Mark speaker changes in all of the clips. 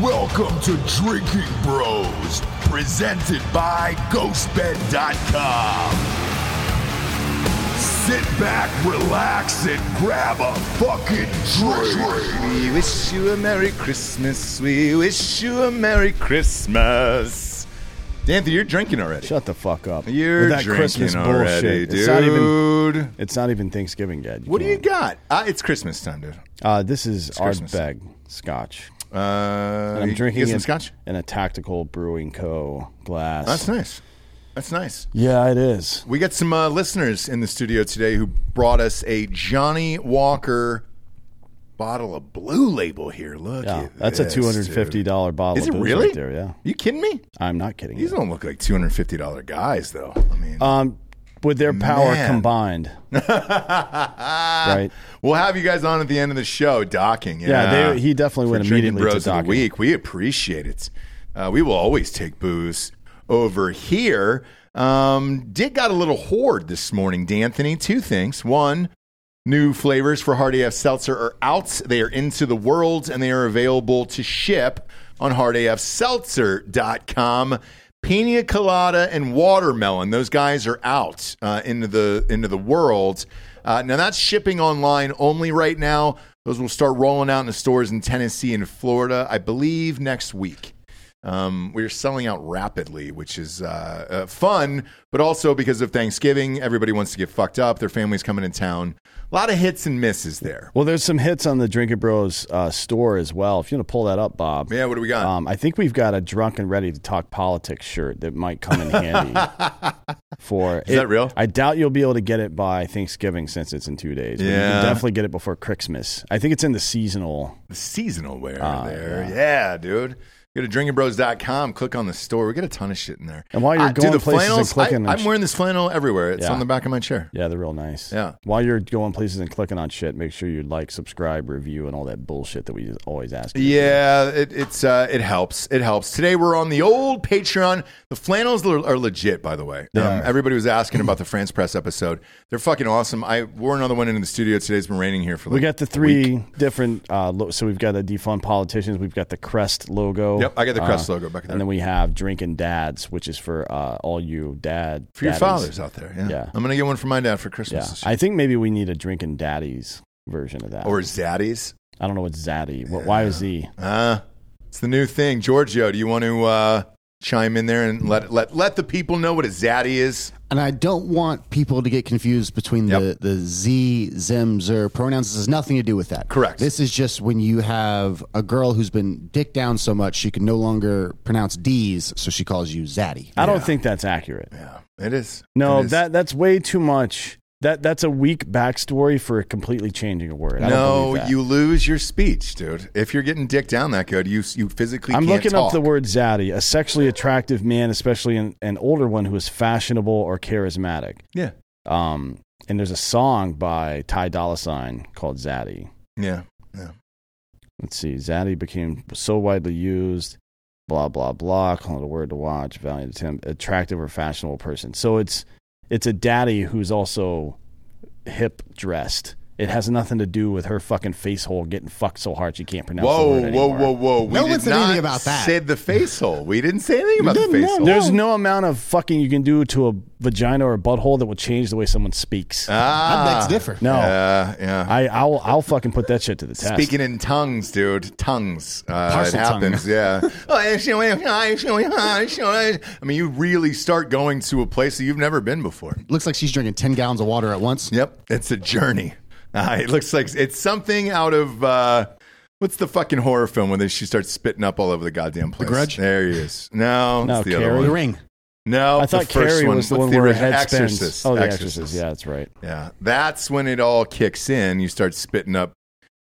Speaker 1: Welcome to Drinking Bros, presented by GhostBed.com. Sit back, relax, and grab a fucking drink.
Speaker 2: We wish you a Merry Christmas. We wish you a Merry Christmas. Anthony, you're drinking already.
Speaker 3: Shut the fuck up.
Speaker 2: You're
Speaker 3: With that
Speaker 2: drinking
Speaker 3: Christmas
Speaker 2: already,
Speaker 3: bullshit.
Speaker 2: dude.
Speaker 3: It's not even. It's not even Thanksgiving yet.
Speaker 2: what do you
Speaker 3: can't.
Speaker 2: got? Uh, it's Christmas time, dude.
Speaker 3: Uh, this is
Speaker 2: Christmas.
Speaker 3: Ardbeg Scotch.
Speaker 2: Uh,
Speaker 3: And I'm
Speaker 2: you
Speaker 3: drinking
Speaker 2: get some
Speaker 3: it
Speaker 2: scotch.
Speaker 3: in a Tactical Brewing Co. glass.
Speaker 2: That's nice. That's nice.
Speaker 3: Yeah, it is.
Speaker 2: We got some uh, listeners in the studio today who brought us a Johnny Walker bottle of Blue Label here. Look,
Speaker 3: Yeah,
Speaker 2: at
Speaker 3: that's
Speaker 2: this,
Speaker 3: a two hundred fifty
Speaker 2: dude.
Speaker 3: dollar bottle.
Speaker 2: Is
Speaker 3: of
Speaker 2: it
Speaker 3: booze
Speaker 2: really?
Speaker 3: Right there, yeah.
Speaker 2: You kidding me?
Speaker 3: I'm not kidding.
Speaker 2: These
Speaker 3: you.
Speaker 2: don't look like two hundred fifty dollar guys, though. I mean,
Speaker 3: Um, with their power
Speaker 2: Man.
Speaker 3: combined, right?
Speaker 2: we'll have you guys on at the end of the show docking.
Speaker 3: Yeah, they- he definitely
Speaker 2: For
Speaker 3: went
Speaker 2: Drinking
Speaker 3: immediately to
Speaker 2: Bros of
Speaker 3: docking.
Speaker 2: the week. We appreciate it. Uh, we will always take booze over here. Um, Dick got a little hoard this morning, D'Anthony. Two things. One, new flavors for Hard AF Seltzer are out. They are into the world and they are available to ship on hardafseltzer.com. Pina colada and watermelon; those guys are out uh, into the into the world. Uh, now that's shipping online only right now. Those will start rolling out in the stores in Tennessee and Florida, I believe, next week. Um, we're selling out rapidly, which is uh, uh, fun, but also because of Thanksgiving, everybody wants to get fucked up. Their family's coming in town. A lot of hits and misses there.
Speaker 3: Well, there's some hits on the Drinking Bros uh, store as well. If you want to pull that up, Bob.
Speaker 2: Yeah, what do we got?
Speaker 3: Um, I think we've got a drunk and ready to talk politics shirt that might come in handy. for
Speaker 2: Is that real?
Speaker 3: I doubt you'll be able to get it by Thanksgiving since it's in two days. but you
Speaker 2: Yeah.
Speaker 3: can definitely get it before Christmas. I think it's in the seasonal.
Speaker 2: the seasonal wear
Speaker 3: uh,
Speaker 2: there. Yeah. dude. Go to drinkingbros.com, click on the store. We got a ton of shit in there.
Speaker 3: And while you're
Speaker 2: Ah, dude,
Speaker 3: going
Speaker 2: the
Speaker 3: places and
Speaker 2: flannels,
Speaker 3: clicking and
Speaker 2: I, am
Speaker 3: sh-
Speaker 2: wearing this flannel everywhere. It's
Speaker 3: Yeah.
Speaker 2: on the back of my chair.
Speaker 3: Yeah, they're real nice.
Speaker 2: Yeah.
Speaker 3: While you're going places and clicking on shit, make sure you like, subscribe, review, and all that bullshit that we just always ask. you.
Speaker 2: Yeah, it, it's uh, it helps. It helps. Today we're on the old Patreon. The flannels are, are legit, by the way. Um, everybody was asking about the France Press episode. They're fucking awesome. I wore another one into the studio today. It's been raining here for like
Speaker 3: We got the three different. Uh, lo- so we've got the defund politicians. We've got the crest logo. Uh,
Speaker 2: Yep, I got the crest logo back there.
Speaker 3: And then we have drinking dads, which is for uh, all you dad
Speaker 2: for your
Speaker 3: daddies.
Speaker 2: fathers out there. Yeah.
Speaker 3: Yeah.
Speaker 2: I'm gonna get one for my dad for
Speaker 3: Yeah,
Speaker 2: Christmas.
Speaker 3: I think maybe we need a drinking daddies version of that.
Speaker 2: or his daddies.
Speaker 3: I don't know what zaddy. What why is he?
Speaker 2: Uh, it's the new thing. Giorgio, do you want to uh, chime in there and let let let the people know what a zaddy is?
Speaker 4: And I don't want people to get confused between the,
Speaker 2: Yep.
Speaker 4: the Z, Zim, Zer pronouns. This has nothing to do with that.
Speaker 2: Correct.
Speaker 4: This is just when you have a girl who's been dicked down so much she can no longer pronounce D's, so she calls you Zaddy.
Speaker 3: I don't think that's accurate.
Speaker 2: Yeah, it is.
Speaker 3: No,
Speaker 2: It is.
Speaker 3: that that's way too much. That that's a weak backstory for completely changing a word. I don't
Speaker 2: No,
Speaker 3: believe that.
Speaker 2: you lose your speech, dude. If you're getting dick down that good, you you physically.
Speaker 3: I'm
Speaker 2: can't
Speaker 3: looking
Speaker 2: talk.
Speaker 3: up the word zaddy, a sexually attractive man, especially an, an older one who is fashionable or charismatic.
Speaker 2: Yeah,
Speaker 3: Um, and there's a song by Ty Dolla Sign called Zaddy.
Speaker 2: yeah, yeah.
Speaker 3: Let's see, Zaddy became so widely used, blah blah blah. Calling it a word to watch, valiant attempt, attractive or fashionable person. So it's it's a daddy who's also hip dressed. It has nothing to do with her fucking face hole getting fucked so hard she can't pronounce the
Speaker 2: Whoa,
Speaker 3: word
Speaker 2: whoa,
Speaker 3: anymore.
Speaker 2: whoa, whoa! We
Speaker 4: No
Speaker 2: did
Speaker 4: one said anything
Speaker 2: not
Speaker 4: about that.
Speaker 2: Said the face hole. We didn't say anything about the face hole.
Speaker 3: There's no amount of fucking you can do to a vagina or a butthole that will change the way someone speaks.
Speaker 2: Ah,
Speaker 4: I beg to differ.
Speaker 3: no,
Speaker 2: Yeah, yeah.
Speaker 3: I, I'll I'll fucking put that shit to the test.
Speaker 2: Speaking in tongues, dude. Tongues. Uh, it
Speaker 4: Parcel tongue.
Speaker 2: happens. Yeah. Oh, I mean, you really start going to a place that you've never been before.
Speaker 4: Looks like she's drinking 10 gallons of water at once.
Speaker 2: Yep, it's a journey. Uh, it looks like it's something out of uh, what's the fucking horror film when they, she starts spitting up all over the goddamn place.
Speaker 4: Grudge?
Speaker 2: There he is. No,
Speaker 3: No,
Speaker 2: it's the other
Speaker 3: Carrie.
Speaker 2: one.
Speaker 4: The ring.
Speaker 2: No,
Speaker 3: I
Speaker 2: the
Speaker 3: thought
Speaker 2: first
Speaker 3: Carrie
Speaker 2: one.
Speaker 3: was the
Speaker 2: What's
Speaker 3: one where her
Speaker 2: original-
Speaker 3: head
Speaker 2: Exorcist.
Speaker 3: spins. Oh, the Exorcist. Yeah, that's right.
Speaker 2: Yeah, that's when it all kicks in. You start spitting up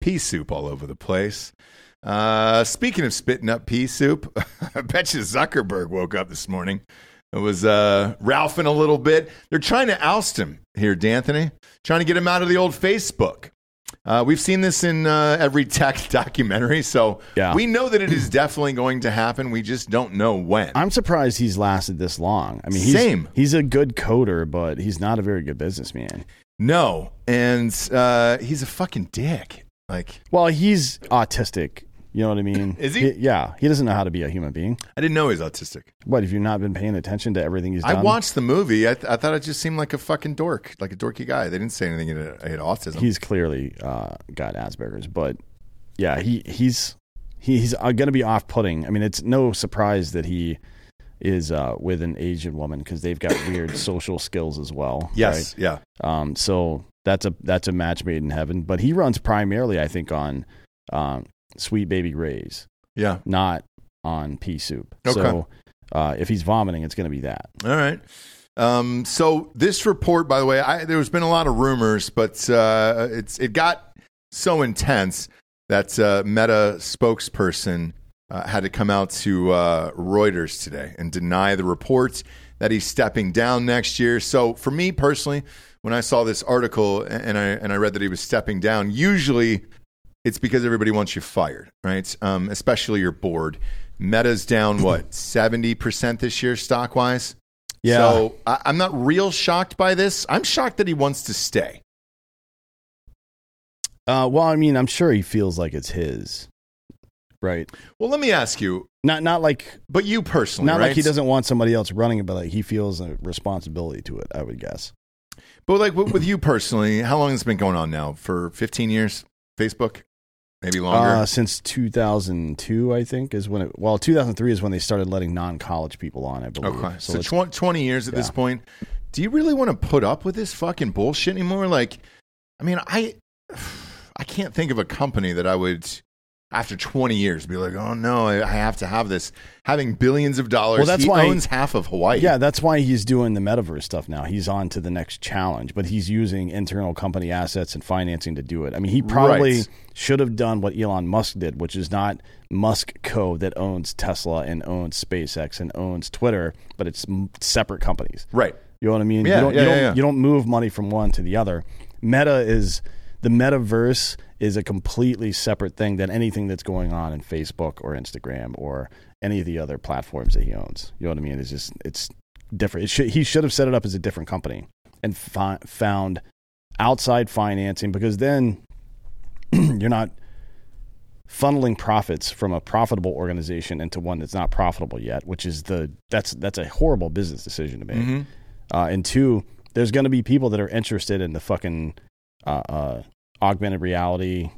Speaker 2: pea soup all over the place. Uh, speaking of spitting up pea soup, I bet you Zuckerberg woke up this morning. It was uh, Ralphing a little bit. They're trying to oust him here, D'Anthony. Trying to get him out of the old Facebook. Uh, we've seen this in uh, every tech documentary, so
Speaker 3: Yeah.
Speaker 2: we know that it is definitely going to happen. We just don't know when.
Speaker 3: I'm surprised he's lasted this long. I mean, he's,
Speaker 2: Same.
Speaker 3: He's a good coder, but he's not a very good businessman.
Speaker 2: no, and uh, he's a fucking dick. Like,
Speaker 3: Well, he's autistic. You know what I mean?
Speaker 2: Is he?
Speaker 3: Yeah, he doesn't know how to be a human being.
Speaker 2: I didn't know he was autistic.
Speaker 3: What have you not been paying attention to everything he's done?
Speaker 2: I watched the movie. I, th- I thought it just seemed like a fucking dork, like a dorky guy. They didn't say anything. He had, he had autism.
Speaker 3: He's clearly uh, got Asperger's, but yeah, he he's he's uh, going to be off-putting. I mean, it's no surprise that he is uh, with an Asian woman because they've got weird social skills as well.
Speaker 2: yes, yeah.
Speaker 3: right? Um, so that's a that's a match made in heaven. But he runs primarily, I think, on um, Sweet Baby Ray's,
Speaker 2: Yeah.
Speaker 3: not on pea soup.
Speaker 2: Okay.
Speaker 3: So uh, if he's vomiting, it's going to be that.
Speaker 2: All right. Um, so this report, by the way, I, there's been a lot of rumors, but uh, it's it got so intense that uh, Meta spokesperson uh, had to come out to uh, Reuters today and deny the reports that he's stepping down next year. So for me personally, when I saw this article and I and I read that he was stepping down, usually it's because everybody wants you fired, right? Um, especially your board. Meta's down what seventy percent this year stock wise.
Speaker 3: Yeah.
Speaker 2: So I, I'm not real shocked by this. I'm shocked that he wants to stay.
Speaker 3: Uh, well, I mean, I'm sure he feels like it's his, right?
Speaker 2: Well, let me ask you,
Speaker 3: Not not like
Speaker 2: but you personally,
Speaker 3: not
Speaker 2: right?
Speaker 3: like he doesn't want somebody else running it, but like he feels a responsibility to it. I would guess.
Speaker 2: But like with with you personally, how long has it been going on now? For 15 years, Facebook, maybe longer.
Speaker 3: Uh, since 2002, I think is when it. Well, 2003 is when they started letting non-college people on. I believe.
Speaker 2: okay,
Speaker 3: So
Speaker 2: so,
Speaker 3: it's-
Speaker 2: twen- 20 years at this
Speaker 3: yeah.
Speaker 2: point. Do you really want to put up with this fucking bullshit anymore? Like, I mean, I, I can't think of a company that I would. After 20 years, be like, oh no, I I have to have this. Having billions of dollars,
Speaker 3: Well, that's
Speaker 2: he
Speaker 3: why-
Speaker 2: owns half of Hawaii.
Speaker 3: yeah, that's why he's doing the metaverse stuff now. He's on to the next challenge, but he's using internal company assets and financing to do it. I mean, he probably
Speaker 2: Right.
Speaker 3: should have done what Elon Musk did, which is not Musk Co. that owns Tesla and owns SpaceX and owns Twitter, but it's m- separate companies.
Speaker 2: right.
Speaker 3: You know what I mean?
Speaker 2: Yeah,
Speaker 3: you, don't,
Speaker 2: yeah,
Speaker 3: you, don't,
Speaker 2: yeah, yeah.
Speaker 3: you don't move money from one to the other. Meta is the metaverse is a completely separate thing than anything that's going on in Facebook or Instagram or any of the other platforms that he owns. You know what I mean? It's just it's different. It should, he should have set it up as a different company and fi- found outside financing because then you're not funneling profits from a profitable organization into one that's not profitable yet, which is the that's that's a horrible business decision to make. Uh, and two, there's going to be people that are interested in the fucking uh, uh, augmented reality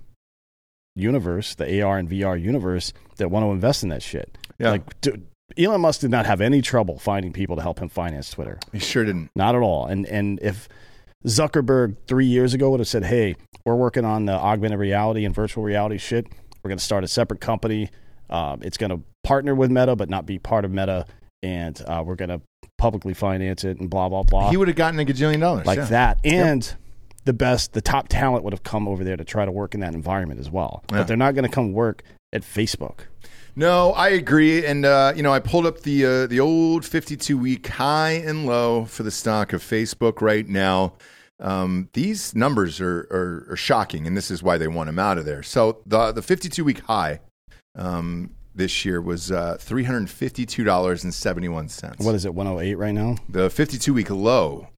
Speaker 3: universe, the AR and VR universe that want to invest in that shit.
Speaker 2: Yeah.
Speaker 3: Like, dude, Elon Musk did not have any trouble finding people to help him finance Twitter.
Speaker 2: He sure didn't.
Speaker 3: Not at all. And and if Zuckerberg three years ago would have said, "Hey, we're working on the augmented reality and virtual reality shit. We're going to start a separate company. Um, it's going to partner with Meta, but not be part of Meta, and uh, we're going to publicly finance it and blah blah blah."
Speaker 2: He would have gotten a gajillion dollars.
Speaker 3: like
Speaker 2: yeah.
Speaker 3: that. And the best, the top talent would have come over there to try to work in that environment as well.
Speaker 2: Yeah.
Speaker 3: But they're not going to come work at Facebook.
Speaker 2: No, I agree. And uh, you know, I pulled up the uh, the old fifty two week high and low for the stock of Facebook right now. Um, these numbers are, are are shocking, and this is why they want him out of there. So the the fifty two week high um, this year was uh, three hundred fifty two dollars and seventy one cents.
Speaker 3: What is it, 108 right now?
Speaker 2: The fifty two week low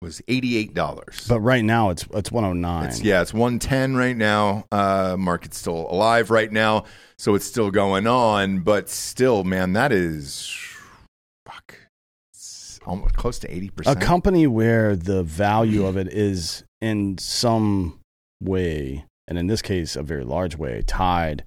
Speaker 2: was eighty eight dollars.
Speaker 3: But right now it's it's 109.
Speaker 2: It's, yeah, it's 110 right now. Uh, market's still alive right now, so it's still going on. But still, man, that is fuck, it's almost close to 80
Speaker 3: a
Speaker 2: percent.
Speaker 3: company where the value of it is in some way, and in this case, a very large way, tied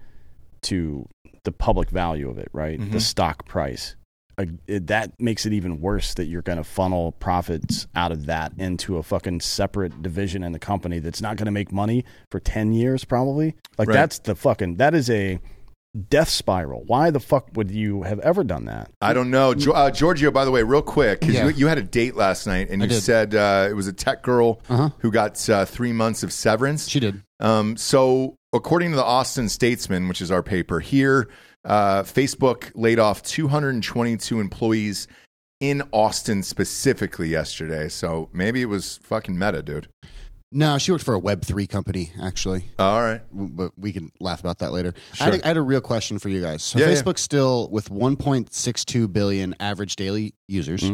Speaker 3: to the public value of it, right?
Speaker 2: Mm-hmm.
Speaker 3: The stock price. Uh, it- that makes it even worse that you're going to funnel profits out of that into a fucking separate division in the company that's not going to make money for 10 years, probably. Like,
Speaker 2: Right.
Speaker 3: that's the fucking, that is a death spiral. Why the fuck would you have ever done that?
Speaker 2: I don't know, jo- uh, Giorgio. By the way, real quick, 'cause
Speaker 4: Yeah.
Speaker 2: you, you had a date last night, and
Speaker 4: I
Speaker 2: you
Speaker 4: did.
Speaker 2: said uh, it was a tech girl
Speaker 4: Uh-huh.
Speaker 2: who got uh, three months of severance.
Speaker 4: She did.
Speaker 2: Um, so, according to the Austin Statesman, which is our paper here, uh, Facebook laid off 222 employees in Austin specifically yesterday. So maybe it was fucking meta, dude.
Speaker 4: No, she worked for a Web three company actually,
Speaker 2: All right.
Speaker 4: W- but we can laugh about that later. I,
Speaker 2: Sure.
Speaker 4: had a, I had a real question for you guys. So
Speaker 2: Yeah, yeah. Mm-hmm.
Speaker 4: Facebook's still with 1.62 billion average daily users.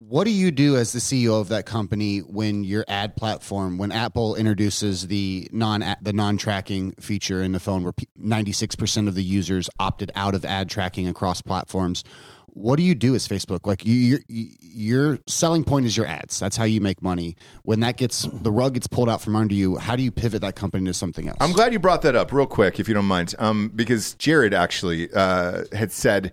Speaker 4: What do you do as the CEO of that company when your ad platform, when Apple introduces the non the non tracking feature in the phone, where ninety six percent of the users opted out of ad tracking across platforms? What do you do as Facebook? Like you, your your selling point is your ads. That's how you make money. When that gets the rug gets pulled out from under you, how do you pivot that company to something else?
Speaker 2: I'm glad you brought that up real quick, if you don't mind, um, because Jared actually uh, had said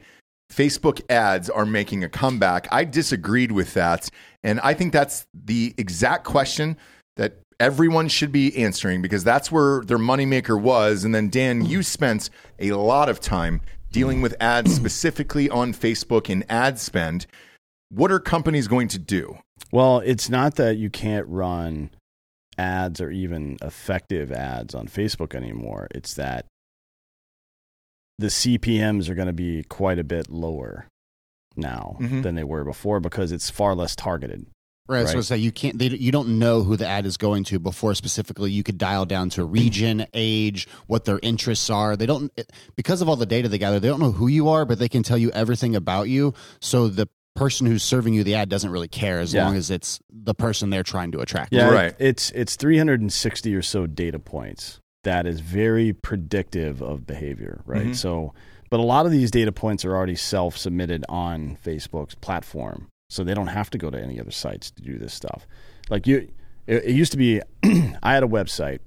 Speaker 2: Facebook ads are making a comeback. I disagreed with that. And I think that's the exact question that everyone should be answering because that's where their moneymaker was. And then, Dan, you spent a lot of time dealing with ads specifically on Facebook and ad spend. What are companies going to do?
Speaker 3: Well, it's not that you can't run ads or even effective ads on Facebook anymore. It's that the CPMs are going to be quite a bit lower now
Speaker 2: Mhm.
Speaker 3: than they were before because it's far less targeted.
Speaker 4: Right,
Speaker 3: Right.
Speaker 4: so it's like you can't. They, you don't know who the ad is going to before specifically. You could dial down to region, age, what their interests are. They don't it- because of all the data they gather. They don't know who you are, but they can tell you everything about you. So the person who's serving you the ad doesn't really care as
Speaker 3: Yeah.
Speaker 4: long as it's the person they're trying to attract.
Speaker 3: Yeah,
Speaker 2: Right.
Speaker 3: It's it's 360 or so data points that is very predictive of behavior, right?
Speaker 2: Mhm.
Speaker 3: So, but a lot of these data points are already self-submitted on Facebook's platform, so they don't have to go to any other sites to do this stuff. Like you, it, it used to be, I had a website,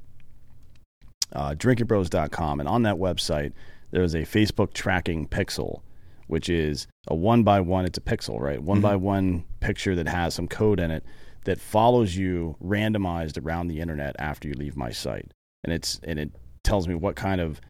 Speaker 3: uh, drinkitbros.com, and on that website there is a Facebook tracking pixel. Which is a one by one, it's a pixel, right? One by one picture that has some code in it that follows you randomized around the internet after you leave my site and it's and it tells me what kind of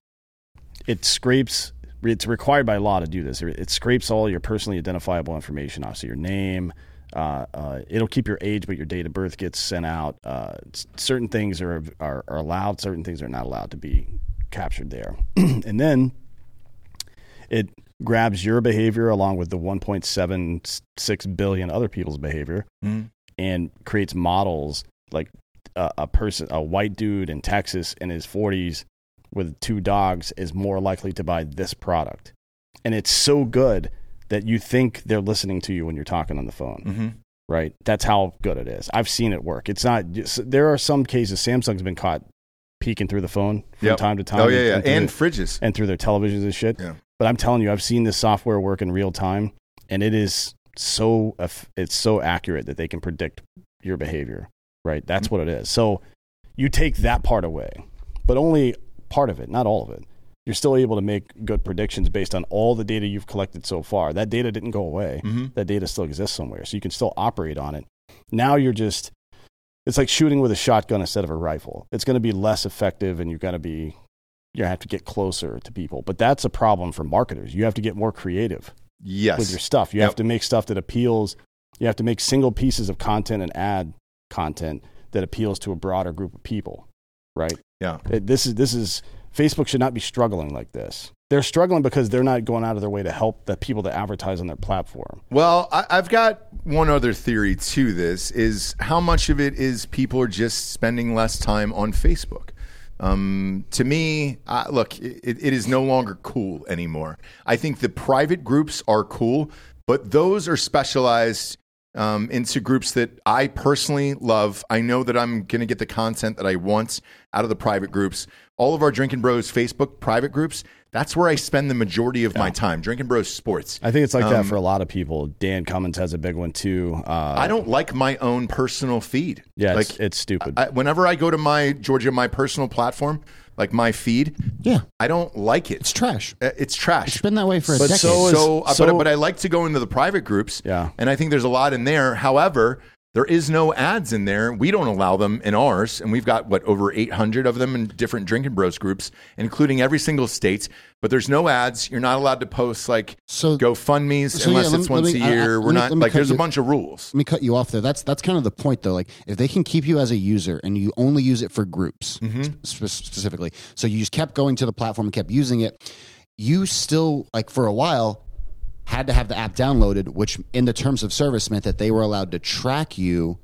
Speaker 3: it scrapes it's required by law to do this it scrapes all your personally identifiable information off so your name uh, uh, it'll keep your age but your date of birth gets sent out uh, s- certain things are, are are allowed certain things are not allowed to be captured there and then it grabs your behavior along with the 1.76 billion other people's behavior
Speaker 2: Hmm.
Speaker 3: and creates models like a, a person, a white dude in Texas in his 40s with two dogs is more likely to buy this product. And it's so good that you think they're listening to you when you're talking on the phone,
Speaker 2: Mm-hmm.
Speaker 3: right? That's how good it is. I've seen it work. It's not, just, there are some cases Samsung's been caught peeking through the phone from
Speaker 2: Yep.
Speaker 3: time to time.
Speaker 2: Oh, yeah, yeah.
Speaker 3: through
Speaker 2: And
Speaker 3: the-
Speaker 2: fridges.
Speaker 3: and through their televisions and shit.
Speaker 2: Yeah.
Speaker 3: But I'm telling you, I've seen this software work in real time, and it is so eff- it's so accurate that they can predict your behavior. Right, that's what it is. So you take that part away, but only part of it, not all of it. You're still able to make good predictions based on all the data you've collected so far. That data didn't go away. That data still exists somewhere, so you can still operate on it. Now you're just it's like shooting with a shotgun instead of a rifle. It's going to be less effective, and you're going to be you have to get closer to people. But that's a problem for marketers. You have to get more creative
Speaker 2: Yes.
Speaker 3: with your stuff. You
Speaker 2: Yep.
Speaker 3: have to make stuff that appeals. You have to make single pieces of content and ad content that appeals to a broader group of people, right?
Speaker 2: yeah.
Speaker 3: It- This is this is Facebook should not be struggling like this. They're struggling because they're not going out of their way to help the people that advertise on their platform.
Speaker 2: Well, I, I've got one other theory to this: is how much of it is people are just spending less time on Facebook. Um, to me, I, look, it, it is no longer cool anymore. I think the private groups are cool, but those are specialized um, into groups that I personally love. I know that I'm going to get the content that I want out of the private groups. All of our Drinking Bros Facebook private groups. That's where I spend the majority of my time. Drinking Bros Sports.
Speaker 3: I think it's like that for a lot of people. Dan Cummins has a big one too. Uh,
Speaker 2: I don't like my own personal feed.
Speaker 3: yeah,
Speaker 2: like
Speaker 3: it's, it's stupid.
Speaker 2: I, whenever I go to my Georgia, my personal platform, like my feed,
Speaker 4: Yeah,
Speaker 2: I don't like it.
Speaker 4: it's trash.
Speaker 2: Uh, It's trash.
Speaker 4: It's been that way for a
Speaker 3: But
Speaker 4: decade.
Speaker 3: so is-
Speaker 2: so, uh,
Speaker 3: so-
Speaker 2: but, but I like to go into the private groups.
Speaker 3: Yeah.
Speaker 2: and I think there's a lot in there. However, there is no ads in there. We don't allow them in ours, and we've got what over 800 of them in different drinking bros groups, including every single state. But there's no ads. You're not allowed to post like
Speaker 4: So-
Speaker 2: GoFundmes
Speaker 4: so, yeah,
Speaker 2: unless
Speaker 4: let
Speaker 2: it's
Speaker 4: me- let
Speaker 2: once
Speaker 4: me-
Speaker 2: a
Speaker 4: I- I- let
Speaker 2: year. We're
Speaker 4: me-
Speaker 2: not
Speaker 4: let me
Speaker 2: like
Speaker 4: cut
Speaker 2: there's a
Speaker 4: you- Mm.
Speaker 2: bunch of rules.
Speaker 4: let me cut you off there. That's that's kind of the point though. Like if they can keep you as a user and you only use it for groups sp- specifically, so you just kept going to the platform and kept using it, you still like for a while had to have the app downloaded, which in the terms of service meant that they were allowed to track you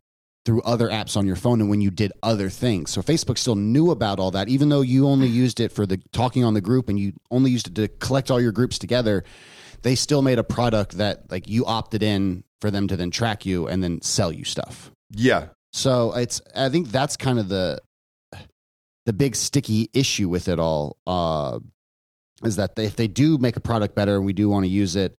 Speaker 4: through other apps on your phone and when you did other things. So Facebook still knew about all that, even though you only used it for the talking on the group and you only used it to collect all your groups together. They still made a product that like you opted in for them to then track you and then sell you stuff.
Speaker 2: Yeah.
Speaker 4: So it's I think that's kind of the the big sticky issue with it all uh, is that they, if they do make a product better and we do want to use it,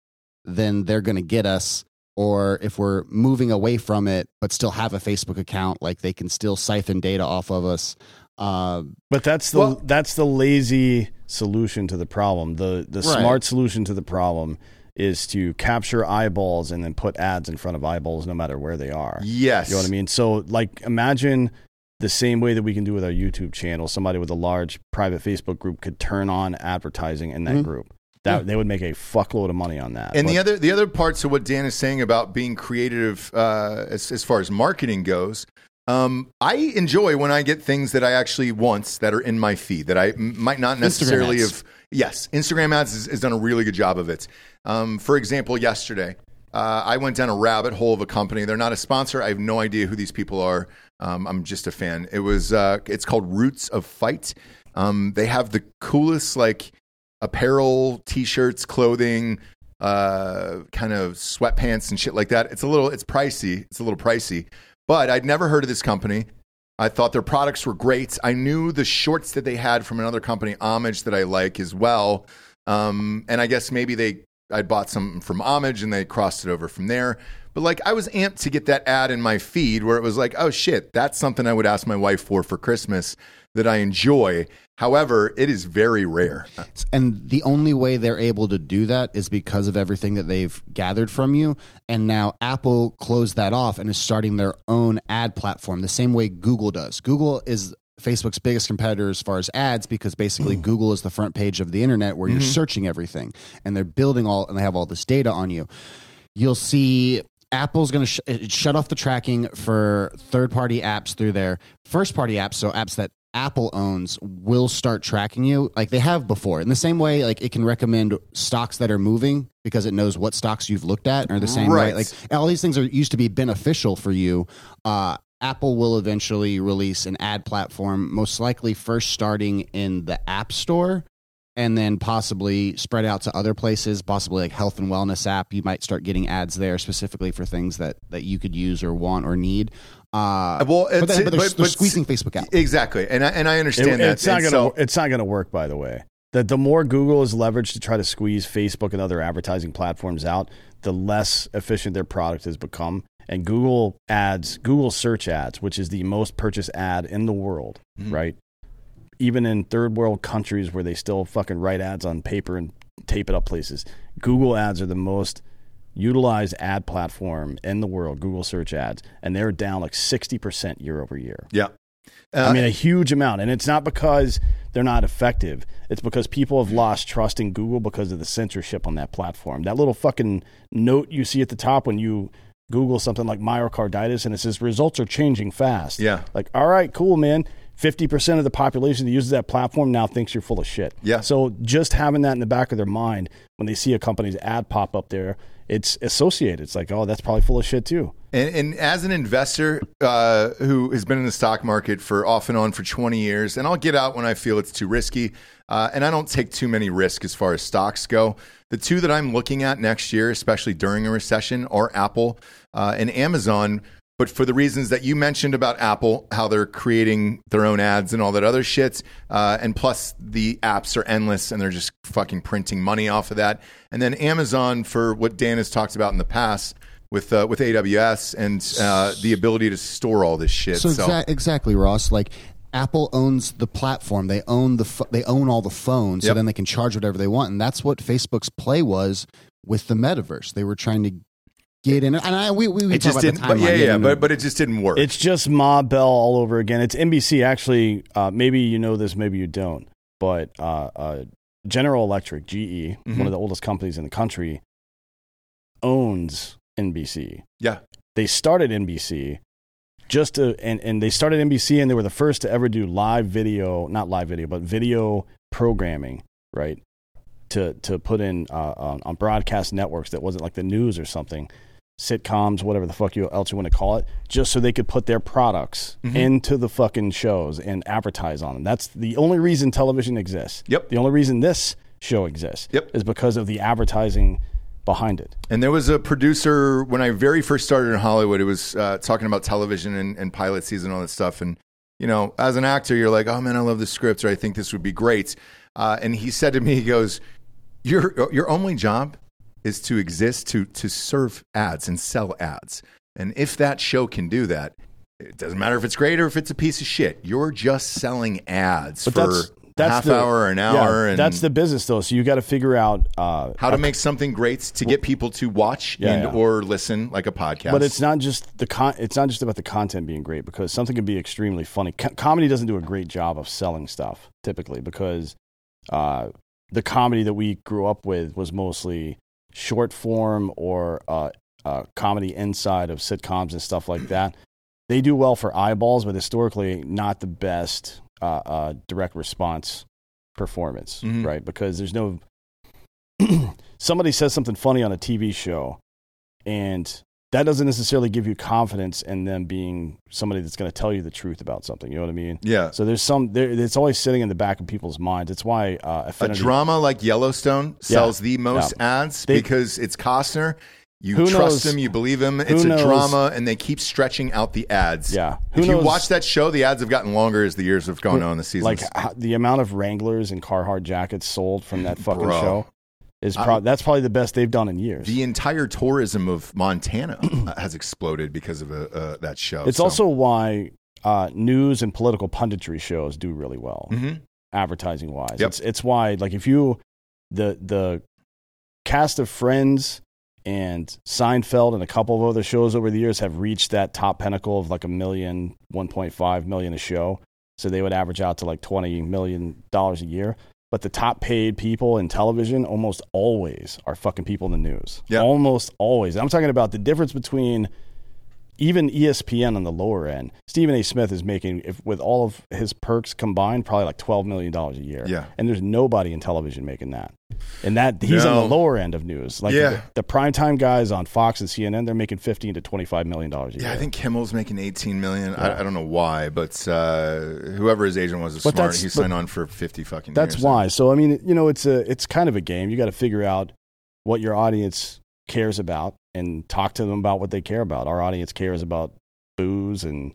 Speaker 4: then they're going to get us. Or if we're moving away from it but still have a Facebook account, like they can still siphon data off of us. Uh,
Speaker 3: But that's the
Speaker 4: Well-
Speaker 3: that's the lazy solution to the problem. The the
Speaker 4: Right.
Speaker 3: smart solution to the problem is to capture eyeballs and then put ads in front of eyeballs no matter where they are.
Speaker 2: Yes.
Speaker 3: You know what I mean? So like imagine the same way that we can do with our YouTube channel, somebody with a large private Facebook group could turn on advertising in that group. That they would make a fuckload of money on that.
Speaker 2: Mm-hmm. Mm. And the
Speaker 3: But-
Speaker 2: other the other parts of what Dan is saying about being creative uh, as as far as marketing goes, um, I enjoy when I get things that I actually want that are in my feed that I m- might not necessarily
Speaker 4: ads.
Speaker 2: have. Yes, Instagram ads has, has done a really good job of it. Um, for example, yesterday. Uh, I went down a rabbit hole of a company. They're not a sponsor. I have no idea who these people are. Um, I'm just a fan. It was. Uh, it's called Roots of Fight. Um, they have the coolest like apparel, t-shirts, clothing, uh, kind of sweatpants and shit like that. It's a little, it's pricey. It's a little pricey, but I'd never heard of this company. I thought their products were great. I knew the shorts that they had from another company, Homage, that I like as well. Um, and I guess maybe they, I bought some from Homage and they crossed it over from there. But like, I was amped to get that ad in my feed where it was like, oh shit, that's something I would ask my wife for for Christmas that I enjoy. However, it is very rare.
Speaker 4: and the only way they're able to do that is because of everything that they've gathered from you and now apple closed that off and is starting their own ad platform the same way google does google is facebook's biggest competitor as far as ads because basically google is the front page of the internet where you're searching everything and they're building all and they have all this data on you you'll see Apple's going to sh- it shut off the tracking for third party apps through their first party apps. So apps that Apple owns will start tracking you like they have before. In the same way, like it can recommend stocks that are moving because it knows what stocks you've looked at are the same
Speaker 2: Right.
Speaker 4: way. Like all these things are used to be beneficial for you. Uh, Apple will eventually release an ad platform, most likely first starting in the App Store and then possibly spread out to other places possibly like health and wellness app you might start getting ads there specifically for things that that you could use or want or need uh
Speaker 2: Well,
Speaker 4: but,
Speaker 2: it's-
Speaker 4: they, but they're,
Speaker 2: but-
Speaker 4: they're
Speaker 2: but-
Speaker 4: squeezing facebook out
Speaker 2: Exactly, and I, and I understand
Speaker 3: It-
Speaker 2: that.
Speaker 3: It's not
Speaker 2: And
Speaker 3: gonna.
Speaker 2: so-
Speaker 3: it's not gonna work. By the way, that the more Google is leveraged to try to squeeze Facebook and other advertising platforms out, the less efficient their product has become. And Google ads, Google search ads, which is the most purchased ad in the world,
Speaker 2: Mm.
Speaker 3: right? Even in third world countries where they still fucking write ads on paper and tape it up places, Google ads are the most utilized ad platform in the world. Google search ads, and they're down like sixty percent year over year.
Speaker 2: yeah. Uh,
Speaker 3: I mean, a huge amount. And it's not because they're not effective. It's because people have lost trust in Google because of the censorship on that platform. That little fucking note you see at the top when you Google something like myocarditis and it says results are changing fast.
Speaker 2: Yeah.
Speaker 3: Like, all right, cool, man. 50% of the population that uses that platform now thinks you're full of shit.
Speaker 2: Yeah.
Speaker 3: So just having that in the back of their mind when they see a company's ad pop up there, it's associated. It's like, oh, that's probably full of shit too.
Speaker 2: And, and as an investor uh, who has been in the stock market for off and on for 20 years, and I'll get out when I feel it's too risky, uh, and I don't take too many risks as far as stocks go. The two that I'm looking at next year, especially during a recession, are Apple uh, and Amazon. But for the reasons that you mentioned about Apple, how they're creating their own ads and all that other shit, uh, and plus the apps are endless and they're just fucking printing money off of that. And then Amazon for what Dan has talked about in the past with uh, with AWS and uh, the ability to store all this shit. So,
Speaker 4: So, exa- exactly, Ross. Like Apple owns the platform. They own the ph they own all the phones. So
Speaker 2: Yep.
Speaker 4: then they can charge whatever they want, and that's what Facebook's play was with the metaverse. They were trying to get in, and I we we, we
Speaker 2: it
Speaker 4: talk
Speaker 2: just
Speaker 4: about
Speaker 2: didn't.
Speaker 4: the
Speaker 2: But
Speaker 4: timeline,
Speaker 2: yeah, yeah,
Speaker 4: and-
Speaker 2: but but it just didn't work.
Speaker 3: It's just Ma Bell all over again. It's NBC. Actually, uh, maybe you know this, maybe you don't, but uh, uh, General Electric, GE, one of the oldest companies in the country, owns NBC.
Speaker 2: yeah,
Speaker 3: They started NBC just to, and, and they started NBC and they were the first to ever do live video, not live video, but video programming, right? To, to put in uh, on, on broadcast networks that wasn't like the news or something sitcoms, whatever the fuck you else you want to call it, just so they could put their products
Speaker 2: Mm-hmm.
Speaker 3: into the fucking shows and advertise on them. That's the only reason television exists.
Speaker 2: Yep.
Speaker 3: The only reason this show exists.
Speaker 2: Yep.
Speaker 3: Is because of the advertising behind it.
Speaker 2: And there was a producer when I very first started in Hollywood. It was uh, talking about television and, and pilot season, and all that stuff. And you know, as an actor, you're like, oh man, I love the script, or I think this would be great. Uh, and he said to me, he goes, your your only job is to exist to to serve ads and sell ads. And if that show can do that, it doesn't matter if it's great or if it's a piece of shit. You're just selling ads
Speaker 3: But
Speaker 2: for
Speaker 3: that's that's
Speaker 2: half
Speaker 3: the,
Speaker 2: hour or an
Speaker 3: yeah,
Speaker 2: hour. and
Speaker 3: that's the business though. So you got to figure out uh,
Speaker 2: how to make something great to get people to watch
Speaker 3: Yeah,
Speaker 2: and
Speaker 3: yeah.
Speaker 2: or listen like a podcast.
Speaker 3: But it's not just the con- it's not just about the content being great because something can be extremely funny. Co- comedy doesn't do a great job of selling stuff typically because uh, the comedy that we grew up with was mostly short form or uh, uh, comedy inside of sitcoms and stuff like that. They do well for eyeballs, but historically not the best uh, uh, direct response performance,
Speaker 2: Mhm.
Speaker 3: right? Because there's no somebody says something funny on a TV show and that doesn't necessarily give you confidence in them being somebody that's going to tell you the truth about something. You know what I mean?
Speaker 2: yeah.
Speaker 3: So there's some there, it's always sitting in the back of people's minds. It's why uh,
Speaker 2: A
Speaker 3: Affinity.
Speaker 2: drama like Yellowstone sells the most ads
Speaker 3: They-
Speaker 2: because it's Costner. You
Speaker 3: Who
Speaker 2: trust
Speaker 3: knows-
Speaker 2: him, you believe him.
Speaker 3: who
Speaker 2: It's a
Speaker 3: knows-
Speaker 2: drama, and they keep stretching out the ads.
Speaker 3: Yeah.
Speaker 2: if you
Speaker 3: knows-
Speaker 2: watch that show, the ads have gotten longer as the years have gone on. The seasons,
Speaker 3: like how, the amount of Wranglers and Carhartt jackets sold from that fucking
Speaker 2: Bro.
Speaker 3: show is pro- that's probably the best they've done in years.
Speaker 2: the entire tourism of Montana uh, has exploded because of uh, uh, that show.
Speaker 3: it's
Speaker 2: So-
Speaker 3: also why uh, news and political punditry shows do really well.
Speaker 2: Mhm.
Speaker 3: advertising wise.
Speaker 2: Yep.
Speaker 3: It's it's why like if you the the cast of Friends and Seinfeld and a couple of other shows over the years have reached that top pinnacle of like a million, 1.5 million a show. So they would average out to like 20 million dollars a year. But the top paid people in television almost always are fucking people in the news.
Speaker 2: Yep.
Speaker 3: Almost always. I'm talking about the difference between even E ESPN on the lower end, Stephen A. Smith is making, if, with all of his perks combined, probably like twelve million dollars a year.
Speaker 2: Yeah.
Speaker 3: and there's nobody in television making that. And that he's
Speaker 2: No.
Speaker 3: on the lower end of news. Like
Speaker 2: Yeah.
Speaker 3: the, the primetime guys on Fox and CNN, they're making fifteen to twenty-five million dollars a year.
Speaker 2: Yeah, I think Kimmel's making eighteen million. I, I don't know why, but uh, whoever his agent was is
Speaker 3: But
Speaker 2: smart.
Speaker 3: that's-
Speaker 2: He
Speaker 3: but
Speaker 2: signed on for fifty fucking.
Speaker 3: that's
Speaker 2: years.
Speaker 3: why. So I mean, you know, it's a it's kind of a game. You got to figure out what your audience cares about and talk to them about what they care about. Our audience cares about booze and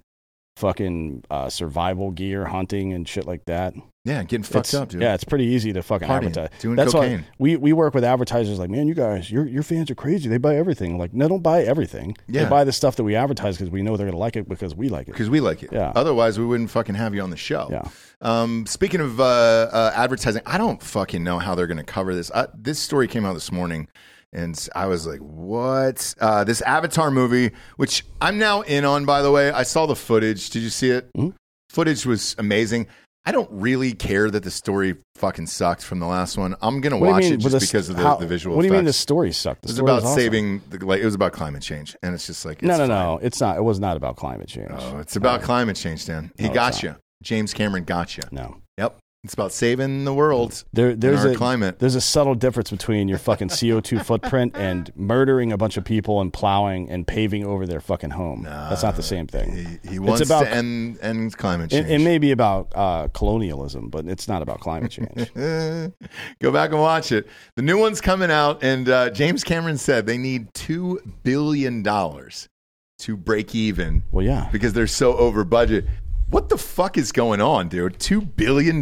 Speaker 3: fucking uh, survival gear, hunting and shit like that.
Speaker 2: Yeah, getting fucked
Speaker 3: It's-
Speaker 2: up, dude.
Speaker 3: Yeah, it's pretty easy to fucking
Speaker 2: Partying,
Speaker 3: advertise.
Speaker 2: doing
Speaker 3: That's
Speaker 2: cocaine.
Speaker 3: why we, we work with advertisers like, man, you guys, your your fans are crazy. They buy everything. Like, no, don't buy everything.
Speaker 2: Yeah.
Speaker 3: They buy the stuff that we advertise because we know they're gonna like it because we like it.
Speaker 2: because we like it.
Speaker 3: Yeah.
Speaker 2: Otherwise, we wouldn't fucking have you on the show.
Speaker 3: Yeah.
Speaker 2: Um, speaking of uh, uh, advertising, I don't fucking know how they're going to cover this. I, this story came out this morning, and I was like, "What?" Uh, this Avatar movie, which I'm now in on. By the way, I saw the footage. Did you see it?
Speaker 3: Mm-hmm.
Speaker 2: Footage was amazing. I don't really care that the story fucking sucked from the last one. I'm gonna
Speaker 3: What do you
Speaker 2: watch
Speaker 3: mean
Speaker 2: it
Speaker 3: with
Speaker 2: just
Speaker 3: this-
Speaker 2: because of the,
Speaker 3: how-
Speaker 2: the visual.
Speaker 3: What do you mean the
Speaker 2: effects.
Speaker 3: story sucked? The
Speaker 2: It was
Speaker 3: story
Speaker 2: about
Speaker 3: awesome.
Speaker 2: saving, the, like it was about climate change, and it's just like
Speaker 3: No,
Speaker 2: it's
Speaker 3: no,
Speaker 2: fine.
Speaker 3: no. It's not. It was not about climate change.
Speaker 2: Oh, it's about climate change, Dan. He
Speaker 3: No, it's
Speaker 2: got
Speaker 3: not.
Speaker 2: you. James Cameron got you.
Speaker 3: no.
Speaker 2: Yep. It's about saving the world.
Speaker 3: There, there's
Speaker 2: our
Speaker 3: a
Speaker 2: climate.
Speaker 3: There's a subtle difference between your fucking CO2 footprint and murdering a bunch of people and plowing and paving over their fucking home. That's not the same thing.
Speaker 2: He, he wants
Speaker 3: about-
Speaker 2: to end, end climate
Speaker 3: It,
Speaker 2: change.
Speaker 3: it may be about uh, colonialism, but it's not about climate change.
Speaker 2: Eh, Go back and watch it. The new one's coming out, and uh, James Cameron said they need $2 billion to break even
Speaker 3: well, yeah.
Speaker 2: because they're so over budget. What the fuck is going on, dude? $2 billion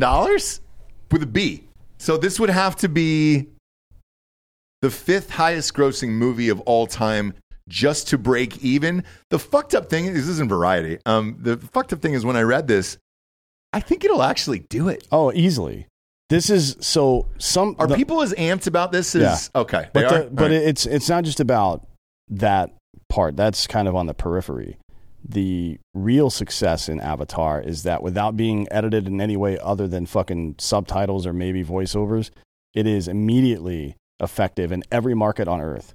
Speaker 2: with a B. So this would have to be the fifth highest grossing movie of all time just to break even. The fucked up thing this isn't variety. Um, the fucked up thing is when I read this, I think it'll actually do it.
Speaker 3: Oh, easily. This is so some
Speaker 2: Are
Speaker 3: the-
Speaker 2: people as amped about this as okay? They
Speaker 3: but
Speaker 2: are.
Speaker 3: the- but
Speaker 2: All right.
Speaker 3: it's it's not just about that part. That's kind of on the periphery. The real success in Avatar is that without being edited in any way other than fucking subtitles or maybe voiceovers, it is immediately effective in every market on earth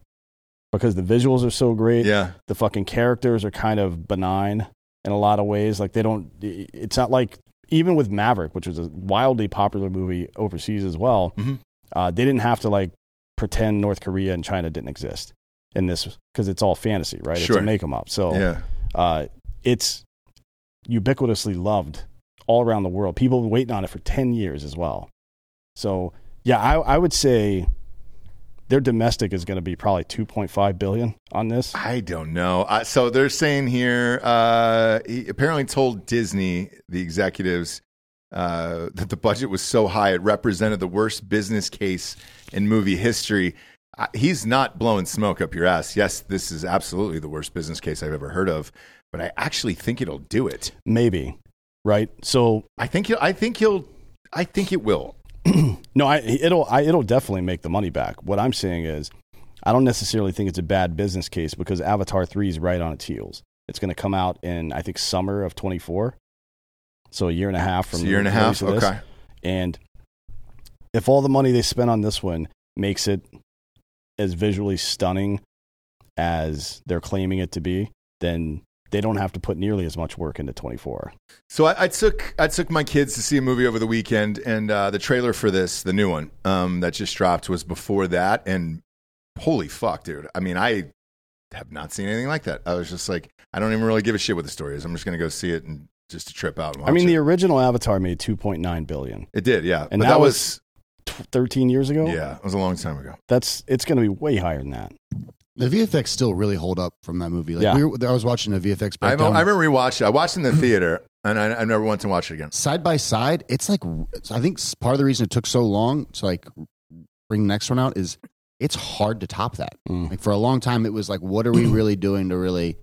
Speaker 3: because the visuals are so great.
Speaker 2: yeah,
Speaker 3: the fucking characters are kind of benign in a lot of ways. Like they don't. It's not like even with Maverick, which was a wildly popular movie overseas as well.
Speaker 2: Mhm.
Speaker 3: Uh, they didn't have to like pretend North Korea and China didn't exist in this because it's all fantasy, right? It's
Speaker 2: Sure.
Speaker 3: a make 'em up. So
Speaker 2: yeah.
Speaker 3: uh, it's ubiquitously loved all around the world. People have been waiting on it for 10 years as well. So, yeah, I, I would say their domestic is going to be probably 2.5 billion on this.
Speaker 2: I don't know. Uh, so they're saying here, uh, he apparently told Disney the executives uh, that the budget was so high it represented the worst business case in movie history. Uh, he's not blowing smoke up your ass. Yes, this is absolutely the worst business case I've ever heard of, but I actually think it'll do it.
Speaker 3: Maybe, right? So
Speaker 2: I think he'll, I think he'll. I think it will.
Speaker 3: No, I, it'll I, it'll definitely make the money back. What I'm saying is, I don't necessarily think it's a bad business case because Avatar three is right on its heels. It's going to come out in I think summer of 24, so a year and a half from
Speaker 2: It's a year and a
Speaker 3: the release
Speaker 2: half.
Speaker 3: of this.
Speaker 2: Okay.
Speaker 3: And if all the money they spent on this one makes it as visually stunning as they're claiming it to be, then they don't have to put nearly as much work into 24.
Speaker 2: So I, I took I took my kids to see a movie over the weekend, and uh, the trailer for this, the new one um, that just dropped, was before that. And holy fuck, dude! I mean, I have not seen anything like that. I was just like, I don't even really give a shit what the story is. I'm just gonna go see it and just to trip out. And watch
Speaker 3: I mean,
Speaker 2: it.
Speaker 3: the original Avatar made 2.9 billion
Speaker 2: it did, yeah.
Speaker 3: and
Speaker 2: but
Speaker 3: that
Speaker 2: that was,
Speaker 3: was- tw- 13 years ago.
Speaker 2: yeah, it was a long time ago.
Speaker 3: that's it's going to be way higher than that.
Speaker 4: The VFX still really hold up from that movie. Like
Speaker 3: Yeah.
Speaker 4: we were, I was watching a VFX
Speaker 2: I,
Speaker 4: breakdown.
Speaker 2: I remember rewatched it. I watched it in the theater, and I, I never want to watch it again.
Speaker 4: side by side, it's like I think part of the reason it took so long to like bring the next one out is it's hard to top that.
Speaker 3: Mm.
Speaker 4: Like for a long time, it was like, what are we really doing to really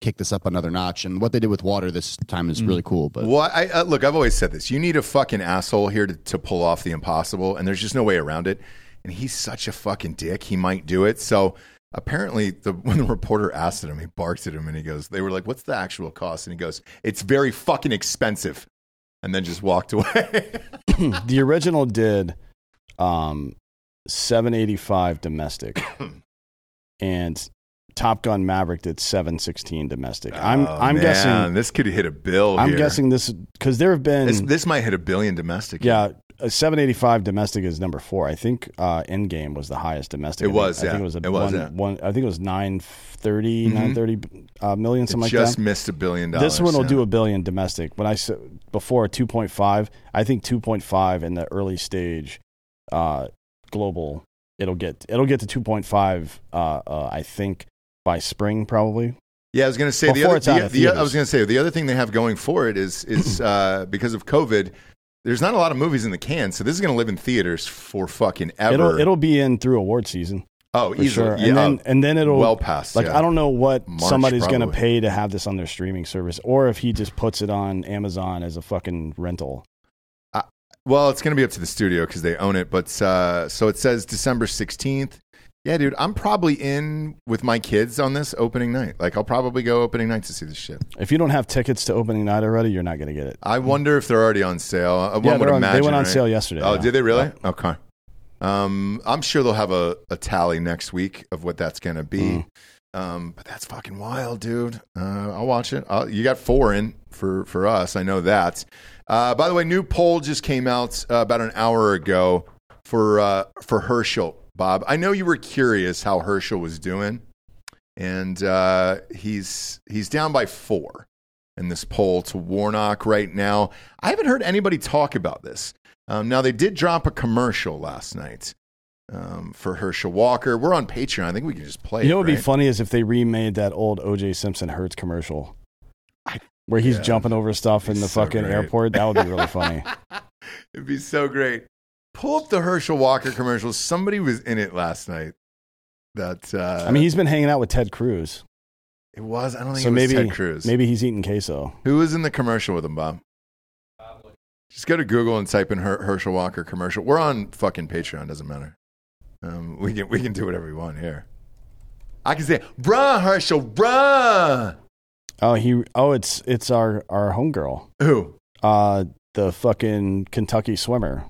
Speaker 4: kick this up another notch? And what they did with water this time is
Speaker 3: Mm.
Speaker 4: really cool. But
Speaker 2: Well, I, uh, look, I've always said this. You need a fucking asshole here to, to pull off the impossible, and there's just no way around it. And he's such a fucking dick. He might do it. So apparently, the, when the reporter asked him, he barked at him and he goes, They were like, What's the actual cost? And he goes, It's very fucking expensive. And then just walked away.
Speaker 3: the original did um 785 domestic and Top Gun Maverick did 716 domestic. I'm
Speaker 2: Oh,
Speaker 3: I'm
Speaker 2: man,
Speaker 3: guessing
Speaker 2: This could hit a bill
Speaker 3: I'm
Speaker 2: here.
Speaker 3: guessing this cuz there have been
Speaker 2: This, this might hit a billion domestic.
Speaker 3: yeah, a 785 domestic is number 4. I think uh Endgame was the highest domestic.
Speaker 2: It
Speaker 3: I think-
Speaker 2: was,
Speaker 3: I think
Speaker 2: yeah.
Speaker 3: it was a
Speaker 2: It was,
Speaker 3: one,
Speaker 2: yeah.
Speaker 3: one I think it was 930
Speaker 2: Mhm.
Speaker 3: 930 uh, million
Speaker 2: It
Speaker 3: something like that.
Speaker 2: just missed a billion dollars.
Speaker 3: This one will
Speaker 2: yeah.
Speaker 3: do a billion domestic. When I said before 2.5, I think 2.5 in the early stage uh, global, it'll get it'll get to 2.5. Uh, uh, I think by spring probably.
Speaker 2: Yeah, I was going to say the
Speaker 3: Before
Speaker 2: other.
Speaker 3: it's out
Speaker 2: The,
Speaker 3: of
Speaker 2: the- I
Speaker 3: theaters.
Speaker 2: was going to say the other thing they have going for it is is uh, because of COVID. There's not a lot of movies in the can, so this is going to live in theaters for fucking ever.
Speaker 3: It'll it'll be in through award season for
Speaker 2: oh, easily,
Speaker 3: sure,
Speaker 2: yeah,
Speaker 3: and then and then it'll
Speaker 2: well past.
Speaker 3: like
Speaker 2: yeah.
Speaker 3: I don't know what
Speaker 2: March,
Speaker 3: somebody's going to
Speaker 2: probably.
Speaker 3: pay to have this on their streaming service, or if he just puts it on Amazon as a fucking rental.
Speaker 2: Well, it's going to be up to the studio because they own it. But uh, so it says December 16th. Yeah, dude, I'm probably in with my kids on this opening night. Like, I'll probably go opening night to see this shit.
Speaker 3: If you don't have tickets to opening night already, you're not going to get it.
Speaker 2: I wonder if they're already on sale. Uh, One
Speaker 3: Yeah,
Speaker 2: would
Speaker 3: they're on-
Speaker 2: imagine,
Speaker 3: they went on
Speaker 2: right?
Speaker 3: sale yesterday.
Speaker 2: Oh,
Speaker 3: yeah.
Speaker 2: did they really? Okay. Um, I'm sure they'll have a, a tally next week of what that's going to
Speaker 3: Mm.
Speaker 2: be. Um, but that's fucking wild, dude. Uh, I'll watch it. I'll, you got four in for, for us. I know that. Uh, by the way, new poll just came out uh, about an hour ago for uh, for Herschel. Bob, I know you were curious how Herschel was doing, and uh, he's he's down by four in this poll to Warnock right now. I haven't heard anybody talk about this. Um, now, they did drop a commercial last night um, for Herschel Walker. We're on Patreon. I think we can just play
Speaker 3: You know
Speaker 2: it.
Speaker 3: what would
Speaker 2: right?
Speaker 3: be funny is if they remade that old OJ Simpson Hertz commercial
Speaker 2: I-
Speaker 3: where he's
Speaker 2: yeah.
Speaker 3: jumping over stuff in
Speaker 2: It's
Speaker 3: the
Speaker 2: so
Speaker 3: fucking
Speaker 2: great.
Speaker 3: airport. That would be really funny.
Speaker 2: It'd be so great. Pull up the Herschel Walker commercial. Somebody was in it last night. That uh,
Speaker 3: I mean, he's been hanging out with Ted Cruz.
Speaker 2: it was. I don't think
Speaker 3: So
Speaker 2: it was
Speaker 3: maybe,
Speaker 2: Ted Cruz.
Speaker 3: maybe he's eating queso.
Speaker 2: Who was in the commercial with him, Bob? Just go to Google and type in Her- Herschel Walker commercial. We're on fucking Patreon. Doesn't matter. Um, we can we can do whatever we want here. I can say, "Bruh, Herschel, bruh."
Speaker 3: Oh, he. Oh, it's it's our our homegirl.
Speaker 2: Who?
Speaker 3: Uh, the fucking Kentucky swimmer.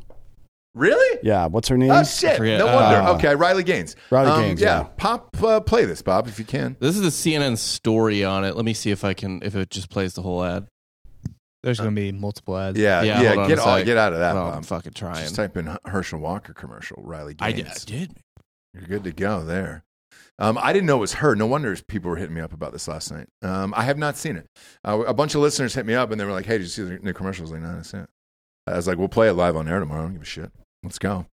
Speaker 2: Really?
Speaker 3: Yeah, what's her name?
Speaker 2: Oh shit!
Speaker 5: forget.
Speaker 2: No wonder.
Speaker 3: Uh,
Speaker 2: okay, Riley Gaines. Um,
Speaker 3: Riley Gaines, yeah.
Speaker 2: Pop, uh, play this, Bob, if you can.
Speaker 5: This is a CNN story on it. Let me see if I can if it just plays the whole ad.
Speaker 6: There's going to be multiple ads.
Speaker 2: Yeah, yeah.
Speaker 5: Yeah, hold on
Speaker 2: get
Speaker 5: a
Speaker 2: all,
Speaker 5: sec.
Speaker 2: get out of that,
Speaker 5: Oh, I'm
Speaker 2: Bob.
Speaker 5: fucking trying.
Speaker 2: Just type in Herschel Walker commercial. Riley
Speaker 5: I
Speaker 2: Gaines.
Speaker 5: d- did.
Speaker 2: You're good to go there. Um, I didn't know it was her. No wonder people were hitting me up about this last night. Um, I have not seen it. Uh, a bunch of listeners hit me up and they were like, "Hey, did you see the new commercials?" Like, no, that's it. I was like, "We'll play it live on air tomorrow. I don't give a shit. Let's go."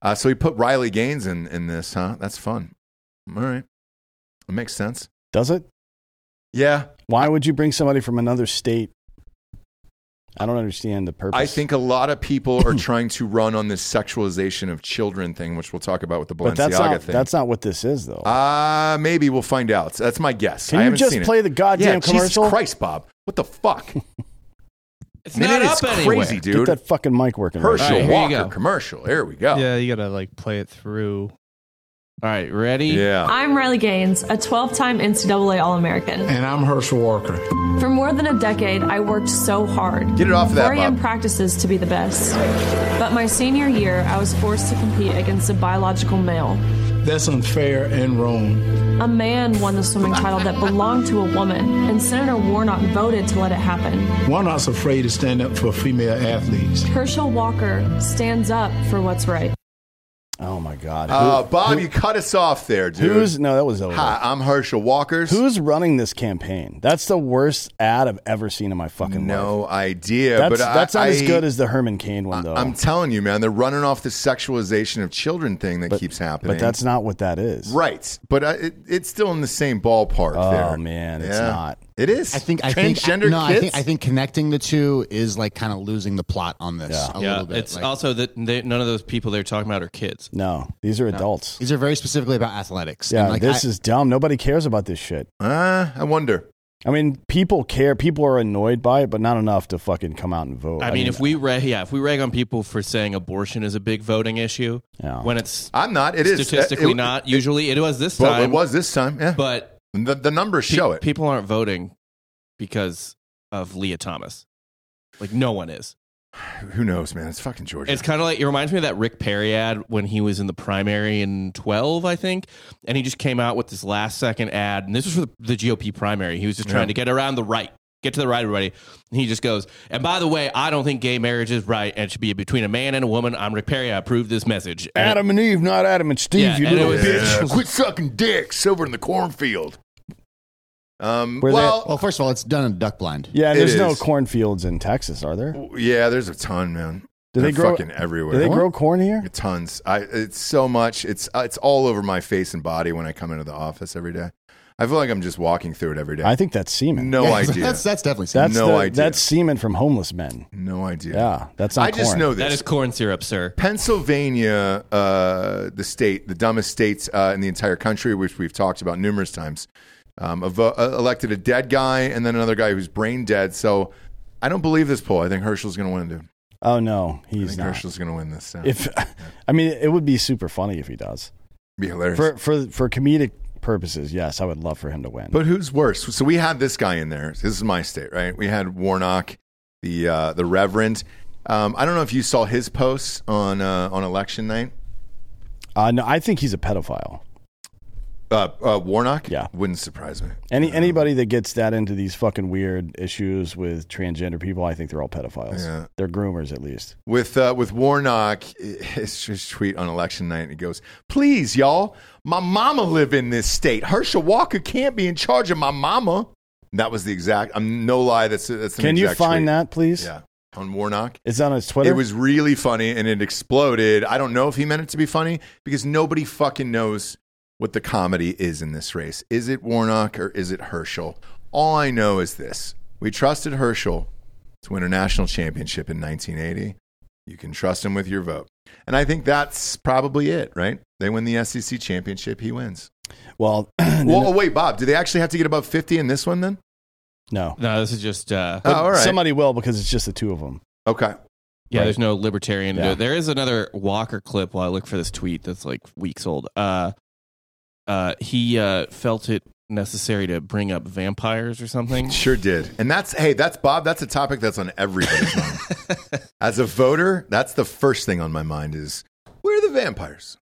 Speaker 2: Uh, so he put Riley Gaines in in this, huh? That's fun. All right, it makes sense.
Speaker 3: Does it?
Speaker 2: Yeah,
Speaker 3: Why would you bring somebody from another state? I don't understand the purpose.
Speaker 2: I think a lot of people are trying to run on this sexualization of children thing, which we'll talk about with the Balenciaga
Speaker 3: but that's not
Speaker 2: thing.
Speaker 3: that's not what this is though.
Speaker 2: uh, maybe we'll find out. That's my guess. I
Speaker 3: Can you
Speaker 2: haven't
Speaker 3: just
Speaker 2: seen
Speaker 3: play
Speaker 2: it.
Speaker 3: the goddamn
Speaker 2: yeah,
Speaker 3: commercial?
Speaker 2: Jesus Christ, Bob. What the fuck?
Speaker 5: It's
Speaker 2: Man,
Speaker 5: not
Speaker 2: it is
Speaker 5: up anywhere.
Speaker 2: crazy,
Speaker 3: Get
Speaker 2: dude.
Speaker 3: that fucking mic working. right
Speaker 2: Herschel
Speaker 5: All right,
Speaker 3: now.
Speaker 5: here you
Speaker 2: Walker
Speaker 5: go.
Speaker 2: commercial. There we go.
Speaker 6: Yeah, you gotta like play it through.
Speaker 5: All right, ready?
Speaker 2: Yeah.
Speaker 7: I'm Riley Gaines, a 12 time NCAA All American.
Speaker 8: And I'm Herschel Walker.
Speaker 7: For more than a decade, I worked so hard.
Speaker 2: Get it off of that,
Speaker 7: 4 a.m.
Speaker 2: Bob.
Speaker 7: practices to be the best. But my senior year, I was forced to compete against a biological male.
Speaker 8: That's unfair and wrong.
Speaker 7: A man won the swimming title that belonged to a woman, and Senator Warnock voted to let it happen.
Speaker 8: Warnock's afraid to stand up for female athletes.
Speaker 7: Herschel Walker stands up for what's right.
Speaker 3: Oh my god. Who-
Speaker 2: Uh, Bob, you cut us off there, dude.
Speaker 3: who's no? That was Zoe.
Speaker 2: Hi, I'm Herschel Walkers.
Speaker 3: Who's running this campaign? That's the worst ad I've ever seen in my fucking life.
Speaker 2: no idea.
Speaker 3: That's,
Speaker 2: but I-
Speaker 3: that's not as
Speaker 2: I-
Speaker 3: good as the Herman Cain one though.
Speaker 2: I'm telling you, man, they're running off the sexualization of children thing that keeps happening.
Speaker 3: but that's not what that is.
Speaker 2: right. But uh, it, it's still in the same ballpark.
Speaker 3: Oh,
Speaker 2: there.
Speaker 3: man, it's not.
Speaker 2: It is.
Speaker 4: I think I think
Speaker 2: transgender
Speaker 4: no,
Speaker 2: kids.
Speaker 4: I think I think connecting the two is like kind of losing the plot on this
Speaker 3: Yeah.
Speaker 4: a
Speaker 5: Yeah,
Speaker 4: little bit.
Speaker 5: it's
Speaker 4: Like,
Speaker 5: also that they, none of those people they're talking about are kids.
Speaker 3: No, these are adults.
Speaker 4: these are very specifically about athletics.
Speaker 3: Yeah,
Speaker 4: and like
Speaker 3: this
Speaker 4: I-
Speaker 3: is dumb. Nobody cares about this shit.
Speaker 2: Uh, I wonder.
Speaker 3: I mean, people care. People are annoyed by it, but not enough to fucking come out and vote.
Speaker 5: I, mean, if
Speaker 2: uh,
Speaker 5: we ra- yeah, if we rag on people for saying abortion is a big voting issue
Speaker 3: Yeah.
Speaker 5: when it's
Speaker 2: I'm not. It is uh,
Speaker 5: statistically
Speaker 2: It- it-
Speaker 5: not usually it was this
Speaker 2: But
Speaker 5: time.
Speaker 2: it was this time. Yeah.
Speaker 5: but
Speaker 2: the, the numbers
Speaker 5: pe-
Speaker 2: show it.
Speaker 5: people aren't voting because of Leah Thomas. Like no one is.
Speaker 2: Who knows, man? It's fucking Georgia.
Speaker 5: It's kind of like it reminds me of that Rick Perry ad when he was in the primary in twelve, I think, and he just came out with this last second ad, and this was for the, the GOP primary. He was just trying
Speaker 2: Yeah.
Speaker 5: to get around the right, get to the right, everybody. And he just goes, and by the way, I don't think gay marriage is right, and it should be between a man and a woman. I'm Rick Perry. I approve this message. And
Speaker 3: Adam and Eve, not Adam and Steve,
Speaker 5: Yeah,
Speaker 3: you
Speaker 5: and it
Speaker 3: little
Speaker 5: was-
Speaker 3: bitch.
Speaker 2: Yeah, Quit sucking dicks over in the cornfield. Um,
Speaker 3: Where they-
Speaker 2: well,
Speaker 4: well, first of all, it's done in a duck blind.
Speaker 3: Yeah, and
Speaker 2: It
Speaker 3: there's no
Speaker 2: is.
Speaker 3: cornfields in Texas, are there?
Speaker 2: yeah, there's a ton, man.
Speaker 3: Do
Speaker 2: They're
Speaker 3: they grow-
Speaker 2: fucking everywhere?
Speaker 3: Do they grow corn here?
Speaker 2: Tons. I it's so much. It's uh, it's all over my face and body when I come into the office every day. I feel like I'm just walking through it every day.
Speaker 3: I think that's semen.
Speaker 2: no
Speaker 4: Yeah,
Speaker 2: idea.
Speaker 4: That's that's definitely
Speaker 3: that's
Speaker 2: no
Speaker 3: the-
Speaker 2: idea.
Speaker 3: That's semen from homeless men.
Speaker 2: no idea.
Speaker 3: Yeah, that's not.
Speaker 2: I just
Speaker 3: corn.
Speaker 2: know this.
Speaker 5: that is corn syrup, sir.
Speaker 2: Pennsylvania, uh, the state, the dumbest state uh, in the entire country, which we've talked about numerous times, um, a vo- uh, elected a dead guy and then another guy who's brain dead. So I don't believe this poll. I think Herschel's going to win, dude.
Speaker 3: Oh no,
Speaker 2: I
Speaker 3: he's
Speaker 2: think
Speaker 3: not.
Speaker 2: Herschel's going to win this. Yeah.
Speaker 3: If I mean, it would be super funny if he does.
Speaker 2: be hilarious.
Speaker 3: For for for comedic purposes, yes, I would love for him to win.
Speaker 2: But who's worse? So we had this guy in there. This is my state, right? We had Warnock, the uh, the Reverend. Um, I don't know if you saw his posts on uh, on election night.
Speaker 3: uh, no, I think he's a pedophile.
Speaker 2: Uh, uh, Warnock,
Speaker 3: Yeah.
Speaker 2: wouldn't surprise me.
Speaker 3: Any anybody that gets that into these fucking weird issues with transgender people, I think they're all pedophiles.
Speaker 2: Yeah.
Speaker 3: They're groomers, at least.
Speaker 2: with uh, with Warnock, his, his tweet on election night, he goes, "Please, y'all, my mama live in this state. Herschel Walker can't be in charge of my mama." That was the exact. I'm no lie. That's that's. An
Speaker 3: Can you
Speaker 2: exact
Speaker 3: find
Speaker 2: tweet.
Speaker 3: that, please?
Speaker 2: Yeah, on Warnock.
Speaker 3: It's on his Twitter.
Speaker 2: It was really funny and it exploded. I don't know if he meant it to be funny because nobody fucking knows what the comedy is in this race. Is it Warnock or is it Herschel? All I know is this we trusted Herschel to win a national championship in 1980. You can trust him with your vote. And I think that's probably it, right? They win the SEC championship, he wins.
Speaker 3: well,
Speaker 2: Well, oh, wait, Bob, do they actually have to get above 50 in this one then?
Speaker 3: no.
Speaker 5: No, this is just uh,
Speaker 2: Oh, all right.
Speaker 3: Somebody will because it's just the two of them.
Speaker 2: okay.
Speaker 5: Yeah,
Speaker 3: Right.
Speaker 5: there's no libertarian. to do
Speaker 3: Yeah.
Speaker 5: it. There is another Walker clip while I look for this tweet that's like weeks old. Uh, uh, he uh, felt it necessary to bring up vampires or something.
Speaker 2: Sure did. And that's hey, that's Bob, that's a topic that's on everybody's mind. As a voter, that's the first thing on my mind is where are the vampires?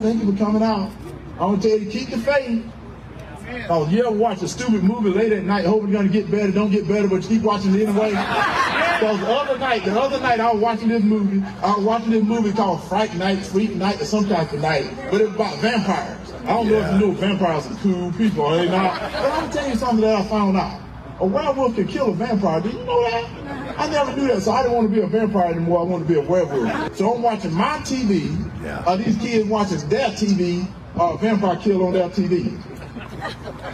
Speaker 9: Thank you for coming out. I want to tell you to keep the faith. Oh, you ever watch a stupid movie late at night, hoping you're gonna get better, don't get better, but you keep watching it anyway? Because the other night, the other night I was watching this movie, I was watching this movie called Fright Night, Freak Night, or some type of night, but it was about vampires. I don't know if you know vampires are cool people, are they not? But I'm gonna tell you something that I found out. A werewolf can kill a vampire, did you know that? I never knew that, so I didn't want to be a vampire anymore. I wanted to be a werewolf. So I'm watching my TV.
Speaker 2: Yeah.
Speaker 9: Uh, these kids watching their TV. Uh, vampire kill on their TV.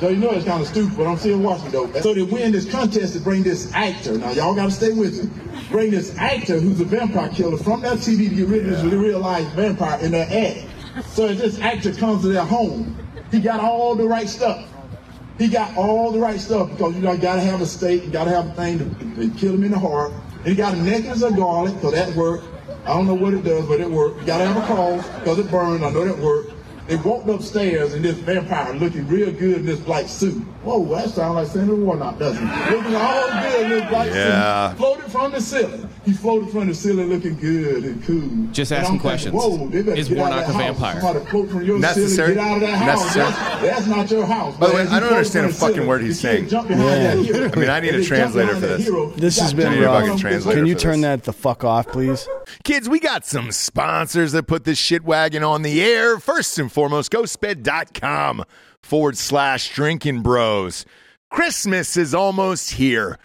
Speaker 9: So you know it's kind of stupid, but I'm still watching though. So they win this contest to bring this actor. Now y'all gotta stay with me. Bring this actor who's a vampire killer from that TV to get rid of this real life vampire in their ad. So if this actor comes to their home, he got all the right stuff. He got all the right stuff because you know you gotta have a stake, you gotta have a thing to, to kill him in the heart. And he got a necklace of garlic, so that worked. I don't know what it does, but it worked. You gotta have a cause because it burned. I know that worked. They walked upstairs and this vampire looking real good in this black suit. Whoa, that sounds like Sandra Warnock, doesn't it? Looking all good in this black
Speaker 2: Yeah.
Speaker 9: suit. Floated from the ceiling. He floated from the ceiling looking good and cool.
Speaker 5: Just
Speaker 9: And
Speaker 5: ask
Speaker 9: I'm
Speaker 5: him questions.
Speaker 9: Whoa, they better
Speaker 5: Is
Speaker 9: get out of
Speaker 5: Warnock
Speaker 9: that
Speaker 5: a
Speaker 9: house.
Speaker 5: vampire?
Speaker 9: Somebody float from your ceiling.
Speaker 2: Necessary.
Speaker 9: Get out of that house.
Speaker 2: Necessary.
Speaker 9: That's, that's not your house.
Speaker 2: By the way,
Speaker 9: But
Speaker 2: I don't
Speaker 9: he
Speaker 2: understand a
Speaker 9: floated from the
Speaker 2: fucking word
Speaker 9: ceiling,
Speaker 2: he's
Speaker 9: he can't
Speaker 2: saying.
Speaker 9: jump behind that hero.
Speaker 2: I mean, I need
Speaker 9: If he
Speaker 2: a
Speaker 9: jumped
Speaker 2: translator
Speaker 9: behind
Speaker 2: for
Speaker 9: that
Speaker 2: this.
Speaker 9: hero,
Speaker 3: This
Speaker 9: he
Speaker 3: has
Speaker 9: got
Speaker 3: been
Speaker 9: jumped
Speaker 2: need a
Speaker 3: rough.
Speaker 2: fucking
Speaker 9: on him.
Speaker 2: translator.
Speaker 3: Can you
Speaker 2: for
Speaker 3: turn
Speaker 2: this.
Speaker 3: that the fuck off, please?
Speaker 2: Kids, we got some sponsors that put this shit wagon on the air. First and foremost, ghostbed.com forward slash drinking bros. Christmas is almost here.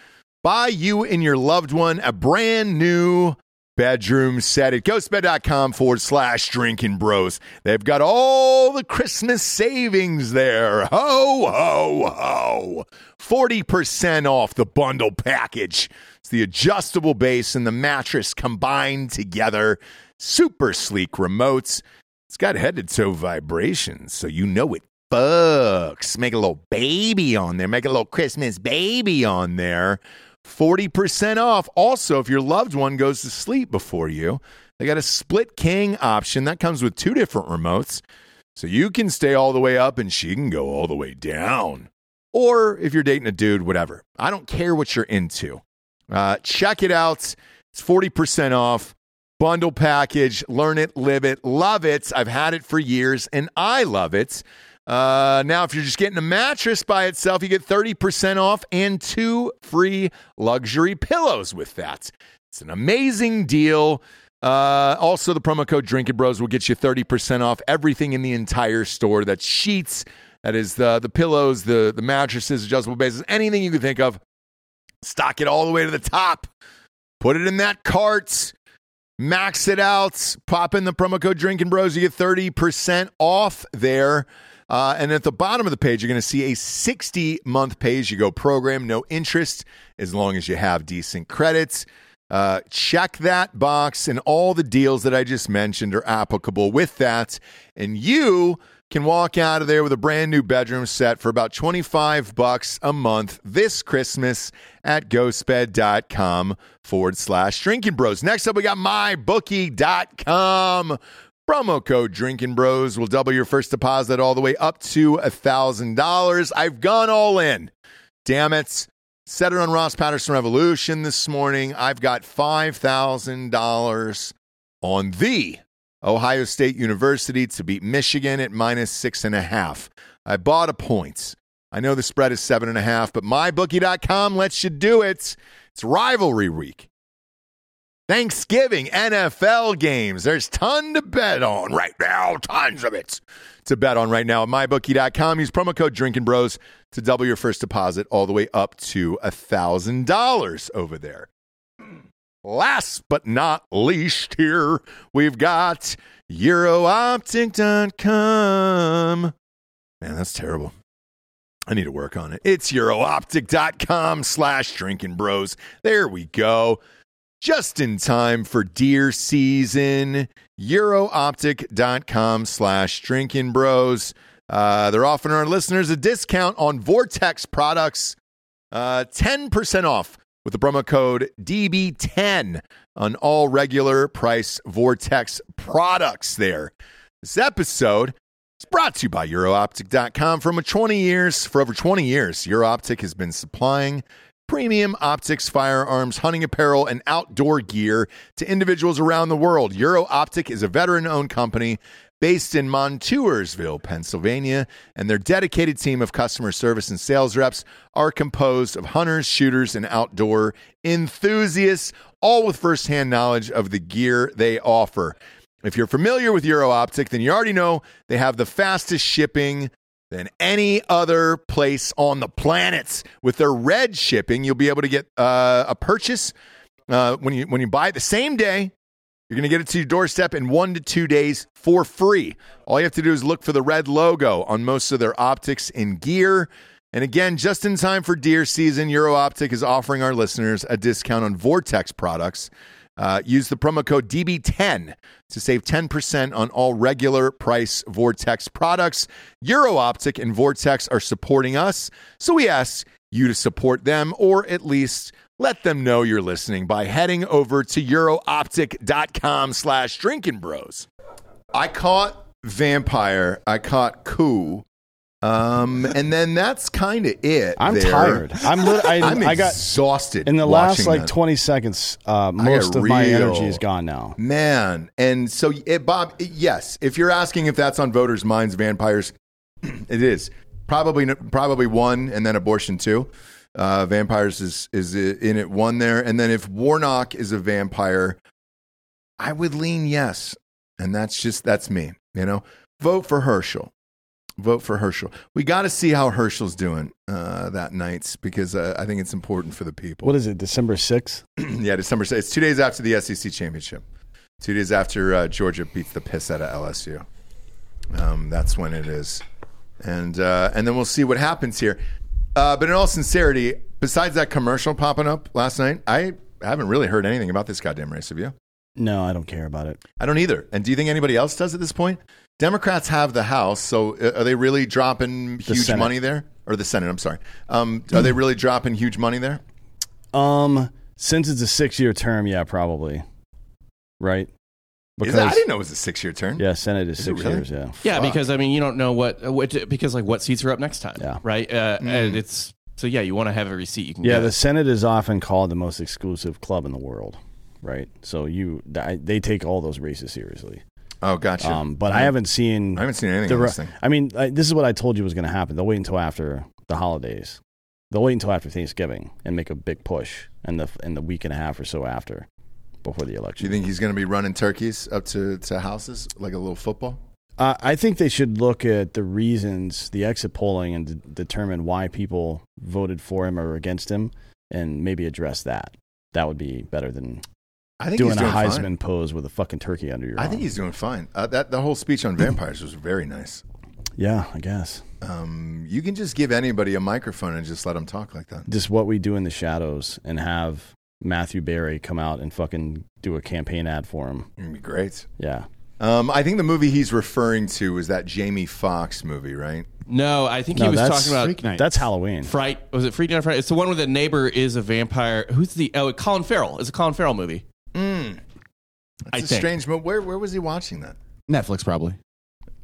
Speaker 2: Buy you and your loved one a brand new bedroom set at ghostbed.com forward slash drinking bros. They've got all the Christmas savings there. Ho, ho, ho. 40% off the bundle package. It's the adjustable base and the mattress combined together. Super sleek remotes. It's got head to toe vibrations, so you know it fucks. Make a little baby on there. Make a little Christmas baby on there. 40% off. Also, if your loved one goes to sleep before you, they got a split king option that comes with two different remotes. So you can stay all the way up and she can go all the way down. Or if you're dating a dude, whatever. I don't care what you're into. Uh, check it out. It's 40% off. Bundle package. Learn it, live it, love it. I've had it for years and I love it. Uh, now, if you're just getting a mattress by itself, you get 30% off and two free luxury pillows with that. It's an amazing deal. Uh, also, the promo code Drinking Bros will get you 30% off everything in the entire store. That's sheets, that is the, the pillows, the, the mattresses, adjustable bases, anything you can think of. Stock it all the way to the top. Put it in that cart. Max it out. Pop in the promo code Drinking Bros. You get 30% off there. Uh, and at the bottom of the page, you're going to see a 60 month page. You go program, no interest, as long as you have decent credits. Uh, check that box, and all the deals that I just mentioned are applicable with that. And you can walk out of there with a brand new bedroom set for about 25 bucks a month this Christmas at ghostbed.com forward slash drinking bros. Next up, we got mybookie.com. Promo code Drinking Bros will double your first deposit all the way up to $1,000. I've gone all in. Damn it. Set it on Ross Patterson Revolution this morning. I've got $5,000 on the Ohio State University to beat Michigan at minus six and a half. I bought a point. I know the spread is seven and a half, but mybookie.com lets you do it. It's rivalry week. Thanksgiving NFL games. There's ton to bet on right now. Tons of it to bet on right now at mybookie.com. Use promo code Drinking Bros to double your first deposit all the way up to thousand dollars over there. Last but not least, here we've got EuroOptic.com. Man, that's terrible. I need to work on it. It's EuroOptic.com slash drinking bros. There we go. Just in time for deer season, EuroOptic.com slash drinking bros. Uh, they're offering our listeners a discount on Vortex products, uh, 10% off with the promo code DB10 on all regular price Vortex products there. This episode is brought to you by EuroOptic.com. For over 20 years, for over 20 years, EuroOptic has been supplying premium optics, firearms, hunting apparel, and outdoor gear to individuals around the world. EuroOptic is a veteran-owned company based in Montoursville, Pennsylvania, and their dedicated team of customer service and sales reps are composed of hunters, shooters, and outdoor enthusiasts, all with firsthand knowledge of the gear they offer. If you're familiar with EuroOptic, then you already know they have the fastest shipping than any other place on the planet. With their red shipping, you'll be able to get uh, a purchase Uh, when you when you buy it the same day, you're going to get it to your doorstep in one to two days for free. All you have to do is look for the red logo on most of their optics and gear. And again, just in time for deer season, Euro Optic is offering our listeners a discount on Vortex products. Uh, use the promo code DB10 to save 10% on all regular price Vortex products. EuroOptic and Vortex are supporting us, so we ask you to support them or at least let them know you're listening by heading over to eurooptic.com slash drinking bros. I caught Vampire. I caught Coup. Um, and then that's kind of it.
Speaker 3: I'm
Speaker 2: there.
Speaker 3: tired. I'm lit- I,
Speaker 2: I'm
Speaker 3: I got
Speaker 2: exhausted
Speaker 3: in the last
Speaker 2: watching
Speaker 3: like
Speaker 2: that.
Speaker 3: 20 seconds. Uh, most of my
Speaker 2: real-
Speaker 3: energy is gone now.
Speaker 2: Man, and so it, Bob, it- yes, if you're asking if that's on voters' minds, vampires, it is probably probably one, and then abortion two. Uh, vampires is is eh, in it one there, and then if Warnock is a vampire, I would lean yes, and that's just that's me, you know. Vote for Herschel. Vote for Herschel. We got to see how Herschel's doing uh, that night because uh, I think it's important for the people
Speaker 3: What is it? December 6th?
Speaker 2: yeah, December. sixth. It's two days after the SEC championship. Two days after uh, Georgia beats the piss out of LSU. Um, that's when it is, and uh, and then we'll see what happens here. Uh, but in all sincerity, besides that commercial popping up last night, I haven't really heard anything about this goddamn race. Have you?
Speaker 3: No, I don't care about it.
Speaker 2: I don't either. And do you think anybody else does at this point? Democrats have the House, so uh, are they really dropping huge
Speaker 3: Senate.
Speaker 2: money there? Or the Senate? I'm sorry. Um, are they really dropping huge money there?
Speaker 3: Um, since it's a six year term, yeah, probably. Right?
Speaker 2: Is that- I didn't know it was a six-year term.
Speaker 3: yeah, Senate is, six
Speaker 2: really?
Speaker 3: years. Yeah.
Speaker 5: Yeah,
Speaker 2: Fuck.
Speaker 5: because I mean, you don't know what, what because like what seats are up next time,
Speaker 3: Yeah.
Speaker 5: right? Uh,
Speaker 2: Mm.
Speaker 5: And it's so yeah, you want to have every seat you can
Speaker 3: Yeah,
Speaker 5: get.
Speaker 3: the Senate is often called the most exclusive club in the world, right? So you, I, they take all those races seriously.
Speaker 2: Oh, gotcha.
Speaker 3: Um, but I haven't seen.
Speaker 2: I haven't seen anything
Speaker 3: the
Speaker 2: on
Speaker 3: ru-
Speaker 2: this thing.
Speaker 3: I mean, I, this is what I told you was going to happen. They'll wait until after the holidays. They'll wait until after Thanksgiving and make a big push in the in the week and a half or so after, before the
Speaker 2: Do you
Speaker 3: election.
Speaker 2: think he's going to be running turkeys up to, to houses like a little football?
Speaker 3: Uh, I think they should look at the reasons, the exit polling, and de- determine why people voted for him or against him, and maybe address that. That would be better than
Speaker 2: I think
Speaker 3: doing,
Speaker 2: he's doing
Speaker 3: a Heisman
Speaker 2: Fine.
Speaker 3: pose with a fucking turkey under your
Speaker 2: I
Speaker 3: arm.
Speaker 2: think he's doing fine. Uh, that the whole speech on vampires was very nice.
Speaker 3: yeah, I guess.
Speaker 2: Um, you can just give anybody a microphone and just let them talk like that.
Speaker 3: Just what we do in the shadows and have Matthew Barry come out and fucking do a campaign ad for him.
Speaker 2: It'd be great.
Speaker 3: Yeah.
Speaker 2: Um, I think the movie he's referring to is that Jamie Foxx movie, right?
Speaker 5: no, I think
Speaker 3: No,
Speaker 5: he was
Speaker 3: that's-
Speaker 5: talking about
Speaker 4: Freak night.
Speaker 3: That's Halloween.
Speaker 5: Fright. Was it Freak Night or Fright? It's the one where the neighbor is a vampire. Who's the oh Colin Farrell? It's a Colin Farrell movie.
Speaker 2: Mm. It's
Speaker 5: I
Speaker 2: a
Speaker 5: think.
Speaker 2: strange mo Where where was he watching that?
Speaker 4: Netflix probably.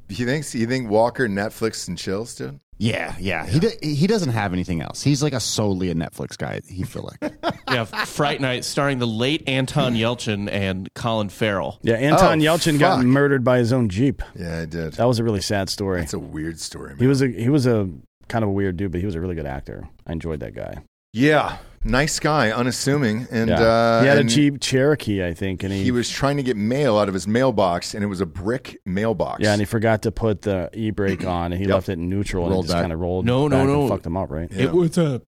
Speaker 2: You think you think Walker Netflix and chills, dude?
Speaker 4: Yeah, yeah. He do, he doesn't have anything else. He's like a solely a Netflix guy. He feel like
Speaker 5: Yeah, Fright Night, starring the late Anton Yelchin and Colin Farrell.
Speaker 3: Yeah, Anton
Speaker 2: Oh,
Speaker 3: Yelchin got
Speaker 2: fuck.
Speaker 3: murdered by his own Jeep.
Speaker 2: Yeah, I did.
Speaker 3: That was a really sad story.
Speaker 2: That's a weird story. Man.
Speaker 3: he was a he was a kind of a weird dude, but he was a really good actor. I enjoyed that guy.
Speaker 2: yeah, nice guy, unassuming, and
Speaker 3: yeah.
Speaker 2: uh,
Speaker 3: he had a
Speaker 2: and-
Speaker 3: Jeep Cherokee, I think, and he,
Speaker 2: he was trying to get mail out of his mailbox, and it was a brick mailbox.
Speaker 3: yeah, and he forgot to put the e brake on, and he
Speaker 2: Yep.
Speaker 3: left it in neutral, and
Speaker 4: Rolled
Speaker 3: it just
Speaker 4: back.
Speaker 3: kind of rolled.
Speaker 5: No, no,
Speaker 3: back
Speaker 5: no.
Speaker 3: and fucked him up, right?
Speaker 2: Yeah.
Speaker 5: It was a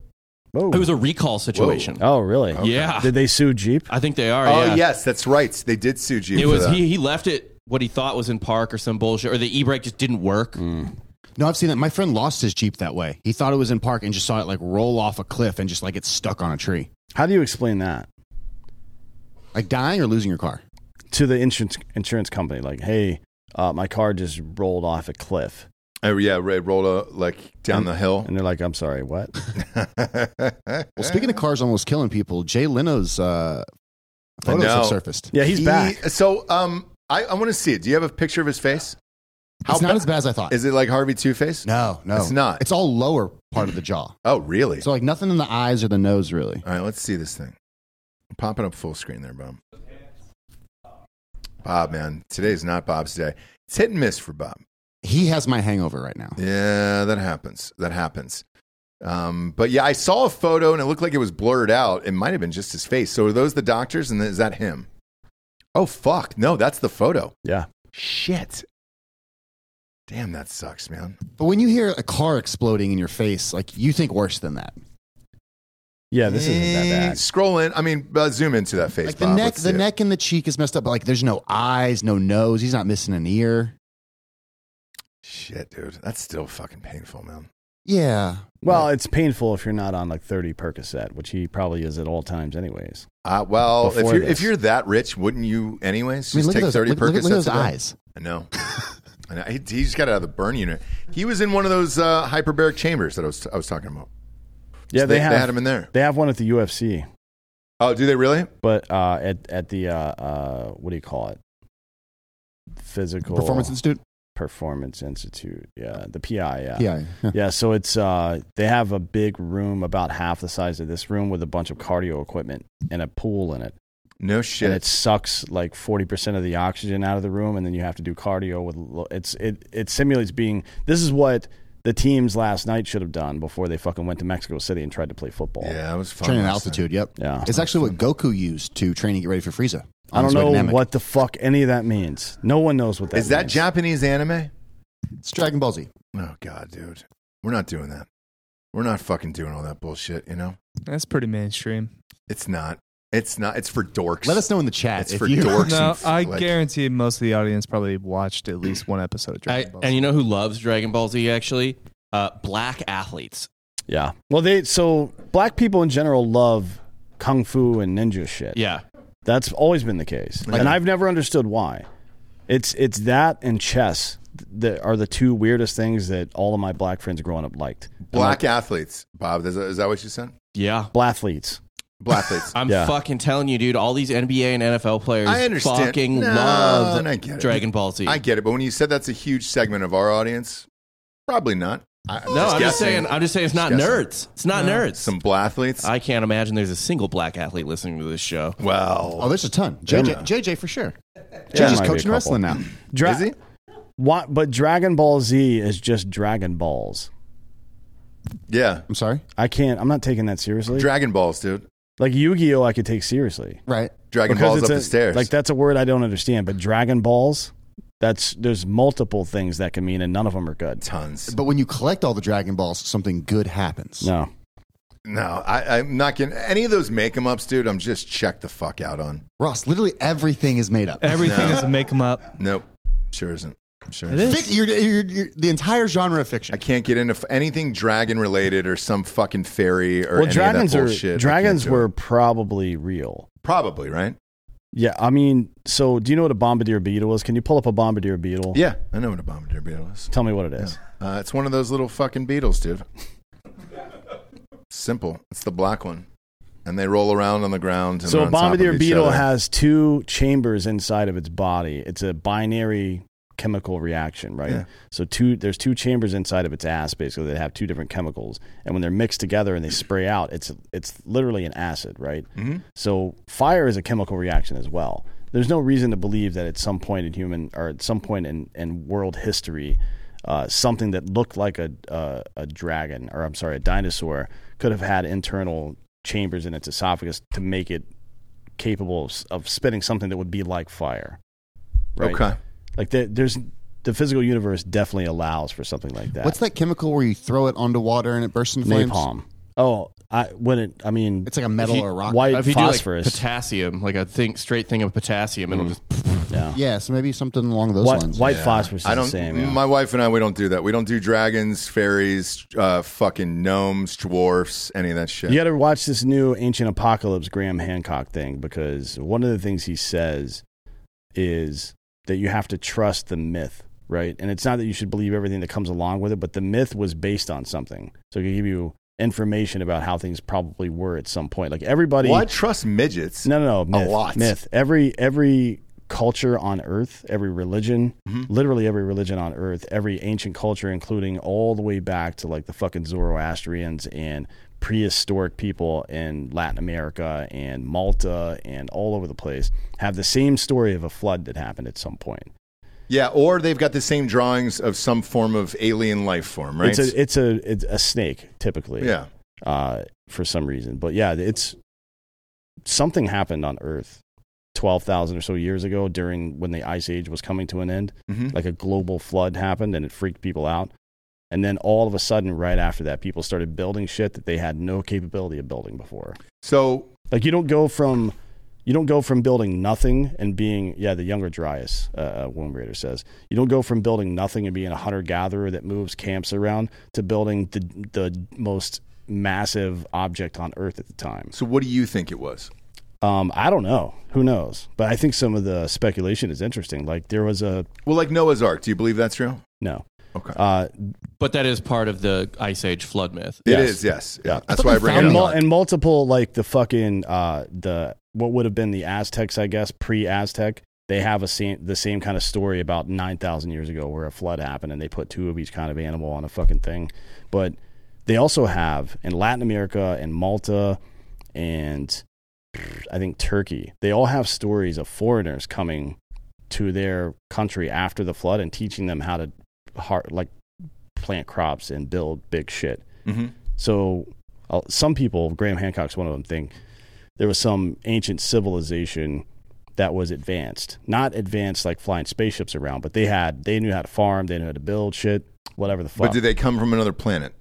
Speaker 3: Oh.
Speaker 5: it was a recall situation.
Speaker 3: oh, really?
Speaker 5: Yeah,
Speaker 3: Did they sue Jeep?
Speaker 5: I think they are.
Speaker 2: oh
Speaker 5: yeah.
Speaker 2: yes, that's right. They did sue you.
Speaker 5: It
Speaker 2: for
Speaker 5: was
Speaker 2: that.
Speaker 5: he. He left it what he thought was in park or some bullshit, or the e brake just didn't work.
Speaker 2: Mm.
Speaker 4: No, I've seen that. My friend lost his Jeep that way. He thought it was in park and just saw it like roll off a cliff and just like it's stuck on a tree.
Speaker 3: How do you explain that
Speaker 4: Like dying or losing your car.
Speaker 3: to the insurance insurance company? Like, hey, uh, my car just rolled off a cliff,
Speaker 2: Oh, yeah, Ray rolled uh, like down the hill.
Speaker 3: and they're like, I'm sorry, what?
Speaker 4: Well, speaking of cars almost killing people, Jay Leno's uh,
Speaker 2: I
Speaker 4: photos
Speaker 2: know.
Speaker 4: have surfaced.
Speaker 3: Yeah, he's
Speaker 2: He-
Speaker 3: back.
Speaker 2: So, um, I, I want to see it. Do you have a picture of his face?
Speaker 4: it's not
Speaker 2: ba-
Speaker 4: as bad as I thought.
Speaker 2: Is it like Harvey Two Face?
Speaker 4: no, no.
Speaker 2: It's not.
Speaker 4: It's all lower part of the jaw.
Speaker 2: Oh, really?
Speaker 4: So like nothing in the eyes or the nose really.
Speaker 2: All right, let's see this thing. I'm popping up full screen there, Bob. Bob, man, today's not Bob's day. It's hit and miss for Bob.
Speaker 4: He has my hangover right now.
Speaker 2: Yeah, that happens. That happens. Um, but yeah, I saw a photo and it looked like it was blurred out. It might have been just his face. So are those the doctors and is that him? Oh fuck. No, that's the photo.
Speaker 3: Yeah,
Speaker 2: Shit. Damn, that sucks, man.
Speaker 4: But when you hear a car exploding in your face, like you think worse than that.
Speaker 3: Yeah, this isn't that
Speaker 2: Eh,
Speaker 3: bad.
Speaker 2: Scroll in. I mean, uh, zoom into that face.
Speaker 4: Like the
Speaker 2: Bob.
Speaker 4: neck,
Speaker 2: Let's
Speaker 4: the
Speaker 2: see it.
Speaker 4: neck and the cheek is messed up, but like there's no eyes, no nose. He's not missing an ear.
Speaker 2: Shit, dude, that's still fucking painful, man.
Speaker 4: Yeah.
Speaker 3: Well, it's painful if you're not on like 30 Percocet, which he probably is at all times, anyways.
Speaker 2: Uh, well, if
Speaker 3: Before
Speaker 2: you're
Speaker 3: this.
Speaker 2: if you're that rich, wouldn't you anyways? Just
Speaker 4: I mean, look at
Speaker 2: take
Speaker 4: those,
Speaker 2: thirty
Speaker 4: look, look at- look at
Speaker 2: Percocets
Speaker 4: those
Speaker 2: a day?
Speaker 4: eyes.
Speaker 2: I know. I know. He, he just got out of the burn unit. He was in one of those uh, hyperbaric chambers that I was I was talking about.
Speaker 3: Yeah,
Speaker 2: So
Speaker 3: they, have
Speaker 2: had him in there.
Speaker 3: They have one at the UFC,
Speaker 2: Oh, do they really?
Speaker 3: but uh, at at the uh, uh, what do you call it? Physical
Speaker 4: Performance Institute.
Speaker 3: Performance Institute. Yeah, the PI. Yeah.
Speaker 4: Yeah.
Speaker 3: Yeah, so it's uh they have a big room about half the size of this room with a bunch of cardio equipment and a pool in it.
Speaker 2: No shit.
Speaker 3: And it sucks like 40% of the oxygen out of the room and then you have to do cardio with lo- it's it it simulates being this is what the teams last night should have done before they fucking went to Mexico City and tried to play football.
Speaker 2: yeah, it was fun.
Speaker 4: Training at
Speaker 2: last night.
Speaker 4: altitude. Yep.
Speaker 3: Yeah.
Speaker 4: It's actually what Goku used to train and get ready for Frieza.
Speaker 3: I don't
Speaker 4: Honestly,
Speaker 3: know
Speaker 4: dynamic.
Speaker 3: what the fuck any of that means. No one knows what that
Speaker 2: Is that
Speaker 3: means.
Speaker 2: Japanese anime?
Speaker 4: It's Dragon Ball Z.
Speaker 2: Oh god, dude, we're not doing that. We're not fucking doing all that bullshit. You know,
Speaker 6: That's pretty mainstream.
Speaker 2: it's not. It's not. It's for dorks.
Speaker 4: Let us know in the chat
Speaker 2: It's
Speaker 4: if
Speaker 2: for
Speaker 4: you.
Speaker 2: dorks.
Speaker 6: No,
Speaker 2: and,
Speaker 6: I
Speaker 2: like-
Speaker 6: guarantee most of the audience probably watched at least one episode of
Speaker 5: I,
Speaker 6: Dragon Ball.
Speaker 5: and you know who loves Dragon Ball Z actually? Uh, black athletes.
Speaker 3: Yeah. Well, they so black people in general love kung fu and ninja shit.
Speaker 5: Yeah.
Speaker 3: That's always been the case, and I've never understood why. It's it's that and chess that are the two weirdest things that all of my black friends growing up liked.
Speaker 2: Black athletes, Bob. Is that, is that what you said?
Speaker 5: Yeah.
Speaker 3: Blathletes.
Speaker 2: Black athletes.
Speaker 5: I'm
Speaker 3: Yeah.
Speaker 5: fucking telling you, dude, all these NBA and NFL players
Speaker 2: I understand.
Speaker 5: fucking
Speaker 2: No,
Speaker 5: love
Speaker 2: and I get it.
Speaker 5: Dragon Ball Z.
Speaker 2: I get it, but when you said that's a huge segment of our audience, probably not. I,
Speaker 5: no, I'm just
Speaker 2: guessing.
Speaker 5: saying I'm just saying it's not
Speaker 2: Just guessing.
Speaker 5: nerds. It's not nerds.
Speaker 2: Some blathletes.
Speaker 5: I can't imagine there's a single black athlete listening to this show.
Speaker 2: well,
Speaker 4: Oh, there's a ton. JJ, JJ for sure.
Speaker 3: might
Speaker 4: JJ's
Speaker 3: be a
Speaker 4: coaching
Speaker 3: couple.
Speaker 4: wrestling now.
Speaker 3: Dra-
Speaker 2: Is he?
Speaker 3: Why, but Dragon Ball Z is just Dragon Balls.
Speaker 2: yeah.
Speaker 4: I'm sorry.
Speaker 3: I can't. I'm not taking that seriously.
Speaker 2: Dragon Balls, dude.
Speaker 3: like Yu Gi Oh, I could take seriously.
Speaker 4: Right.
Speaker 2: Dragon
Speaker 3: Because
Speaker 2: Balls
Speaker 3: it's
Speaker 2: up
Speaker 3: a-
Speaker 2: the stairs.
Speaker 3: Like that's a word I don't understand. But Dragon Balls, that's there's multiple things that can mean, and none of them are good.
Speaker 2: Tons.
Speaker 4: But when you collect all the Dragon Balls, something good happens.
Speaker 3: No.
Speaker 2: No, I, I'm not getting any of those make em ups, dude. I'm just check the fuck out on.
Speaker 4: Ross, literally everything is made up.
Speaker 6: Everything
Speaker 2: No.
Speaker 6: is a make 'em up.
Speaker 2: Nope. Sure isn't. Sure.
Speaker 6: It
Speaker 2: isn't.
Speaker 4: Fic- you're, you're, you're- the entire genre of fiction.
Speaker 2: I can't get into f- anything dragon related or some fucking fairy or
Speaker 3: Well,
Speaker 2: any
Speaker 3: dragons
Speaker 2: of that
Speaker 3: are
Speaker 2: bullshit. I can't
Speaker 3: dragons
Speaker 2: do it.
Speaker 3: were probably real.
Speaker 2: probably right.
Speaker 3: Yeah, I mean, so do you know what a bombardier beetle is? Can you pull up a bombardier beetle?
Speaker 2: Yeah, I know what a bombardier beetle is.
Speaker 3: Tell me what it is.
Speaker 2: Uh, it's one of those little fucking beetles, dude. Simple. It's the black one, and they roll around on the ground. And
Speaker 3: So
Speaker 2: are
Speaker 3: a
Speaker 2: on top of
Speaker 3: bombardier
Speaker 2: each
Speaker 3: beetle
Speaker 2: other.
Speaker 3: has two chambers inside of its body. It's a binary chemical reaction, right?
Speaker 2: Yeah.
Speaker 3: So two there's two chambers inside of its ass basically that have two different chemicals. And when they're mixed together and they spray out, it's it's literally an acid, right? Mm-hmm. So fire is a chemical reaction as well. There's no reason to believe that at some point in human or at some point in, in world history, uh, something that looked like a, a a dragon or I'm sorry, a dinosaur could have had internal chambers in its esophagus to make it capable of, of spitting something that would be like fire. Right?
Speaker 2: Okay.
Speaker 3: Like the, there's the physical universe definitely allows for something like that.
Speaker 4: What's that chemical where you throw it onto water and it bursts into flames?
Speaker 3: napalm? Oh, I when it I mean
Speaker 4: It's like a metal or a rock.
Speaker 3: white
Speaker 5: If you do like
Speaker 3: phosphorus. Mm.
Speaker 5: potassium, like a thing, straight thing of potassium, it'll just
Speaker 4: Yeah, so maybe something along those
Speaker 3: white
Speaker 4: lines.
Speaker 3: white phosphorus is
Speaker 2: I don't.
Speaker 3: the same. yeah.
Speaker 2: My wife and I, we don't do that. We don't do dragons, fairies, uh, fucking gnomes, dwarfs, any of that shit.
Speaker 3: You got to watch this new Ancient Apocalypse Graham Hancock thing because one of the things he says is that you have to trust the myth, right? And it's not that you should believe everything that comes along with it, but the myth was based on something. So it can give you information about how things probably were at some point. Like everybody.
Speaker 2: Well, I trust midgets.
Speaker 3: No, no, no.
Speaker 2: A
Speaker 3: Myth,
Speaker 2: lot.
Speaker 3: Myth. Every, every culture on earth, every religion,
Speaker 2: Mm-hmm.
Speaker 3: literally every religion on earth, every ancient culture, including all the way back to like the fucking Zoroastrians and prehistoric people in Latin America and Malta and all over the place, have the same story of a flood that happened at some point.
Speaker 2: Yeah, or they've got the same drawings of some form of alien life form, right?
Speaker 3: It's a, it's a, it's a snake typically.
Speaker 2: yeah.
Speaker 3: uh, for some reason. But yeah, it's something happened on Earth twelve thousand or so years ago during when the ice age was coming to an end.
Speaker 2: Mhm.
Speaker 3: Like a global flood happened and it freaked people out. And then all of a sudden, right after that, people started building shit that they had no capability of building before.
Speaker 2: So
Speaker 3: Like you don't go from you don't go from building nothing and being yeah the younger Dryas uh, uh, Womb Raider says you don't go from building nothing and being a hunter gatherer that moves camps around to building the the most massive object on Earth at the time.
Speaker 2: so what do you think it was?
Speaker 3: Um, I don't know who knows, but I think some of the speculation is interesting. Like there was a
Speaker 2: Well, like Noah's Ark. Do you believe that's real?
Speaker 3: no
Speaker 2: Okay.
Speaker 3: uh,
Speaker 5: But that is part of the Ice Age flood myth.
Speaker 2: It
Speaker 3: Yes.
Speaker 2: is, yes. Yeah.
Speaker 3: Yeah.
Speaker 2: That's why I bring
Speaker 3: and,
Speaker 2: it
Speaker 3: mul-
Speaker 2: up.
Speaker 3: and multiple like the fucking uh the what would have been the Aztecs, I guess, pre-Aztec. They have a same the same kind of story about nine thousand years ago where a flood happened and they put two of each kind of animal on a fucking thing. But they also have in Latin America and Malta and I think Turkey. They all have stories of foreigners coming to their country after the flood and teaching them how to har like plant crops and build big shit.
Speaker 2: Mhm.
Speaker 3: So uh, some people, Graham Hancock's one of them, think there was some ancient civilization that was advanced, not advanced like flying spaceships around, but they had they knew how to farm, they knew how to build shit, whatever the fuck.
Speaker 2: But did they come from another planet?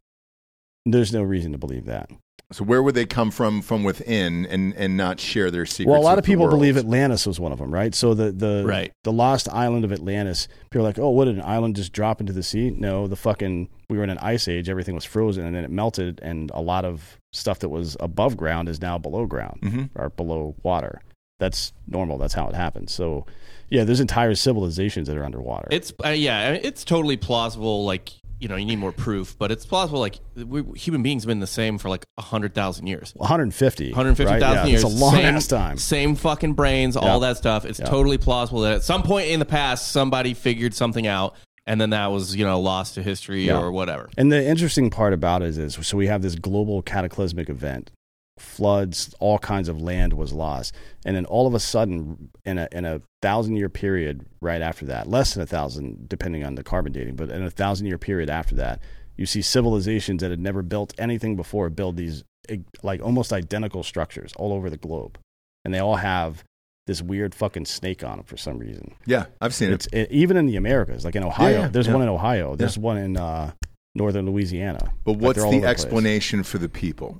Speaker 3: There's no reason to believe that.
Speaker 2: So where would they come from from within and, and not share their secrets?
Speaker 3: Well, a lot of
Speaker 2: with the
Speaker 3: people
Speaker 2: world?
Speaker 3: believe Atlantis was one of them, right? So the the
Speaker 5: Right.
Speaker 3: the lost island of Atlantis. People are like, oh, what did an island just drop into the sea? No, the fucking we were in an ice age. Everything was frozen, and then it melted, and a lot of stuff that was above ground is now below ground
Speaker 5: Mm-hmm.
Speaker 2: Mhm.
Speaker 3: or below water. That's normal. That's how it happens. So, yeah, there's entire civilizations that are underwater.
Speaker 5: It's uh, yeah, I mean, it's totally plausible. Like you know, you need more proof, but it's plausible. Like we, human beings have been the same for like hundred thousand years.
Speaker 3: 150,
Speaker 5: 150,000
Speaker 3: right? Yeah,
Speaker 5: years.
Speaker 3: It's a long
Speaker 5: same,
Speaker 3: ass time.
Speaker 5: Same fucking brains, all that stuff. It's totally plausible that at some point in the past, somebody figured something out and then that was, you know, lost to history
Speaker 3: Yeah.
Speaker 5: or whatever.
Speaker 3: And the interesting part about it is, is so we have this global cataclysmic event, floods, all kinds of land was lost, and then all of a sudden, in a in a thousand year period right after that, less than a thousand depending on the carbon dating, but in a thousand year period after that, you see civilizations that had never built anything before build these eh, like almost identical structures all over the globe, and they all have this weird fucking snake on them for some reason.
Speaker 2: Yeah, I've seen it.
Speaker 3: It's it, even in the Americas, like in Ohio.
Speaker 2: yeah,
Speaker 3: there's
Speaker 2: yeah.
Speaker 3: one in Ohio. There's one in uh, northern Louisiana.
Speaker 2: But
Speaker 3: Like,
Speaker 2: what's
Speaker 3: they're all
Speaker 2: the
Speaker 3: over place.
Speaker 2: explanation for the people?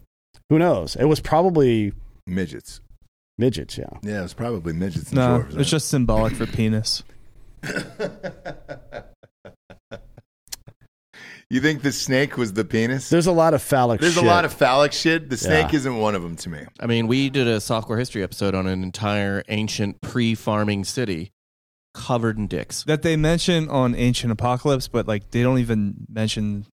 Speaker 3: Who knows? It was probably
Speaker 2: Midgets.
Speaker 3: midgets. Yeah,
Speaker 2: Yeah, it's probably midgets. and
Speaker 6: No,
Speaker 2: dwarves, right?
Speaker 6: it's just symbolic for penis.
Speaker 2: you think the snake was the penis?
Speaker 3: there's a lot of phallic.
Speaker 2: There's a
Speaker 3: shit.
Speaker 2: lot of phallic shit. The snake
Speaker 3: Yeah.
Speaker 2: isn't one of them to me.
Speaker 5: I mean, we did a software history episode on an entire ancient pre-farming city covered in dicks.
Speaker 6: that they mention on Ancient Apocalypse, but like they don't even mention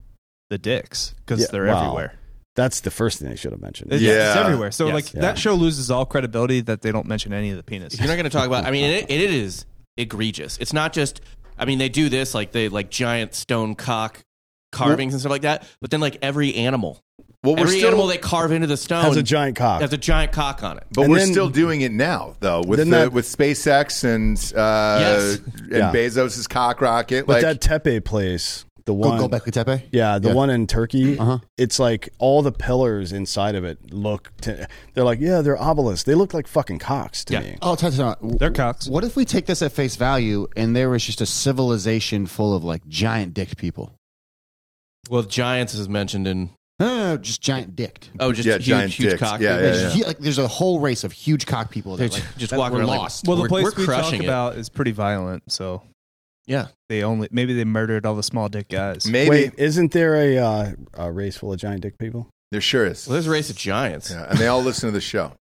Speaker 6: the dicks because
Speaker 3: Yeah,
Speaker 6: they're
Speaker 3: wow.
Speaker 6: everywhere.
Speaker 3: That's the first thing they should have mentioned.
Speaker 6: It's, it's
Speaker 2: Yeah.
Speaker 6: everywhere. So
Speaker 5: Yes.
Speaker 6: like
Speaker 3: Yeah.
Speaker 6: that show loses all credibility that they don't mention any of the penis.
Speaker 5: You're not going to talk about I mean, it, it is egregious. It's not just I mean, they do this like they like giant stone cock carvings and stuff like that, but then like every animal,
Speaker 2: Well, we're
Speaker 5: every
Speaker 2: still,
Speaker 5: animal they carve into the stone
Speaker 3: has a giant cock.
Speaker 5: has a giant cock on it.
Speaker 2: but
Speaker 3: and
Speaker 2: we're
Speaker 3: then-
Speaker 2: still doing it now, though, with the,
Speaker 3: Then that-
Speaker 2: with SpaceX and uh,
Speaker 5: Yes.
Speaker 2: and
Speaker 3: Yeah.
Speaker 2: Bezos' cock rocket.
Speaker 3: but
Speaker 2: like,
Speaker 3: that Tepe place, the
Speaker 4: Go,
Speaker 3: one.
Speaker 4: go back to Tepe.
Speaker 3: Yeah, the
Speaker 4: Yeah.
Speaker 3: one in Turkey.
Speaker 4: Uh-huh.
Speaker 3: It's like all the pillars inside of it look. To, they're like, yeah, they're obelisks. They look like fucking cocks to
Speaker 5: Yeah.
Speaker 3: me.
Speaker 4: Oh, touch on
Speaker 6: They're cocks.
Speaker 4: What if we take this at face value and there was just a civilization full of like giant dicked people?
Speaker 5: Well, giants is mentioned in
Speaker 4: No, no, no, just giant dicked.
Speaker 5: Oh, just
Speaker 2: Yeah,
Speaker 5: huge,
Speaker 2: giant
Speaker 5: huge
Speaker 2: dicks.
Speaker 5: cock.
Speaker 2: Yeah,
Speaker 4: There's
Speaker 2: yeah,
Speaker 4: hu- like there's a whole race of huge cock people that,
Speaker 5: They're
Speaker 4: like,
Speaker 5: ju- just
Speaker 4: that
Speaker 5: walking
Speaker 4: were
Speaker 5: around like-
Speaker 4: lost.
Speaker 6: Well, the
Speaker 5: We're-
Speaker 6: place
Speaker 5: we're
Speaker 6: we talk
Speaker 5: crushing it.
Speaker 6: about is pretty violent, so
Speaker 5: Yeah.
Speaker 6: they only maybe they murdered all the small dick guys.
Speaker 2: maybe
Speaker 3: Wait, isn't there a, uh, a race full of giant dick people?
Speaker 2: there sure is.
Speaker 5: Well, there's a race of giants.
Speaker 2: Yeah, and they all listen to the show.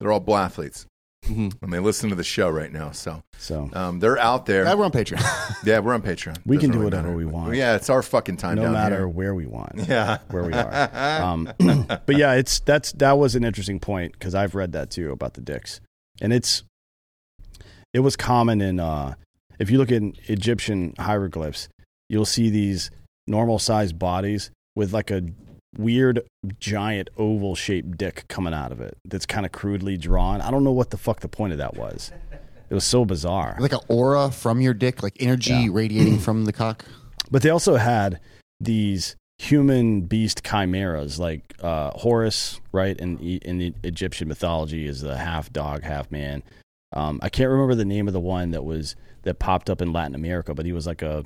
Speaker 2: They're all blathletes,
Speaker 5: Mhm.
Speaker 2: and they listen to the show right now. So
Speaker 3: So
Speaker 2: um, they're out there.
Speaker 4: Yeah, we're on Patreon.
Speaker 2: yeah, we're on Patreon.
Speaker 3: We can
Speaker 2: Doesn't
Speaker 3: do
Speaker 2: really
Speaker 3: whatever
Speaker 2: matter.
Speaker 3: we want.
Speaker 2: Yeah, it's our fucking time.
Speaker 3: no
Speaker 2: down
Speaker 3: matter
Speaker 2: here.
Speaker 3: where we want.
Speaker 2: Yeah,
Speaker 3: where we are. Um, but yeah, it's that's that was an interesting point because I've read that too about the dicks, and it's it was common in uh, if you look in Egyptian hieroglyphs, you'll see these normal sized bodies with like a weird giant oval shaped dick coming out of it that's kind of crudely drawn. I don't know what the fuck the point of that was. It was so bizarre.
Speaker 4: like an aura from your dick, like energy
Speaker 3: Yeah.
Speaker 4: radiating from the cock.
Speaker 3: But they also had these human beast chimeras, like uh, Horus, right? In E- in the Egyptian mythology, is the half dog, half man. Um, I can't remember the name of the one that was that popped up in Latin America, but he was like a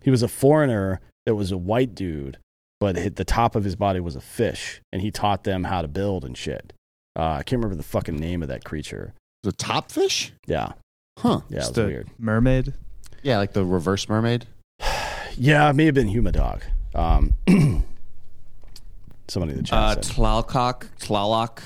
Speaker 3: he was a foreigner that was a white dude, but hit the top of his body was a fish, and he taught them how to build and shit. Uh, I can't remember the fucking name of that creature.
Speaker 4: The top fish?
Speaker 3: Yeah,
Speaker 4: Huh.
Speaker 3: yeah, it
Speaker 6: Just
Speaker 3: was
Speaker 6: a
Speaker 3: weird.
Speaker 6: mermaid.
Speaker 4: Yeah, like the reverse mermaid.
Speaker 3: Yeah, it may have been Humadog. Um, somebody in the chat.
Speaker 5: Uh,
Speaker 3: said.
Speaker 5: Tlalcock, Tlaloc.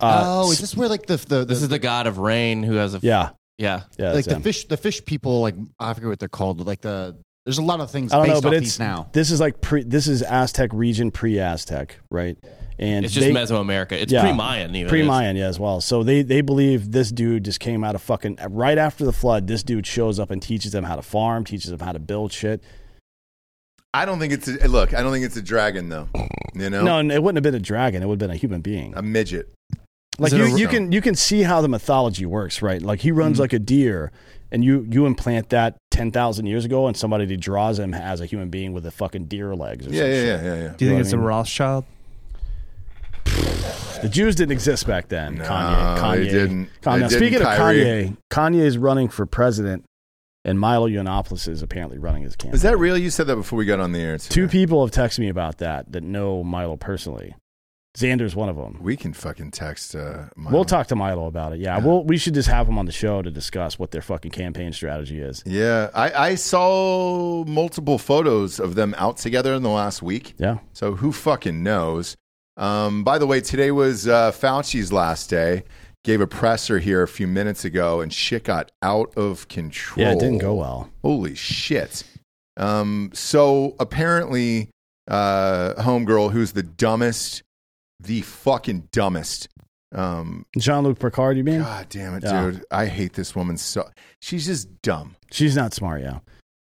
Speaker 3: Uh,
Speaker 4: oh, is this where like the the,
Speaker 5: This is the god of rain who has a
Speaker 3: yeah,
Speaker 5: yeah.
Speaker 3: yeah.
Speaker 4: like
Speaker 3: that's
Speaker 4: the
Speaker 3: him.
Speaker 4: fish the fish people like I forget what they're called like the there's a lot of things
Speaker 3: I don't
Speaker 4: based
Speaker 3: know, but
Speaker 4: off
Speaker 3: it's
Speaker 4: these now.
Speaker 3: This is like pre. This is Aztec region, pre-Aztec, right? And
Speaker 5: It's just
Speaker 3: they-
Speaker 5: Mesoamerica. It's
Speaker 3: Yeah.
Speaker 5: pre-Mayan even.
Speaker 3: pre-Mayan, yeah, as well. So they they believe this dude just came out of fucking right after the flood. This dude shows up and teaches them how to farm, teaches them how to build shit.
Speaker 2: I don't think it's a, look. I don't think it's a dragon though. You know,
Speaker 3: No, and it wouldn't have been a dragon. It would have been a human being.
Speaker 2: a midget.
Speaker 3: like
Speaker 2: it
Speaker 3: you,
Speaker 2: a- Mm-hmm.
Speaker 3: you can you can see how the mythology works, right? Like he runs like a deer, and you you implant that ten thousand years ago, and somebody draws him as a human being with a fucking deer legs. Or
Speaker 2: Yeah,
Speaker 3: some
Speaker 2: yeah,
Speaker 3: shit.
Speaker 2: yeah, yeah, yeah.
Speaker 6: Do you
Speaker 3: You know
Speaker 6: think
Speaker 3: what
Speaker 6: it's
Speaker 3: I mean?
Speaker 6: a Rothschild?
Speaker 3: The Jews didn't exist back then.
Speaker 2: No,
Speaker 3: Kanye, Kanye
Speaker 2: they didn't.
Speaker 3: Kanye.
Speaker 2: They
Speaker 3: now,
Speaker 2: didn't,
Speaker 3: speaking of
Speaker 2: Kyrie.
Speaker 3: Kanye, Kanye is running for president, and Milo Yiannopoulos is apparently running his campaign.
Speaker 2: Is that real? You said that before we got on the air. Today.
Speaker 3: Two people have texted me about that that know Milo personally. Xander's one of them.
Speaker 2: We can fucking text. Uh, Milo.
Speaker 3: We'll talk to Milo about it. Yeah, we'll, we should just have him on the show to discuss what their fucking campaign strategy is.
Speaker 2: Yeah, I, I saw multiple photos of them out together in the last week.
Speaker 3: Yeah.
Speaker 2: So who fucking knows? Um, by the way, today was uh, Fauci's last day. Gave a presser here a few minutes ago, and shit got out of control.
Speaker 3: Yeah, it didn't go well.
Speaker 2: Holy shit. Um, so apparently, uh, Homegirl, who's the dumbest, the fucking dumbest. Um,
Speaker 3: Jean Luc Picard, you mean?
Speaker 2: God damn it,
Speaker 3: Yeah.
Speaker 2: dude. I hate this woman so. She's just dumb.
Speaker 3: She's not smart, yeah.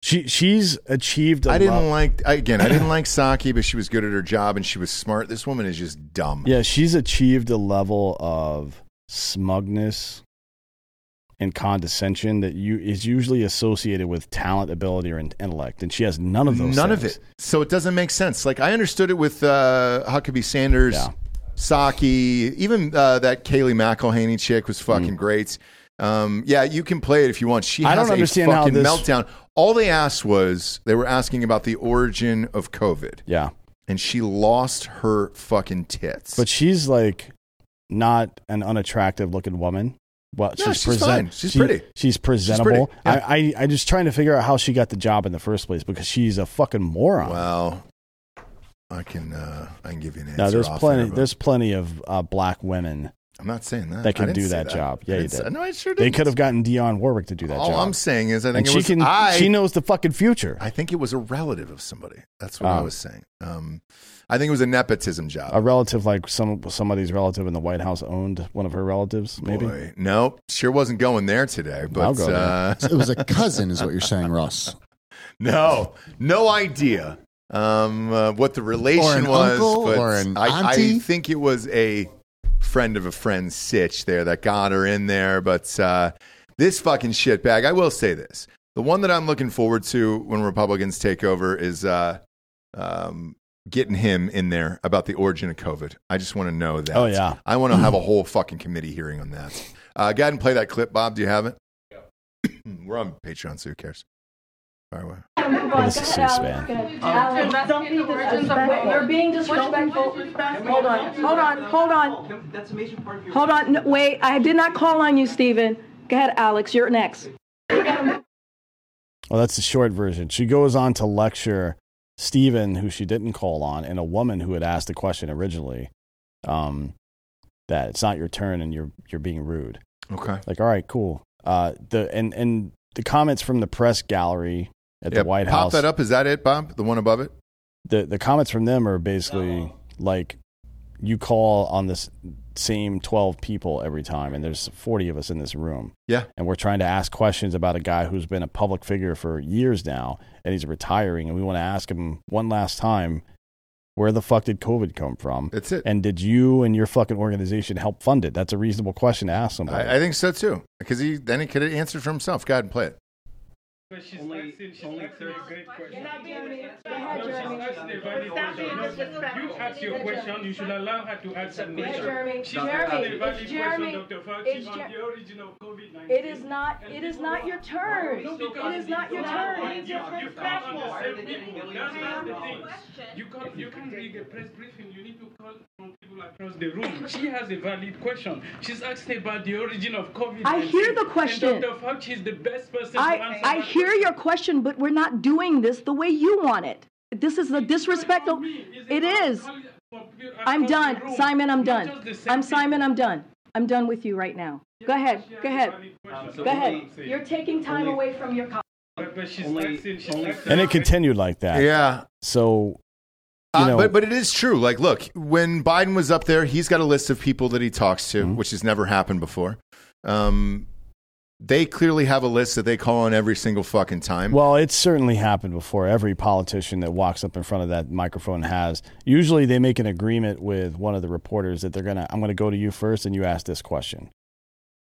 Speaker 3: She she's achieved I
Speaker 2: I didn't like, I- again, I didn't like Saki, but she was good at her job and she was smart. This woman is just dumb.
Speaker 3: Yeah, she's achieved a level of smugness and condescension that you is usually associated with talent, ability, or in- intellect, and she has none of those.
Speaker 2: None of
Speaker 3: things.
Speaker 2: it. So it doesn't make sense. Like, I understood it with uh, Huckabee Sanders,
Speaker 3: Yeah.
Speaker 2: Saki, even uh, that Kaylee McElhaney chick was fucking great. Um, yeah, you can play it if you want. She has
Speaker 3: Mm. I don't
Speaker 2: a
Speaker 3: understand how
Speaker 2: fucking
Speaker 3: this-
Speaker 2: meltdown. All they asked was, they were asking about the origin of COVID,
Speaker 3: Yeah,
Speaker 2: and she lost her fucking tits.
Speaker 3: but she's like not an unattractive looking woman. Well,
Speaker 2: No,
Speaker 3: she's,
Speaker 2: she's
Speaker 3: present-
Speaker 2: fine. She's pretty.
Speaker 3: She's presentable.
Speaker 2: pretty, yeah.
Speaker 3: I, I I just trying to figure out how she got the job in the first place because she's a fucking moron.
Speaker 2: Wow. I can uh, I can give you an answer.
Speaker 3: Now there's
Speaker 2: off
Speaker 3: plenty
Speaker 2: there, but
Speaker 3: there's plenty of uh, black women
Speaker 2: I'm not saying that.
Speaker 3: that
Speaker 2: I
Speaker 3: can
Speaker 2: didn't
Speaker 3: do
Speaker 2: say
Speaker 3: that job. Yeah,
Speaker 2: I
Speaker 3: you
Speaker 2: didn't say-
Speaker 3: did.
Speaker 2: No, I sure did.
Speaker 3: They could have gotten Dionne Warwick to do that
Speaker 2: All
Speaker 3: job.
Speaker 2: I'm saying is, I think
Speaker 3: and
Speaker 2: it
Speaker 3: she
Speaker 2: was,
Speaker 3: can
Speaker 2: I,
Speaker 3: she knows the fucking future.
Speaker 2: I think it was a relative of somebody. That's what I
Speaker 3: Oh.
Speaker 2: was saying. Um, I think it was a nepotism job.
Speaker 3: a relative like some somebody's relative in the White House owned one of her relatives, maybe.
Speaker 2: Boy, nope, sure wasn't going there today. But
Speaker 3: I'll go there.
Speaker 2: Uh,
Speaker 4: So it was a cousin, is what you're saying, Ross.
Speaker 2: no, no idea um, uh, what the relation
Speaker 4: Or an
Speaker 2: was.
Speaker 4: uncle,
Speaker 2: but
Speaker 4: or an
Speaker 2: I, I
Speaker 4: auntie?
Speaker 2: think it was a friend of a friend's sitch there that got her in there. But uh, this fucking shitbag, I will say this: the one that I'm looking forward to when Republicans take over is uh, um, getting him in there about the origin of COVID. I just want to know that.
Speaker 3: Oh, yeah.
Speaker 2: I want to have a whole fucking committee hearing on that. Uh, go ahead and play that clip, Bob. Do you have it? We're on Patreon, so who cares? Fire away.
Speaker 3: But it's a C-SPAN.
Speaker 10: Don't be disrespectful. You're being disrespectful. Hold on, hold on, hold on. Hold on, no, wait, I did not call on you, Stephen. Go ahead, Alex, you're next.
Speaker 3: Well, that's the short version. She goes on to lecture Stephen, who she didn't call on, and a woman who had asked the question originally, um, that it's not your turn and you're you're being rude.
Speaker 2: Okay.
Speaker 3: Like, all right, cool. Uh, the and and the comments from the press gallery at the White
Speaker 2: pop
Speaker 3: House.
Speaker 2: that up. Is that it, Bob? The one above it?
Speaker 3: the the comments from them are
Speaker 2: Oh.
Speaker 3: basically like you call on this same 12 people every time and there's 40 of us in this room
Speaker 2: Yeah.
Speaker 3: and we're trying to ask questions about a guy who's been a public figure for years now and he's retiring and we want to ask him one last time where the fuck did covid come from
Speaker 2: That's it.
Speaker 3: and did you and your fucking organization help fund it that's a reasonable question to ask somebody
Speaker 2: I, I think so too. Because he then he could have answered for himself. Go ahead and play it.
Speaker 11: But she's only, asking, she's only asking a good question.
Speaker 10: not being
Speaker 11: No, she's asking a valid question. You ask your question, you should allow her to answer the
Speaker 10: Jeremy,
Speaker 11: question.
Speaker 10: Jeremy,
Speaker 11: She's asking a
Speaker 10: it's
Speaker 11: valid
Speaker 10: Jeremy,
Speaker 11: question, Dr.
Speaker 10: it's
Speaker 11: Fauci,
Speaker 10: Jer-
Speaker 11: on the origin of COVID-19.
Speaker 10: It is not. It is not your turn.
Speaker 11: No,
Speaker 10: It
Speaker 11: because
Speaker 10: is not your
Speaker 11: you-
Speaker 10: turn.
Speaker 11: You you can't understand people. That's that's the thing. You can't, you can't read a press briefing. You need to call from people across the room. She has a valid question. She's asking about the origin of COVID.
Speaker 10: I hear the question.
Speaker 11: And Dr. Fauci is the best person to
Speaker 10: I,
Speaker 11: answer
Speaker 10: I
Speaker 11: that
Speaker 10: hear your question, but we're not doing this the way you want it. This is a disrespectful. It is. I'm done, Simon. I'm done. I'm Simon. I'm done. I'm done with you right now. Go ahead. Go ahead. Go ahead. You're taking time away from your. co-
Speaker 11: But she's asking, she's asking.
Speaker 3: And it continued like that.
Speaker 2: Yeah.
Speaker 3: So, you
Speaker 2: Uh,
Speaker 3: know,
Speaker 2: but but it is true. Like, look, when Biden was up there, he's got a list of people that he talks
Speaker 3: Mm-hmm.
Speaker 2: to, which has never happened before. Um, they clearly have a list that they call on every single fucking time.
Speaker 3: well, it's certainly happened before. Every politician that walks up in front of that microphone has. Usually, they make an agreement with one of the reporters that they're gonna. I'm gonna go to you first, and you ask this question.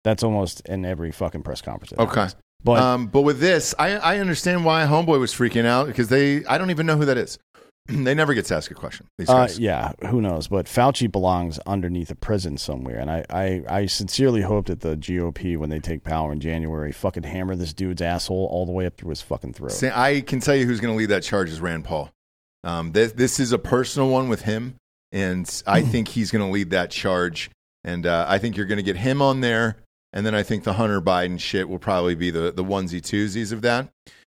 Speaker 3: That's almost in every fucking press conference. that
Speaker 2: okay,
Speaker 3: happens. but
Speaker 2: um, but with this, I I understand why Homeboy was freaking out because they I don't even know who that is. they never get to ask a question. These
Speaker 3: Uh,
Speaker 2: guys.
Speaker 3: yeah, who knows? But Fauci belongs underneath a prison somewhere. And I, I, I sincerely hope that the GOP, when they take power in January, fucking hammer this dude's asshole all the way up through his fucking throat.
Speaker 2: Say- I can tell you who's going to lead that charge is Rand Paul. Um, this, this is a personal one with him, and I think he's going to lead that charge. And uh, I think you're going to get him on there, and then I think the Hunter Biden shit will probably be the, the onesie twosies of that.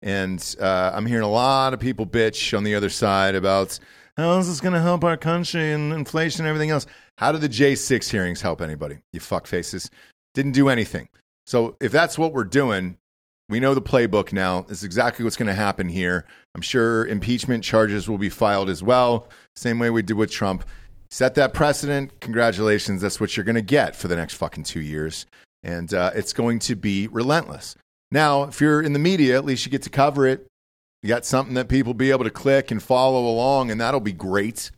Speaker 2: And uh, I'm hearing a lot of people bitch on the other side about how is this going to help our country and inflation and everything else. How do the J6 hearings help anybody? You fuck faces. Didn't do anything. So if that's what we're doing, we know the playbook now. This is exactly what's going to happen here. I'm sure impeachment charges will be filed as well, same way we did with Trump. Set that precedent. Congratulations. That's what you're going to get for the next fucking two years. And uh, it's going to be relentless. Now, if you're in the media, at least you get to cover it. You got something that people be able to click and follow along, and that'll be great.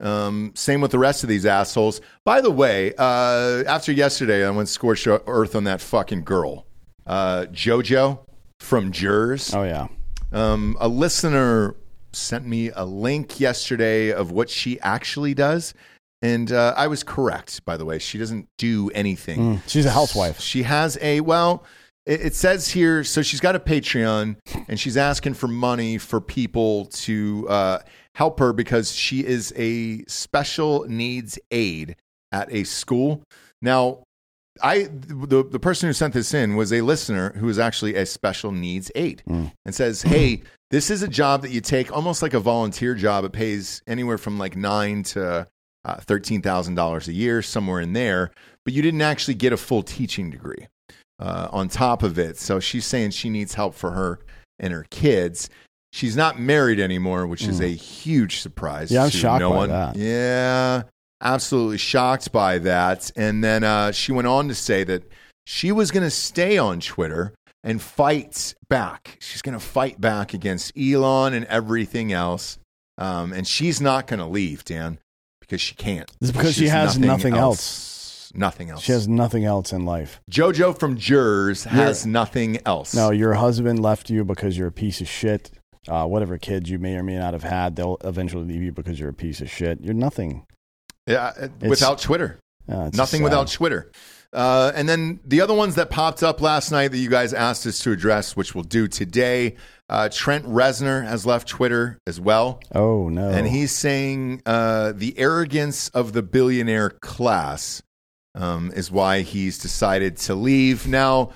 Speaker 2: Um, same with the rest of these assholes. By the way, uh, after yesterday, I went scorched earth on that fucking girl, uh, JoJo from Jers.
Speaker 3: Oh yeah.
Speaker 2: Um, a listener sent me a link yesterday of what she actually does, and uh, I was correct. By the way, she doesn't do anything.
Speaker 3: Mm, she's a housewife.
Speaker 2: She has a well. It, it says here, so she's got a Patreon, and she's asking for money for people to uh, help her because she is a special needs aide at a school. Now, I the the person who sent this in was a listener who is actually a special needs aide and says, "Hey, this is a job that you take almost like a volunteer job. It pays anywhere from like nine to uh, thirteen thousand dollars a year, somewhere in there. But you didn't actually get a full teaching degree uh, on top of it. So she's saying she needs help for her and her kids." She's not married anymore, which is a huge surprise.
Speaker 3: Hmm. Yeah, I'm
Speaker 2: to
Speaker 3: shocked
Speaker 2: no
Speaker 3: by
Speaker 2: one.
Speaker 3: that.
Speaker 2: Yeah, absolutely shocked by that. And then uh, she went on to say that she was going to stay on Twitter and fight back. She's going to fight back against Elon and everything else. Um, and she's not going to leave, Dan, because she can't.
Speaker 3: It's because she
Speaker 2: She's
Speaker 3: has nothing
Speaker 2: Nothing else.
Speaker 3: She has nothing else in life.
Speaker 2: JoJo from Jers has nothing else.
Speaker 3: No, your husband left you because you're a piece of shit. Uh, whatever kids you may or may not have had, they'll eventually leave you because you're a piece of shit. You're nothing.
Speaker 2: Yeah, uh, without Twitter.
Speaker 3: Yeah, it's
Speaker 2: Nothing
Speaker 3: sad.
Speaker 2: without Twitter. Uh, and then the other ones that popped up last night that you guys asked us to address, which we'll do today. Uh, Trent Reznor has left Twitter as well.
Speaker 3: Oh no.
Speaker 2: And he's saying uh, the arrogance of the billionaire class um, is why he's decided to leave. Now,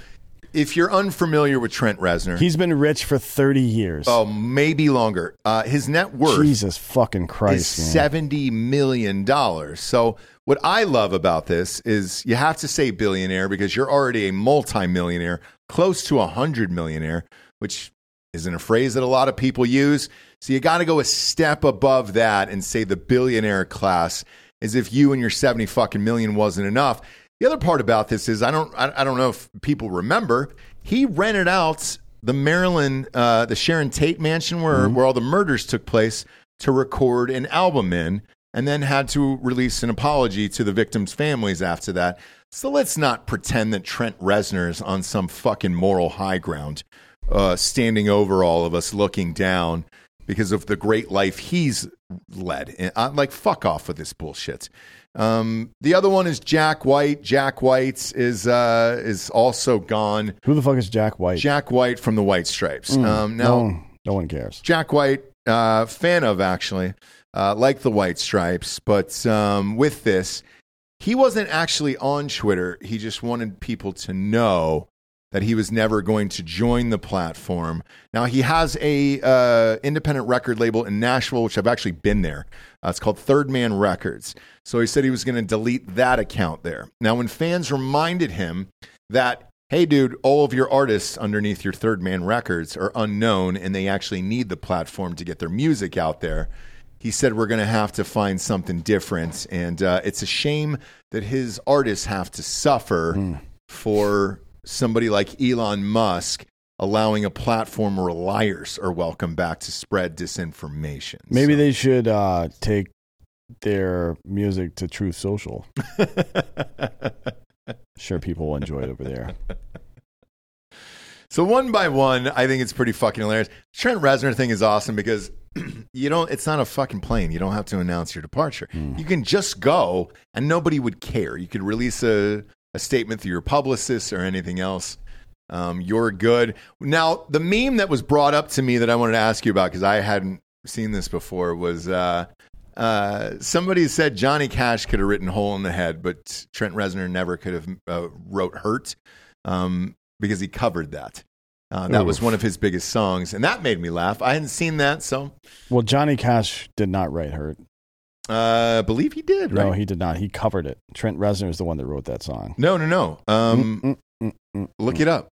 Speaker 2: if you're unfamiliar with Trent Reznor,
Speaker 3: He's been rich for 30 years.
Speaker 2: oh, maybe longer. Uh, his net worth
Speaker 3: Jesus fucking
Speaker 2: is
Speaker 3: Christ. man.
Speaker 2: seventy million dollars. So what I love about this is you have to say billionaire because you're already a multimillionaire, close to a hundred millionaire, which isn't a phrase that a lot of people use. So you got to go a step above that and say the billionaire class as if you and your seventy fucking million wasn't enough. The other part about this is I don't I, I don't know if people remember he rented out the Maryland uh, the Sharon Tate mansion where where all the murders took place to record an album in and then had to release an apology to the victims' families after that. So let's not pretend that Trent Reznor is on some fucking moral high ground uh, standing over all of us, looking down because of the great life he's led. And I'm like, fuck off with this bullshit. Um, the other one is Jack White. Jack White is uh, is also gone.
Speaker 3: Who the fuck is Jack White?
Speaker 2: Jack White from the White Stripes.
Speaker 3: Mm,
Speaker 2: um, now,
Speaker 3: no, no one cares.
Speaker 2: Jack White, uh, fan of actually, uh, like the White Stripes, but um, with this, he wasn't actually on Twitter. He just wanted people to know that he was never going to join the platform. Now he has a uh, independent record label in Nashville, which I've actually been there. Uh, it's called Third Man Records. So he said he was going to delete that account there. Now when fans reminded him that. Hey, dude, all of your artists underneath your Third Man Records are unknown and they actually need the platform to get their music out there he said we're going to have to find something different and uh, it's a shame that his artists have to suffer for somebody like elon musk allowing a platform where liars are welcome back to spread disinformation
Speaker 3: Maybe they should uh, take their music to Truth Social. sure, people will enjoy it over there.
Speaker 2: So one by one, I think it's pretty fucking hilarious. Trent Reznor thing is awesome because you don't. It's not a fucking plane. You don't have to announce your departure. You can just go, and nobody would care. You could release a a statement through your publicist or anything else. Um, you're good. Now, the meme that was brought up to me that I wanted to ask you about because I hadn't seen this before was uh, uh, somebody said Johnny Cash could have written "Hole in the Head," but Trent Reznor never could have uh, wrote "Hurt" um, because he covered that. Uh, that was
Speaker 3: Oof.
Speaker 2: one of his biggest songs, and that made me laugh. I hadn't seen that, so
Speaker 3: Well, Johnny Cash did not write Hurt.
Speaker 2: uh, I believe he did. Right?
Speaker 3: No, he did not. He covered it. Trent Reznor is the one that wrote that song.
Speaker 2: No, no, no.
Speaker 3: Mm,
Speaker 2: Um, look it up.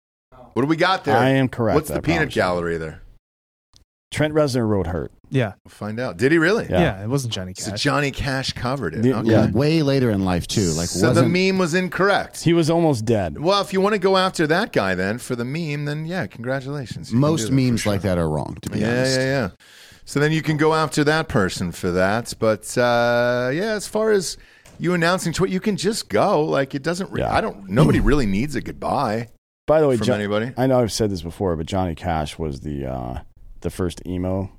Speaker 2: What do we got there?
Speaker 3: I am correct,
Speaker 2: What's the
Speaker 3: I
Speaker 2: peanut
Speaker 3: promise you.
Speaker 2: gallery there?
Speaker 3: Trent Reznor wrote Hurt.
Speaker 6: Yeah.
Speaker 2: We'll find out. Did he really?
Speaker 3: Yeah. Yeah,
Speaker 6: it wasn't Johnny
Speaker 2: Cash. So Johnny Cash covered it.
Speaker 3: The-
Speaker 2: okay.
Speaker 3: yeah.
Speaker 4: Way later in life too. Like
Speaker 2: So
Speaker 4: wasn't
Speaker 2: the meme was incorrect.
Speaker 3: He was almost dead.
Speaker 2: Well, if you want to go after that guy then for the meme, then yeah, congratulations. You can do
Speaker 4: most
Speaker 2: that.
Speaker 4: memes like that are wrong. To be
Speaker 2: yeah,
Speaker 4: honest,
Speaker 2: yeah, yeah. So then you can go after that person for that. But uh, yeah, as far as you announcing Twitter, you can just go. Like it doesn't. Re- I don't. Nobody really needs a goodbye.
Speaker 3: By the way,
Speaker 2: from
Speaker 3: Jo-
Speaker 2: anybody.
Speaker 3: I know I've said this before, but Johnny Cash was the uh, the first emo.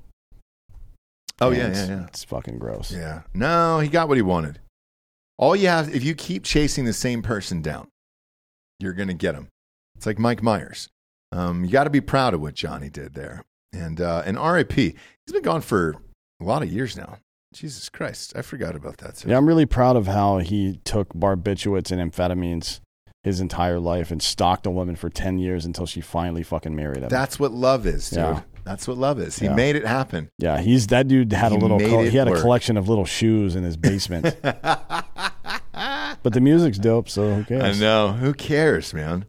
Speaker 2: Oh
Speaker 3: And
Speaker 2: yeah, yeah,
Speaker 3: it's-
Speaker 2: yeah.
Speaker 3: It's fucking gross.
Speaker 2: Yeah. No, he got what he wanted. All you have, if you keep chasing the same person down, you're going to get him. It's like Mike Myers. Um, you got to be proud of what Johnny did there. And, uh, and RIP, he's been gone for a lot of years now. Jesus Christ. I forgot about that.
Speaker 3: Yeah, I'm really proud of how he took barbiturates and amphetamines his entire life and stalked a woman for 10 years until she finally fucking married him.
Speaker 2: That's what love is, dude.
Speaker 3: Yeah.
Speaker 2: That's what love is. He
Speaker 3: Yeah.
Speaker 2: made it happen.
Speaker 3: yeah, he's that dude had
Speaker 2: He
Speaker 3: a little
Speaker 2: made
Speaker 3: col-
Speaker 2: it
Speaker 3: he had
Speaker 2: work.
Speaker 3: a collection of little shoes in his basement. but the music's dope, so who cares?
Speaker 2: I know. Who cares, man?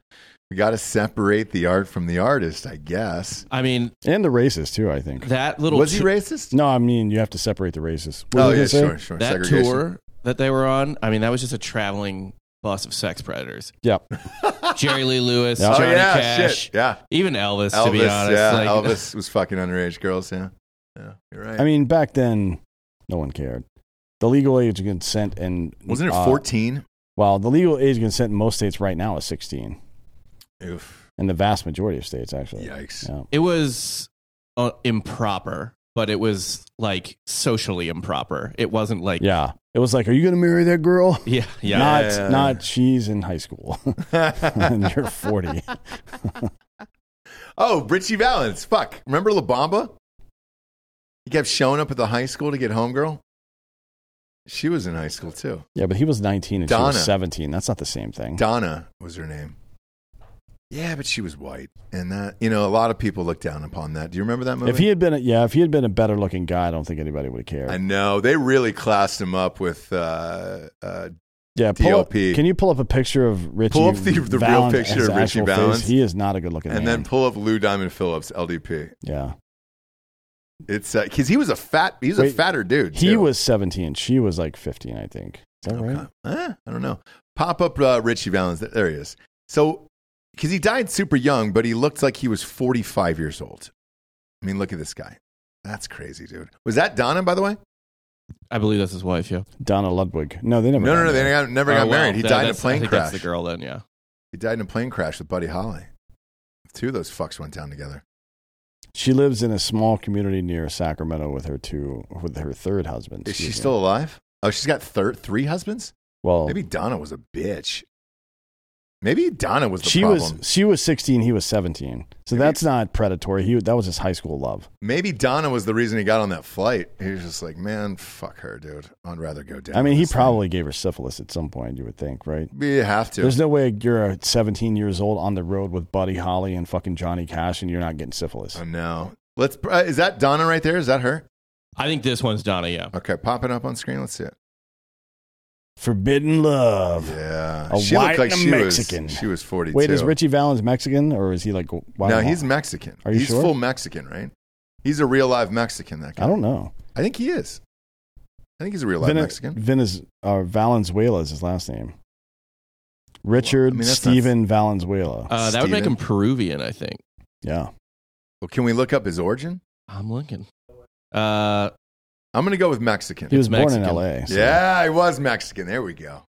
Speaker 2: We got to separate the art from the artist, I guess.
Speaker 5: I mean,
Speaker 3: And the racist too, I think.
Speaker 5: that little
Speaker 2: Was he
Speaker 5: t-
Speaker 2: racist?
Speaker 3: No, I mean you have to separate the races. What
Speaker 2: Oh,
Speaker 3: did
Speaker 2: yeah,
Speaker 3: they say?
Speaker 2: sure, sure.
Speaker 5: that
Speaker 2: Segregation.
Speaker 5: tour that they were on. I mean, that was just a traveling bus of sex predators.
Speaker 3: Yep.
Speaker 5: Jerry Lee Lewis,
Speaker 3: Yeah.
Speaker 2: Oh,
Speaker 5: Johnny
Speaker 2: yeah,
Speaker 5: Cash,
Speaker 2: shit. Yeah.
Speaker 5: even Elvis, To be honest,
Speaker 2: yeah,
Speaker 5: like,
Speaker 2: Elvis was fucking underage girls. Yeah, yeah, you're right.
Speaker 3: I mean, back then, no one cared. The legal age of consent and
Speaker 2: wasn't it
Speaker 3: uh,
Speaker 2: 14?
Speaker 3: Well, the legal age of consent in most states right now is 16,
Speaker 2: Oof.
Speaker 3: in the vast majority of states, actually.
Speaker 2: Yikes.
Speaker 3: Yeah.
Speaker 5: it was uh, improper, but it was like socially improper. It wasn't like
Speaker 3: Yeah. It was like, are you going to marry that girl?
Speaker 5: yeah, yeah.
Speaker 3: Not,
Speaker 2: Yeah.
Speaker 3: not she's in high school and you're 40.
Speaker 2: Oh, Richie Valens. Fuck. Remember La Bamba? He kept showing up at the high school to get homegirl. She was in high school too.
Speaker 3: Yeah, but he was 19 and she
Speaker 2: Donna.
Speaker 3: was 17. That's not the same thing.
Speaker 2: Donna was her name. Yeah, but she was white, and that you know a lot of people look down upon that. Do you remember that movie?
Speaker 3: if he had been, a, yeah, if he had been a better looking guy, I don't think anybody would have cared.
Speaker 2: I know they really classed him up with. Uh, uh,
Speaker 3: yeah, pull up-
Speaker 2: DOP.
Speaker 3: can you pull up a picture of Richie?
Speaker 2: Pull up the- the real
Speaker 3: Valens
Speaker 2: picture
Speaker 3: as
Speaker 2: of Richie
Speaker 3: actual face?
Speaker 2: Valens.
Speaker 3: He is not a good looking
Speaker 2: and
Speaker 3: man.
Speaker 2: then pull up Lou Diamond Phillips, LDP.
Speaker 3: yeah,
Speaker 2: It's because he was a fat. He's a
Speaker 3: Wait,
Speaker 2: fatter dude.
Speaker 3: he
Speaker 2: too.
Speaker 3: was 17. She was like 15, I think. Is that right?
Speaker 2: Eh, I don't know. Pop up uh, Richie Valens. There he is. So, because he died super young, but he looked like he was 45 years old. I mean, look at this guy. That's crazy, dude. Was that Donna, by the way?
Speaker 5: I believe that's his wife. Yeah,
Speaker 3: Donna Ludwig. No, they never.
Speaker 2: No,
Speaker 3: got
Speaker 2: no, no.
Speaker 3: married.
Speaker 2: They got, never
Speaker 5: Oh,
Speaker 2: got
Speaker 5: well,
Speaker 2: married. He
Speaker 5: that-
Speaker 2: died in a
Speaker 5: that's- I
Speaker 2: plane
Speaker 5: think That's
Speaker 2: crash.
Speaker 5: the girl then. Yeah,
Speaker 2: He died in a plane crash with Buddy Holly. Two of those fucks went down together.
Speaker 3: She lives in a small community near Sacramento with her two with her third husband.
Speaker 2: Is she
Speaker 3: excuse me.
Speaker 2: still alive? Oh, she's got thir- three husbands?
Speaker 3: Well,
Speaker 2: Maybe Donna was a bitch. Maybe Donna was the
Speaker 3: she
Speaker 2: problem.
Speaker 3: was she was 16, he was 17. So that's not predatory. He that was his high school love.
Speaker 2: Maybe Donna was the reason he got on that flight. He was just like, man, fuck her, dude. I'd rather go down.
Speaker 3: I mean, he
Speaker 2: this thing."
Speaker 3: probably gave her syphilis at some point, you would think, right?
Speaker 2: You have to.
Speaker 3: There's no way you're 17 years old on the road with Buddy Holly and fucking Johnny Cash and you're not getting syphilis.
Speaker 2: I know. Let's. Uh, is that Donna right there? Is that her?
Speaker 5: I think this one's Donna. Yeah.
Speaker 2: Okay, pop it up on screen. Let's see it.
Speaker 3: Forbidden love.
Speaker 2: Yeah,
Speaker 3: A
Speaker 2: she
Speaker 3: white
Speaker 2: looked like
Speaker 3: and a
Speaker 2: she
Speaker 3: Mexican.
Speaker 2: was. She was forty-two.
Speaker 3: Wait, is Richie Valens Mexican or is he like
Speaker 2: no,
Speaker 3: Guatemalan?
Speaker 2: he's Mexican.
Speaker 3: Are you
Speaker 2: he's
Speaker 3: sure?
Speaker 2: full Mexican, right? He's a real live Mexican. That guy.
Speaker 3: I don't know.
Speaker 2: I think he is. I think he's a real live
Speaker 3: Vene-
Speaker 2: Mexican.
Speaker 3: Venez- uh, Valenzuela is his last name. Richard
Speaker 2: mean, that's not-
Speaker 3: Stephen Valenzuela.
Speaker 5: Uh, that would make
Speaker 2: Steven?
Speaker 5: him Peruvian, I think.
Speaker 3: yeah.
Speaker 2: Well, can we look up his origin?
Speaker 5: I'm looking. Uh,
Speaker 2: I'm going to go with Mexican.
Speaker 3: He was
Speaker 5: Mexican.
Speaker 3: born in LA. so-
Speaker 2: yeah, he was Mexican. There we go.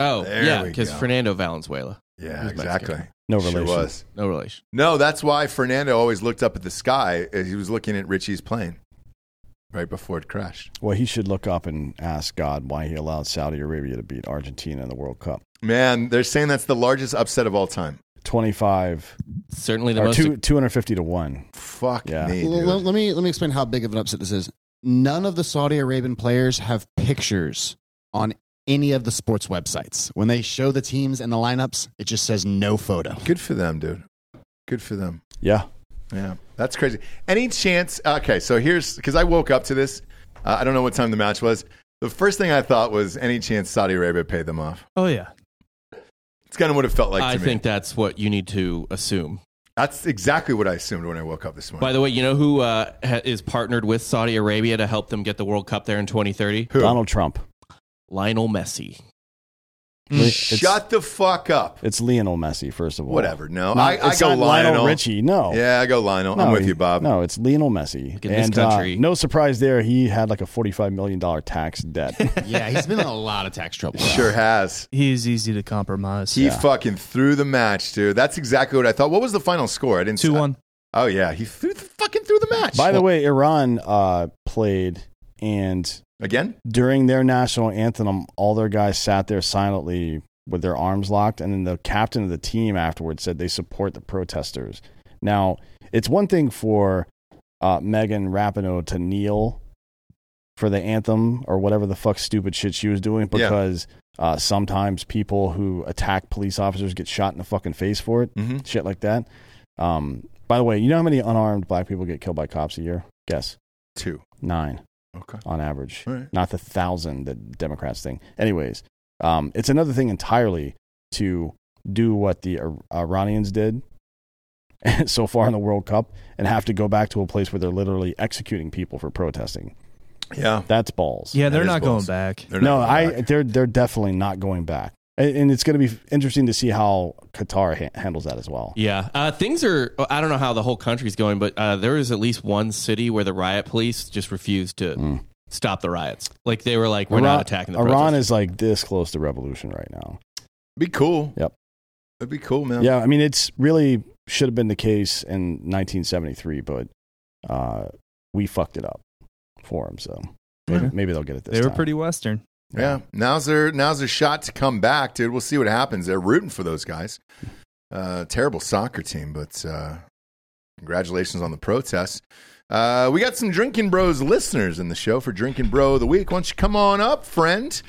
Speaker 5: oh,
Speaker 2: There
Speaker 5: yeah,
Speaker 2: we
Speaker 5: because
Speaker 2: go.
Speaker 5: Fernando Valenzuela.
Speaker 2: Yeah,
Speaker 5: He's
Speaker 2: exactly.
Speaker 5: Mexican.
Speaker 3: No
Speaker 2: Sure
Speaker 3: relation.
Speaker 2: was.
Speaker 5: No relation.
Speaker 2: No, that's why Fernando always looked up at the sky. as He was looking at Richie's plane right before it crashed.
Speaker 3: Well, he should look up and ask God why he allowed Saudi Arabia to beat Argentina in the World Cup.
Speaker 2: Man, they're saying that's the largest upset of all time.
Speaker 3: 25
Speaker 5: Certainly the
Speaker 3: or
Speaker 5: most.
Speaker 3: two, 250 to 1.
Speaker 2: Fuck
Speaker 3: Yeah.
Speaker 2: me.
Speaker 4: Well,
Speaker 2: dude.
Speaker 4: let, let me let me explain how big of an upset this is. None of the Saudi Arabian players have pictures on any of the sports websites. When they show the teams and the lineups, it just says no photo.
Speaker 2: Good for them, dude. Good for them.
Speaker 3: Yeah.
Speaker 2: Yeah, that's crazy. Any chance? Okay, so here's because I woke up to this. Uh, I don't know what time the match was. The first thing I thought was any chance Saudi Arabia paid them off.
Speaker 6: Oh yeah.
Speaker 2: It's kind of what it felt like.
Speaker 5: I
Speaker 2: to me.
Speaker 5: think that's what you need to assume.
Speaker 2: that's exactly what I assumed when I woke up this morning.
Speaker 5: By the way, you know who uh, ha- is partnered with Saudi Arabia to help them get the World Cup there in 2030?
Speaker 2: Who?
Speaker 3: Donald Trump.
Speaker 5: Lionel Messi.
Speaker 3: Li- it's-
Speaker 2: Mm. Shut the fuck up.
Speaker 3: It's Lionel Messi, first of all.
Speaker 2: Whatever. No,
Speaker 3: Not-
Speaker 2: I, I
Speaker 3: it's
Speaker 2: go
Speaker 3: not
Speaker 2: Lionel.
Speaker 3: Richie. No.
Speaker 2: Yeah, I go Lionel. I'm
Speaker 3: Oh. No,
Speaker 2: with
Speaker 3: he-
Speaker 2: you, Bob.
Speaker 3: No, it's Lionel Messi.
Speaker 5: Look at this
Speaker 3: and uh,
Speaker 5: country.
Speaker 3: no surprise there. He had like a $45 million tax debt.
Speaker 4: Yeah, he's been in a lot of tax trouble.
Speaker 2: Sure has.
Speaker 6: He is easy to compromise.
Speaker 2: He fucking threw the match, dude. That's exactly what I thought. What was the final score? I didn't.
Speaker 6: Two one.
Speaker 2: Oh yeah, he threw fucking threw the match.
Speaker 3: By the way, Iran uh, played and
Speaker 2: again.
Speaker 3: during their national anthem, all their guys sat there silently with their arms locked, and then the captain of the team afterwards said they support the protesters. Now, it's one thing for uh, Megan Rapinoe to kneel for the anthem or whatever the fuck stupid shit she was doing
Speaker 2: Yeah.
Speaker 3: because uh, sometimes people who attack police officers get shot in the fucking face for it,
Speaker 2: Mhm.
Speaker 3: shit like that. Um, by the way, you know how many unarmed black people get killed by cops a year? Guess
Speaker 2: Two.
Speaker 3: nine
Speaker 2: Okay.
Speaker 3: on average,
Speaker 2: All right.
Speaker 3: not the thousand that Democrats think. Anyways, um, it's another thing entirely to do what the Ir- Iranians did so far in the World Cup and have to go back to a place where they're literally executing people for protesting.
Speaker 2: Yeah.
Speaker 3: That's balls.
Speaker 6: Yeah, they're
Speaker 2: That is
Speaker 6: not
Speaker 2: balls.
Speaker 6: going back.
Speaker 2: They're
Speaker 3: no,
Speaker 2: not
Speaker 3: I
Speaker 2: back.
Speaker 3: they're they're definitely not going back, and, and it's going to be interesting to see how Qatar ha- handles that as well.
Speaker 5: Yeah. Uh, things are, I don't know how the whole country's going, but uh, there is at least one city where the riot police just refused to
Speaker 2: Mm.
Speaker 5: stop the riots. Like they were like, we're
Speaker 3: Iran,
Speaker 5: not attacking the
Speaker 3: Iran
Speaker 5: protesters.
Speaker 3: is like this close to revolution right now.
Speaker 2: Be cool.
Speaker 3: Yep.
Speaker 2: It'd be cool, man.
Speaker 3: Yeah, I mean, it's really should have been the case in 1973, but uh, we fucked it up for them. So maybe,
Speaker 6: Yeah.
Speaker 3: maybe they'll get it this
Speaker 6: They were
Speaker 3: time.
Speaker 6: pretty Western.
Speaker 2: Yeah. Now's their now's their shot to come back, dude. We'll see what happens. They're rooting for those guys. Uh, terrible soccer team, but uh, congratulations on the protest. Uh, we got some Drinking Bros listeners in the show for Drinking Bro of the Week. Why don't you come on up, friend?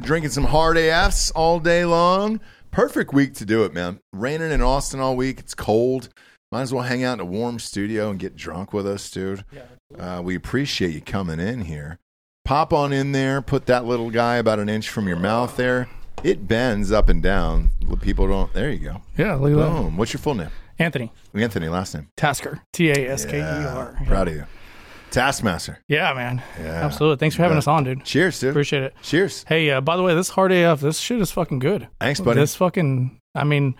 Speaker 2: Drinking some hard AFs all day long. Perfect week to do it, man. Raining in Austin all week. It's cold. Might as well hang out in a warm studio and get drunk with us, dude. Uh, we appreciate you coming in here pop on in there, put that little guy about an inch from your mouth there. It bends up and down. People don't. There you go.
Speaker 12: Yeah, look at that.
Speaker 2: Boom. What's your full name?
Speaker 12: Anthony
Speaker 2: Anthony, last name.
Speaker 12: Tasker, T A S K E R.
Speaker 2: Proud of you. Taskmaster.
Speaker 12: Yeah, man.
Speaker 2: Yeah.
Speaker 12: Absolutely. Thanks for having
Speaker 2: Yeah.
Speaker 12: us on, dude.
Speaker 2: Cheers, dude.
Speaker 12: Appreciate it.
Speaker 2: Cheers.
Speaker 12: Hey, uh, by the way, this hard AF, this shit is fucking good.
Speaker 2: Thanks, buddy.
Speaker 12: This fucking, I mean,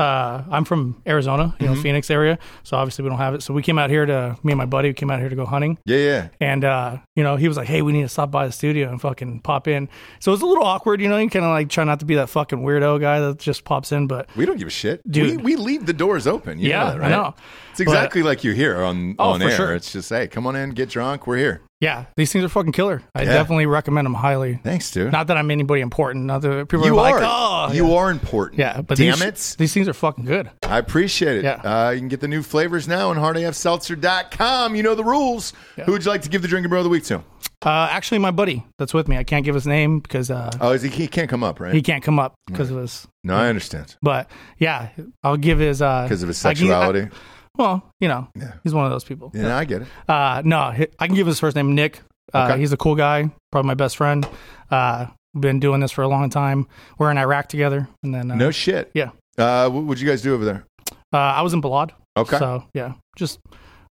Speaker 12: Uh, I'm from Arizona, you know,
Speaker 2: Mhm.
Speaker 12: Phoenix area. So obviously we don't have it. So we came out here to me and my buddy came out here to go hunting.
Speaker 2: Yeah, yeah.
Speaker 12: And uh, you know, he was like, "Hey, we need to stop by the studio and fucking pop in." So it was a little awkward, you know. You kind of like try not to be that fucking weirdo guy that just pops in, but
Speaker 2: We don't give a shit,
Speaker 12: Dude.
Speaker 2: We, we leave the doors open. You
Speaker 12: Yeah,
Speaker 2: know that,
Speaker 12: I
Speaker 2: right?
Speaker 12: know.
Speaker 2: It's exactly like you hear on
Speaker 12: Oh,
Speaker 2: on
Speaker 12: for
Speaker 2: air.
Speaker 12: sure.
Speaker 2: It's just hey, come on in, get drunk. We're here.
Speaker 12: yeah, these things are fucking killer. I
Speaker 2: Yeah.
Speaker 12: definitely recommend them highly.
Speaker 2: Thanks, dude.
Speaker 12: Not that I'm anybody important. Not that people
Speaker 2: you
Speaker 12: are,
Speaker 2: are.
Speaker 12: like, "Oh,
Speaker 2: you
Speaker 12: yeah."
Speaker 2: are important. Yeah,
Speaker 12: But
Speaker 2: damn
Speaker 12: these,
Speaker 2: it,
Speaker 12: these things are fucking good.
Speaker 2: I appreciate it. Uh, you can get the new flavors now on hardafseltzer.com. You know the rules. Who would you like to give the drinking bro of the week to?
Speaker 12: Uh, actually, my buddy that's with me, I can't give his name because uh,
Speaker 2: Oh, is he, he can't come up, right?
Speaker 12: he can't come up because of his.
Speaker 2: No, I understand.
Speaker 12: But yeah, I'll give his uh,
Speaker 2: Because of his
Speaker 12: I can- I-
Speaker 2: sexuality.
Speaker 12: well, you know, he's one of those people.
Speaker 2: yeah, I get it.
Speaker 12: Uh, no, hi- I can give his first name Nick. Uh,
Speaker 2: Okay.
Speaker 12: He's a cool guy, probably my best friend. Uh, been doing this for a long time. We're in Iraq together, and then uh,
Speaker 2: no shit.
Speaker 12: Yeah.
Speaker 2: Uh, what would you guys do over there?
Speaker 12: uh, I was in Balad.
Speaker 2: Okay.
Speaker 12: so yeah, just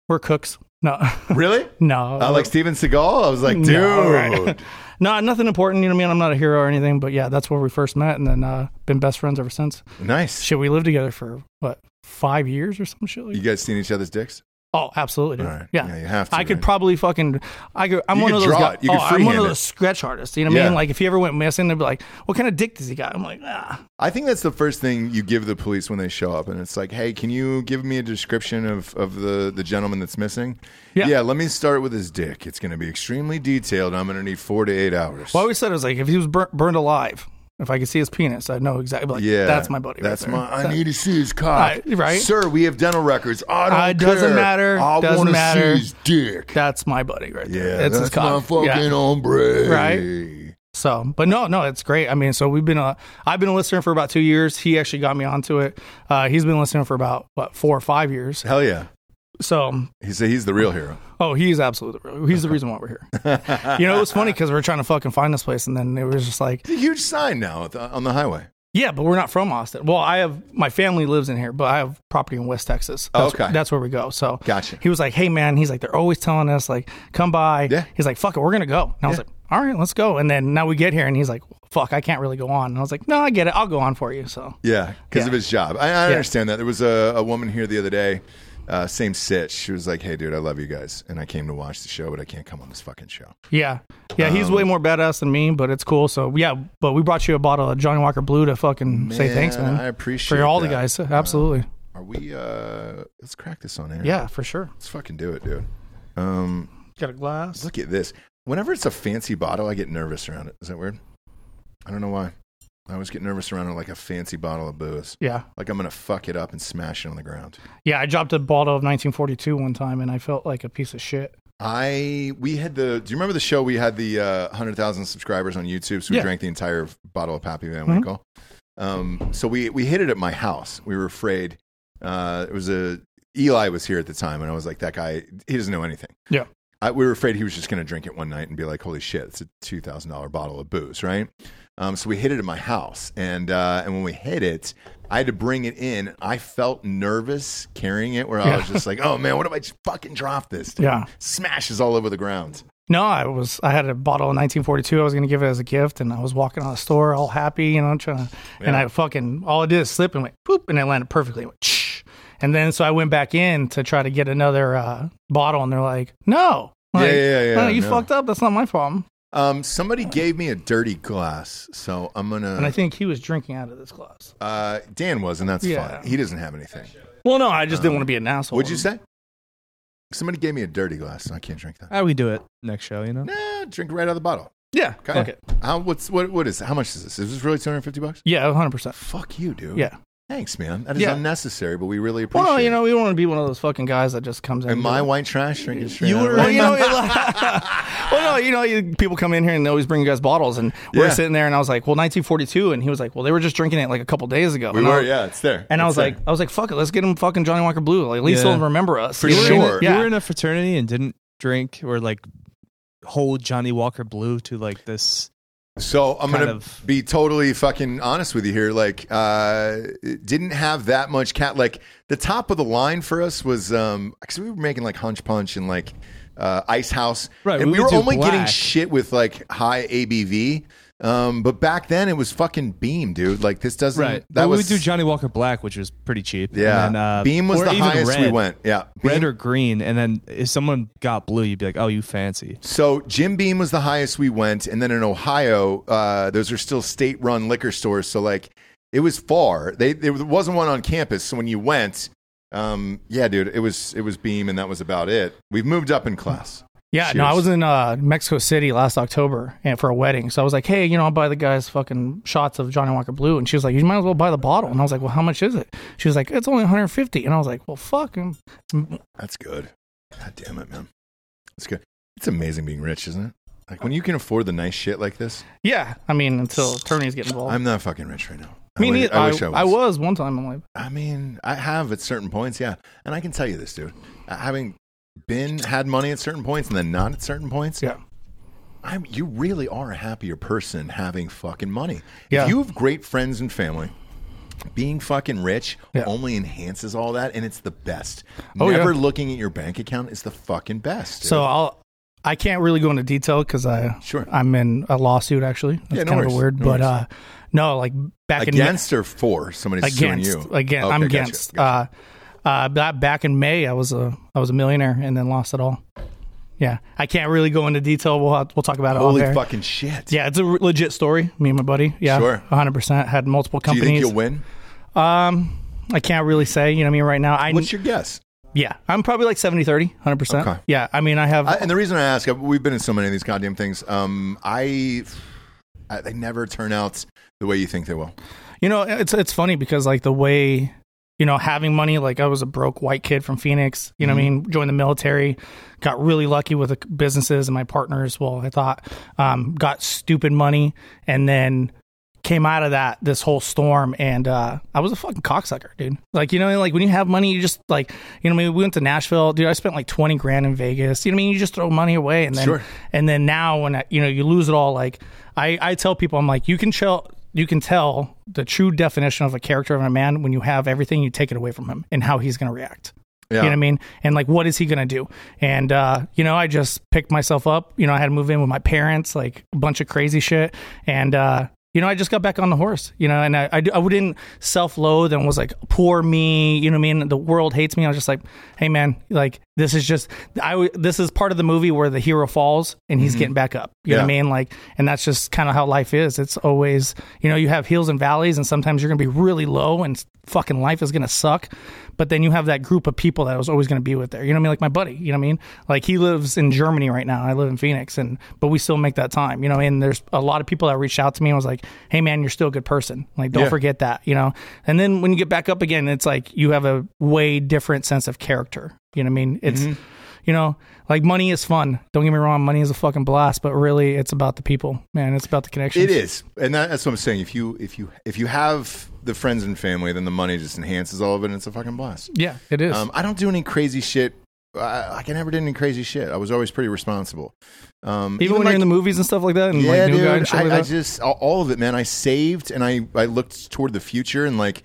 Speaker 12: we're cooks. No,
Speaker 2: really?
Speaker 12: no,
Speaker 2: Uh, like Steven Seagal? I was like, dude.
Speaker 12: No, right. no, nothing important. You know what I mean? I'm not a hero or anything, but yeah, that's where we first met, and then uh, been best friends ever since.
Speaker 2: Nice.
Speaker 12: Shit, we lived together for what five years or some shit. Like
Speaker 2: You guys seen each other's dicks?
Speaker 12: Oh, absolutely, dude.
Speaker 2: All right.
Speaker 12: Yeah.
Speaker 2: Yeah, you have to,
Speaker 12: I could probably fucking. I could. I'm
Speaker 2: You
Speaker 12: one
Speaker 2: could
Speaker 12: of those.
Speaker 2: draw
Speaker 12: guy-
Speaker 2: it. You could
Speaker 12: oh, I'm one
Speaker 2: freehand
Speaker 12: of
Speaker 2: it.
Speaker 12: those sketch artists. You know what I
Speaker 2: Yeah.
Speaker 12: mean? Like if he ever went missing, they'd be like, "What kind of dick does he got?" I'm like, ah.
Speaker 2: I think that's the first thing you give the police when they show up, and it's like, "Hey, can you give me a description of, of the, the gentleman that's missing?" Yeah. let me start with his dick. It's going to be extremely detailed. I'm going to need four to eight hours.
Speaker 12: Well, I always said it was like if he was bur- burned alive. If I could see his penis, I'd know exactly. Like,
Speaker 2: yeah,
Speaker 12: that's my buddy. right
Speaker 2: That's
Speaker 12: there.
Speaker 2: my. I
Speaker 12: That-
Speaker 2: need to see his cock,
Speaker 12: I- right?
Speaker 2: sir? We have dental records. I don't
Speaker 12: Uh, doesn't
Speaker 2: care.
Speaker 12: matter.
Speaker 2: I
Speaker 12: Doesn't
Speaker 2: wanna
Speaker 12: matter.
Speaker 2: See his dick.
Speaker 12: That's my buddy right
Speaker 2: Yeah,
Speaker 12: there. It's his
Speaker 2: that's my
Speaker 12: cock.
Speaker 2: fucking
Speaker 12: Yeah.
Speaker 2: hombre.
Speaker 12: Right? So, but no, no, it's great. I mean, so we've been, uh, I've been a listener for about two years. He actually got me onto it. Uh, he's been listening for about, what, four or five years.
Speaker 2: Hell yeah.
Speaker 12: So,
Speaker 2: He said he's the real hero.
Speaker 12: oh, he is absolutely, he's the reason why we're here. you know, it was funny because we were trying to fucking find this place, and then it was just like
Speaker 2: it's a huge sign now at the- on the highway.
Speaker 12: yeah, but we're not from Austin. Well, I have my family lives in here, but I have property in West Texas.
Speaker 2: Oh,
Speaker 12: That's,
Speaker 2: okay.
Speaker 12: that's where we go. So
Speaker 2: Gotcha.
Speaker 12: He was like, "Hey, man," he's like, "They're always telling us like, come by." Yeah. He's like, "Fuck it, we're gonna go." And I was
Speaker 2: Yeah.
Speaker 12: like, "All right, let's go." And then now we get here, and he's like, "Fuck, I can't really go on." And I was like, "No, I get it. I'll go on for you." So
Speaker 2: Yeah, because of his job. I, I
Speaker 12: Yeah.
Speaker 2: understand that. There was a, a woman here the other day, uh, same sitch. She was like, "Hey, dude, I love you guys, and I came to watch the show, but I can't come on this fucking show."
Speaker 12: yeah, yeah, he's
Speaker 2: Um,
Speaker 12: way more badass than me, but it's cool. So yeah, but we brought you a bottle of Johnny Walker Blue to fucking say
Speaker 2: Man,
Speaker 12: thanks, man.
Speaker 2: I appreciate
Speaker 12: for all
Speaker 2: that. Uh,
Speaker 12: the guys, absolutely.
Speaker 2: Are we? Uh, let's crack this on air.
Speaker 12: Yeah, for sure.
Speaker 2: let's fucking do it, dude. Um,
Speaker 12: Got a glass.
Speaker 2: Look at this. Whenever it's a fancy bottle, I get nervous around it. Is that weird? I don't know why. I always get nervous around like a fancy bottle of booze.
Speaker 12: Yeah.
Speaker 2: like I'm gonna fuck it up and smash it on the ground.
Speaker 12: Yeah, I dropped a bottle of 1942 one time, and I felt like a piece of shit.
Speaker 2: I we had the. Do you remember the show? We had the uh, hundred thousand subscribers on YouTube, so we
Speaker 12: Yeah.
Speaker 2: drank the entire bottle of Pappy Van
Speaker 12: Mhm.
Speaker 2: Winkle. Um, so we we hit it at my house. We were afraid. Uh, it was a Eli was here at the time, and I was like, that guy, he doesn't know anything.
Speaker 12: Yeah.
Speaker 2: I, we were afraid he was just going to drink it one night and be like, "Holy shit, it's a two thousand dollar bottle of booze," right? Um, so we hit it at my house, and uh, and when we hit it, I had to bring it in. I felt nervous carrying it, where I
Speaker 12: Yeah.
Speaker 2: was just like, "Oh man, what if I just fucking drop this?"
Speaker 12: Yeah.
Speaker 2: smashes all over the ground.
Speaker 12: No, I was I had a bottle of 1942. I was going to give it as a gift, and I was walking out of the store all happy, you know, trying to. And
Speaker 2: Yeah.
Speaker 12: I fucking all I did is slip and went poop, and it landed perfectly. It went, "Shh." and then so I went back in to try to get another uh, bottle, and they're like, "No,
Speaker 2: Yeah,
Speaker 12: like,
Speaker 2: yeah, yeah,
Speaker 12: no, you
Speaker 2: no.
Speaker 12: fucked up. That's not my problem."
Speaker 2: Um, somebody gave me a dirty glass, so I'm gonna.
Speaker 12: and I think he was drinking out of this glass.
Speaker 2: uh, Dan was, and that's
Speaker 12: Yeah.
Speaker 2: fine. He doesn't have anything.
Speaker 12: Well, no, I just didn't want to be an asshole.
Speaker 2: Uh. What'd you say? Somebody gave me a dirty glass, and I can't drink that.
Speaker 12: Uh,
Speaker 6: How we do it next show, you know?
Speaker 2: Nah, drink right out of the bottle.
Speaker 12: Yeah.
Speaker 2: Okay. How? What's what? What is? How much is this? Is this really 250 bucks?
Speaker 12: Yeah, 100. percent
Speaker 2: Fuck you, dude.
Speaker 12: Yeah.
Speaker 2: Thanks, man. That is
Speaker 12: Yeah.
Speaker 2: unnecessary, but we really appreciate.
Speaker 12: Well,
Speaker 2: it.
Speaker 12: you know, we don't want to be one of those fucking guys that just comes in.
Speaker 2: And my
Speaker 12: doesn't-
Speaker 2: white trash drinking straight.
Speaker 12: You
Speaker 2: out of
Speaker 12: were,
Speaker 2: it.
Speaker 12: well, you know, you're like- well, no, you know, you, people come in here and they always bring you guys bottles, and we're
Speaker 2: Yeah.
Speaker 12: sitting there, and I was like, well, 1942, and he was like, well, they were just drinking it like a couple days ago.
Speaker 2: we
Speaker 12: and
Speaker 2: were.
Speaker 12: I,
Speaker 2: Yeah, it's there.
Speaker 12: And I
Speaker 2: It's
Speaker 12: was
Speaker 2: there.
Speaker 12: like, I was like, fuck it, let's get him fucking Johnny Walker Blue. Like, at least
Speaker 6: Yeah.
Speaker 12: he'll remember us.
Speaker 6: For
Speaker 12: You know what I mean?
Speaker 6: sure. You were
Speaker 12: Yeah.
Speaker 6: in a fraternity and didn't drink or like hold Johnny Walker Blue to like this.
Speaker 2: So I'm
Speaker 6: kind
Speaker 2: gonna
Speaker 6: of-
Speaker 2: be totally fucking honest with you here. Like, uh, it didn't have that much cat. Like the top of the line for us was um, because we were making like Hunch Punch and like uh, Ice House,
Speaker 6: Right,
Speaker 2: And
Speaker 6: we
Speaker 2: we,
Speaker 6: would
Speaker 2: were
Speaker 6: do
Speaker 2: only getting
Speaker 6: black.
Speaker 2: shit with like high ABV. Um, but back then it was fucking Beam, dude. Like this doesn't.
Speaker 6: Right.
Speaker 2: That
Speaker 6: Well, we
Speaker 2: was
Speaker 6: would do Johnny Walker Black, which was pretty cheap.
Speaker 2: Yeah.
Speaker 6: And then, uh,
Speaker 2: Beam was
Speaker 6: or
Speaker 2: the
Speaker 6: even
Speaker 2: highest we
Speaker 6: red.
Speaker 2: went. Yeah.
Speaker 6: Red or green, and then if someone got blue, you'd be like, "Oh, you fancy."
Speaker 2: So Jim Beam was the highest we went, and then in Ohio, uh, those are still state-run liquor stores. So like, it was far. They there wasn't one on campus. So when you went, um, yeah, dude, it was it was Beam, and that was about it. We've moved up in class.
Speaker 12: Yeah, no, I was in uh, Mexico City last October and for a wedding. So I was like, hey, you know, I'll buy the guys fucking shots of Johnny Walker Blue. And she was like, you might as well buy the bottle. And I was like, well, how much is it? She was like, it's only 150. And I was like, well, fucking.
Speaker 2: That's good. God damn it, man. That's good. It's amazing being rich, isn't it? Like when you can afford the nice shit like this.
Speaker 12: Yeah, I mean, until attorneys get involved.
Speaker 2: I'm not fucking rich right now.
Speaker 12: Me
Speaker 2: I, wi-
Speaker 12: neither.
Speaker 2: I wish Oh. I, was.
Speaker 12: one time in life.
Speaker 2: I mean, I have at certain points, yeah. And I can tell you this, dude. Uh, Having been had money at certain points and then not at certain points,
Speaker 12: yeah.
Speaker 2: I'm, you really are a happier person having fucking money.
Speaker 12: Yeah.
Speaker 2: If you have great friends and family, being fucking rich only enhances all that, and it's the best.
Speaker 12: Oh, yeah.
Speaker 2: Never looking at your bank account is the fucking best. dude.
Speaker 12: So I'll. I can't really go into detail because I
Speaker 2: sure.
Speaker 12: I'm in a lawsuit actually. That's
Speaker 2: Yeah, no
Speaker 12: kind of
Speaker 2: worries,
Speaker 12: weird,
Speaker 2: no
Speaker 12: but
Speaker 2: worries.
Speaker 12: uh, no, like back in
Speaker 2: against or for somebody's
Speaker 12: against
Speaker 2: suing you.
Speaker 12: again
Speaker 2: Okay,
Speaker 12: I'm
Speaker 2: gotcha,
Speaker 12: against. Uh, uh, ba- back in May, I was a I was a millionaire and then lost it all. Yeah, I can't really go into detail. We'll have, we'll talk about it.
Speaker 2: Holy
Speaker 12: off air.
Speaker 2: fucking shit!
Speaker 12: Yeah, it's a re- legit story. Me and my buddy. Yeah,
Speaker 2: Sure.
Speaker 12: 100 percent had multiple
Speaker 2: Do you
Speaker 12: companies.
Speaker 2: think you'll win?
Speaker 12: Um, I can't really say. You know what I mean? Right now, I
Speaker 2: What's your guess?
Speaker 12: Yeah, I'm probably like 70, 30, 100 percent.
Speaker 2: Okay.
Speaker 12: Yeah, I mean, I have.
Speaker 2: I, and the reason I ask, uh, we've been in so many of these goddamn things. Um, I, I they never turn out the way you think they will.
Speaker 12: You know, it's it's funny because like the way you know having money, like I was a broke white kid from Phoenix. You know,
Speaker 2: Mm-hmm.
Speaker 12: what I mean, joined the military, got really lucky with the c- businesses and my partners. Well, I thought um, got stupid money, and then came out of that this whole storm and uh I was a fucking cocksucker, dude. Like you know, like when you have money, you just like you know, what I mean, we went to Nashville, dude. I spent like twenty grand in Vegas. You know, what I mean, you just throw money away, and then
Speaker 2: Sure.
Speaker 12: and then now when I, you know you lose it all, like I I tell people, I'm like you can tell you can tell the true definition of a character of a man when you have everything, you take it away from him and how he's going to react. You
Speaker 13: Yeah.
Speaker 12: know what I mean? And like, what is he going to do? And, uh, you know, I just picked myself up. You know, I had to move in with my parents, like a bunch of crazy shit. And, uh, you know, I just got back on the horse, you know, and I, I, d- I wouldn't self loathe and was like, poor me, you know what I mean? The world hates me. I was just like, hey, man, like, this is just, I, w- this is part of the movie where the hero falls and he's
Speaker 13: Mhm.
Speaker 12: getting back up. You know what I
Speaker 13: Yeah.
Speaker 12: mean? Like, and that's just kind of how life is. It's always, you know, you have hills and valleys, and sometimes you're going to be really low and fucking life is going to suck. But then you have that group of people that I was always going to be with there. You know what I mean? Like my buddy, you know what I mean? Like he lives in Germany right now. I live in Phoenix, and, but we still make that time, you know? And there's a lot of people that reached out to me and was like, hey, man, you're still a good person. Like, don't
Speaker 13: Yeah.
Speaker 12: forget that, you know? And then when you get back up again, it's like you have a way different sense of character. You know what I mean? It's, you know, like money is fun. Don't get me wrong, money is a fucking blast, but really it's about the people, man. It's about the connections.
Speaker 2: It is, and that, that's what I'm saying. If you if you if you have the friends and family, then the money just enhances all of it, and it's a fucking blast.
Speaker 12: Yeah, it is.
Speaker 2: Um, I don't do any crazy shit. I, I can never did any crazy shit. I was always pretty responsible. Um,
Speaker 12: even, when you're in the movies and stuff like that, and
Speaker 2: yeah,
Speaker 12: like new
Speaker 2: dude.
Speaker 12: guy and shit
Speaker 2: I,
Speaker 12: like
Speaker 2: I
Speaker 12: that.
Speaker 2: just all- all of it, man. I saved and I I looked toward the future and like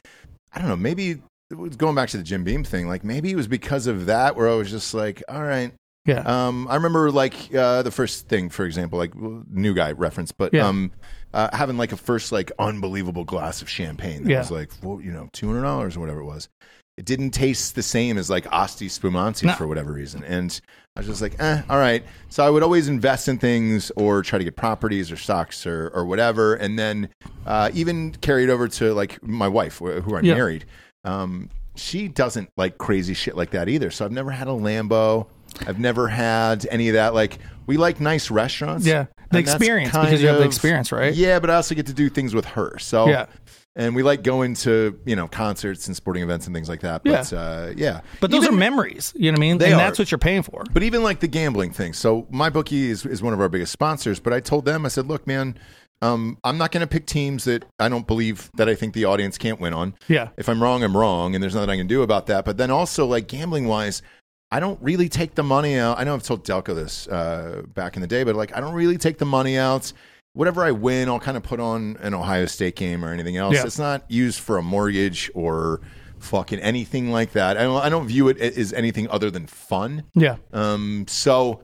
Speaker 2: I don't know, maybe it was going back to the Jim Beam thing, like maybe it was because of that where I was just like, all right.
Speaker 12: Yeah.
Speaker 2: Um, I remember like uh, the first thing, for example, like well, new guy reference, but
Speaker 12: Yeah.
Speaker 2: um, uh, having like a first like unbelievable glass of champagne that
Speaker 12: Yeah.
Speaker 2: was like well, you know two hundred dollars or whatever it was. It didn't taste the same as like Asti Spumanti
Speaker 12: No.
Speaker 2: for whatever reason, and I was just like, eh, all right. So I would always invest in things or try to get properties or stocks or or whatever, and then uh, even carry it over to like my wife, wh- who I
Speaker 1: Yeah.
Speaker 2: married. Um, she doesn't like crazy shit like that either. So I've never had a Lambo. I've never had any of that. Like we like nice restaurants.
Speaker 12: Yeah. The
Speaker 2: and that's
Speaker 12: experience,
Speaker 2: kind
Speaker 12: because you have the experience, right?
Speaker 2: Yeah, but I also get to do things with her. So
Speaker 12: Yeah.
Speaker 2: and we like going to you know concerts and sporting events and things like that. But
Speaker 12: Yeah.
Speaker 2: uh, yeah,
Speaker 12: But those are memories, you know what I mean?
Speaker 2: They
Speaker 12: and
Speaker 2: are.
Speaker 12: that's what you're paying for.
Speaker 2: But even like the gambling thing. So my bookie is, is one of our biggest sponsors. But I told them, I said, look, man, um, I'm not going to pick teams that I don't believe that I think the audience can't win on.
Speaker 12: Yeah.
Speaker 2: If I'm wrong, I'm wrong, and there's nothing I can do about that. But then also, like gambling wise, I don't really take the money out. I know I've told Delco this uh, back in the day, but like I don't really take the money out. Whatever I win, I'll kind of put on an Ohio State game or anything else.
Speaker 1: Yeah.
Speaker 2: It's not used for a mortgage or fucking anything like that. I don't, I don't view it as anything other than fun.
Speaker 12: Yeah.
Speaker 2: Um, so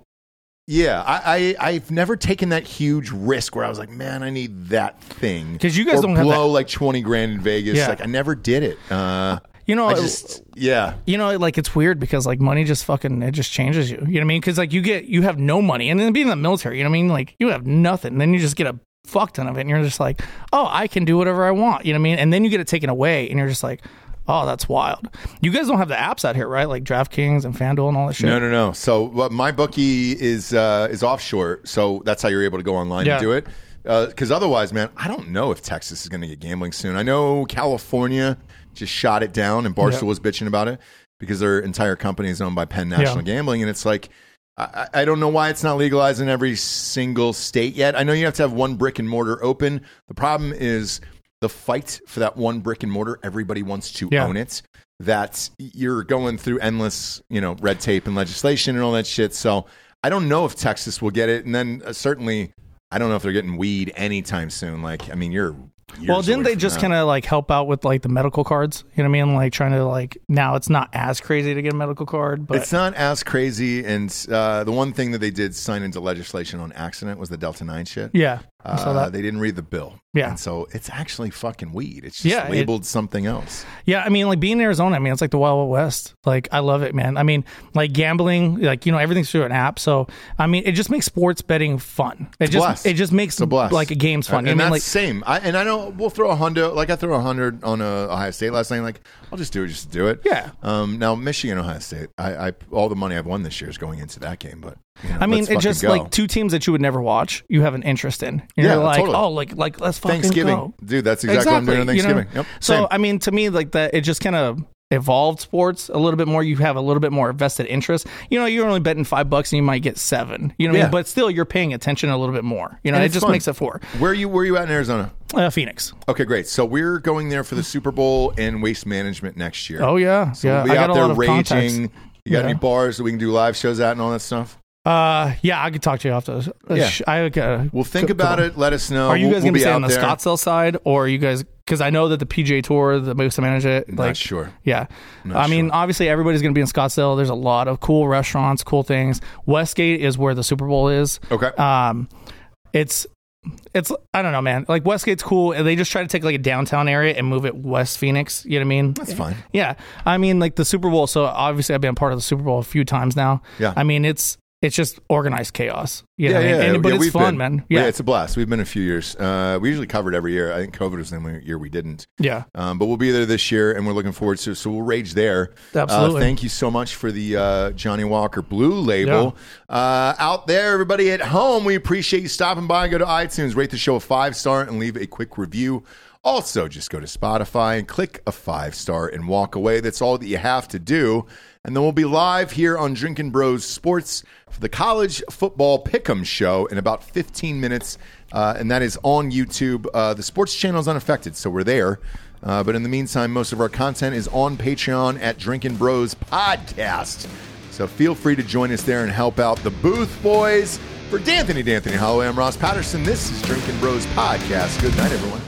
Speaker 2: Yeah, I, I I've never taken that huge risk where I was like, man, I need that thing
Speaker 12: 'Cause you guys
Speaker 2: Or
Speaker 12: don't have
Speaker 2: blow
Speaker 12: that-
Speaker 2: like twenty grand in Vegas.
Speaker 12: Yeah. Oh,
Speaker 2: Like I never did it. Uh,
Speaker 12: You know,
Speaker 2: I just yeah.
Speaker 12: you know, like it's weird because like money just fucking it just changes you. You know what I mean? Because like you get you have no money, and then being in the military, you know what I mean? Like you have nothing, then you just get a fuck ton of it, and you're just like, oh, I can do whatever I want. You know what I mean? And then you get it taken away, and you're just like, oh, that's wild. You guys don't have the apps out here, right? Like DraftKings and FanDuel and all that shit.
Speaker 2: No, no, no. So well, my bookie is uh, is offshore, so that's how you're able to go online
Speaker 12: Yeah.
Speaker 2: and do it. Because otherwise, man, I don't know if Texas is going to get gambling soon. I know California just shot it down, and Barstool
Speaker 1: Yeah.
Speaker 2: was bitching about it because their entire company is owned by Penn National
Speaker 1: Yeah.
Speaker 2: Gambling, and it's like. I, I I don't know why it's not legalized in every single state yet. I know you have to have one brick and mortar open. The problem is the fight for that one brick and mortar. Everybody wants to
Speaker 1: Yeah.
Speaker 2: own it. That you're going through endless, you know, red tape and legislation and all that shit. So I don't know if Texas will get it, and then uh, certainly I don't know if they're getting weed anytime soon. Like, I mean, you're
Speaker 12: well, didn't they just kind of like help out with like the medical cards? You know what I mean? Like trying to like now it's not as crazy to get a medical card, but
Speaker 2: It's not as crazy, and uh, the one thing that they did sign into legislation on accident was the Delta Nine shit.
Speaker 12: Yeah, I saw
Speaker 2: uh,
Speaker 12: that.
Speaker 2: they didn't read the bill.
Speaker 12: Yeah.
Speaker 2: and so it's actually fucking weed. It's just
Speaker 12: Yeah, it-
Speaker 2: labeled something else.
Speaker 12: Yeah, I mean, like being in Arizona, I mean, it's like the Wild, Wild West. Like, I love it, man. I mean, like gambling, like you know, everything's through an app. So, I mean, it just makes sports betting fun. It
Speaker 2: It's a
Speaker 12: just
Speaker 2: blast.
Speaker 12: it just makes
Speaker 2: It's a blast.
Speaker 12: like games fun.
Speaker 2: And,
Speaker 12: I mean,
Speaker 2: that's
Speaker 12: like,
Speaker 2: same. I, and I know we'll throw a hundred. Like I threw a hundred on uh Ohio State last night. Like I'll just do it, just to do it.
Speaker 12: Yeah.
Speaker 2: Um. Now Michigan, Ohio State. I, I all the money I've won this year is going into that game. But you know,
Speaker 12: I mean,
Speaker 2: let's
Speaker 12: it
Speaker 2: fucking
Speaker 12: just
Speaker 2: go.
Speaker 12: like two teams that you would never watch. You have an interest in. You're
Speaker 2: Yeah,
Speaker 12: like,
Speaker 2: totally.
Speaker 12: oh, like like let's fucking
Speaker 2: Thanksgiving,
Speaker 12: go.
Speaker 2: dude. That's exactly, what I'm doing on
Speaker 12: you know?
Speaker 2: Thanksgiving. Yep.
Speaker 12: So
Speaker 2: same.
Speaker 12: I mean, to me, like that, it just kind of evolved sports a little bit more. You have a little bit more vested interest. You know, you're only betting five bucks and you might get seven. You know, what I
Speaker 2: Yeah.
Speaker 12: mean? but still, you're paying attention a little bit more. You know,
Speaker 2: And
Speaker 12: it
Speaker 2: it's
Speaker 12: just
Speaker 2: fun.
Speaker 12: makes it four.
Speaker 2: Where are you? Where are you at in Arizona?
Speaker 12: Uh, Phoenix.
Speaker 2: Okay, great. So we're going there for the Super Bowl and waste management next year.
Speaker 12: Oh, yeah.
Speaker 2: So
Speaker 12: Yeah,
Speaker 2: we'll be
Speaker 12: I got
Speaker 2: out
Speaker 12: a
Speaker 2: there
Speaker 12: lot of contacts.
Speaker 2: raging. You got
Speaker 12: Yeah.
Speaker 2: any bars that we can do live shows at and all that stuff?
Speaker 12: Uh, yeah, I could talk to you after. Uh,
Speaker 2: Yeah.
Speaker 12: sh- I uh,
Speaker 2: Well, think about it. Let us know.
Speaker 12: Are you
Speaker 2: Uh, We'll-
Speaker 12: guys
Speaker 2: we'll
Speaker 12: going
Speaker 2: be
Speaker 12: to stay on
Speaker 2: out
Speaker 12: the
Speaker 2: there.
Speaker 12: Scottsdale side, or are you guys? Because I know that the PJ Tour, the moves to manage it. Like,
Speaker 2: sure.
Speaker 12: Yeah,
Speaker 2: Not
Speaker 12: I mean, obviously everybody's going to be in Scottsdale. There's a lot of cool restaurants, cool things. Westgate is where the Super Bowl is.
Speaker 2: Okay.
Speaker 12: Um, it's. It's I don't know, man. Like Westgate's cool, and they just try to take like a downtown area and move it west Phoenix. You know what I mean? That's
Speaker 2: fine.
Speaker 12: Yeah, I mean like the Super Bowl. So obviously I've been part of the Super Bowl a few times now.
Speaker 2: Yeah.
Speaker 12: I mean it's it's just organized chaos. You know what I mean? And- but it's
Speaker 2: we've
Speaker 12: fun,
Speaker 2: been-
Speaker 12: man.
Speaker 2: Yeah.
Speaker 12: Yeah.
Speaker 2: it's a blast. We've been a few years. Uh, we usually covered every year. I think COVID was the only year we didn't.
Speaker 12: Yeah.
Speaker 2: Um, but we'll be there this year, and we're looking forward to it. So we'll rage there.
Speaker 12: Absolutely.
Speaker 2: Uh, thank you so much for the uh, Johnny Walker Blue label. Uh, out there, everybody at home, we appreciate you stopping by. Go to iTunes, rate the show a five star, and leave a quick review. Also, just go to Spotify and click a five star and walk away. That's all that you have to do. And then we'll be live here on Drinking Bros Sports for the College Football Pick'em Show in about 15 minutes. Uh, and that is on YouTube. Uh, the sports channel is unaffected, so we're there. Uh, but in the meantime, most of our content is on Patreon at Drinking Bros Podcast. So feel free to join us there and help out the Booth Boys. For D'Anthony, D'Anthony Holloway, I'm Ross Patterson. This is Drinking Bros Podcast. Good night, everyone.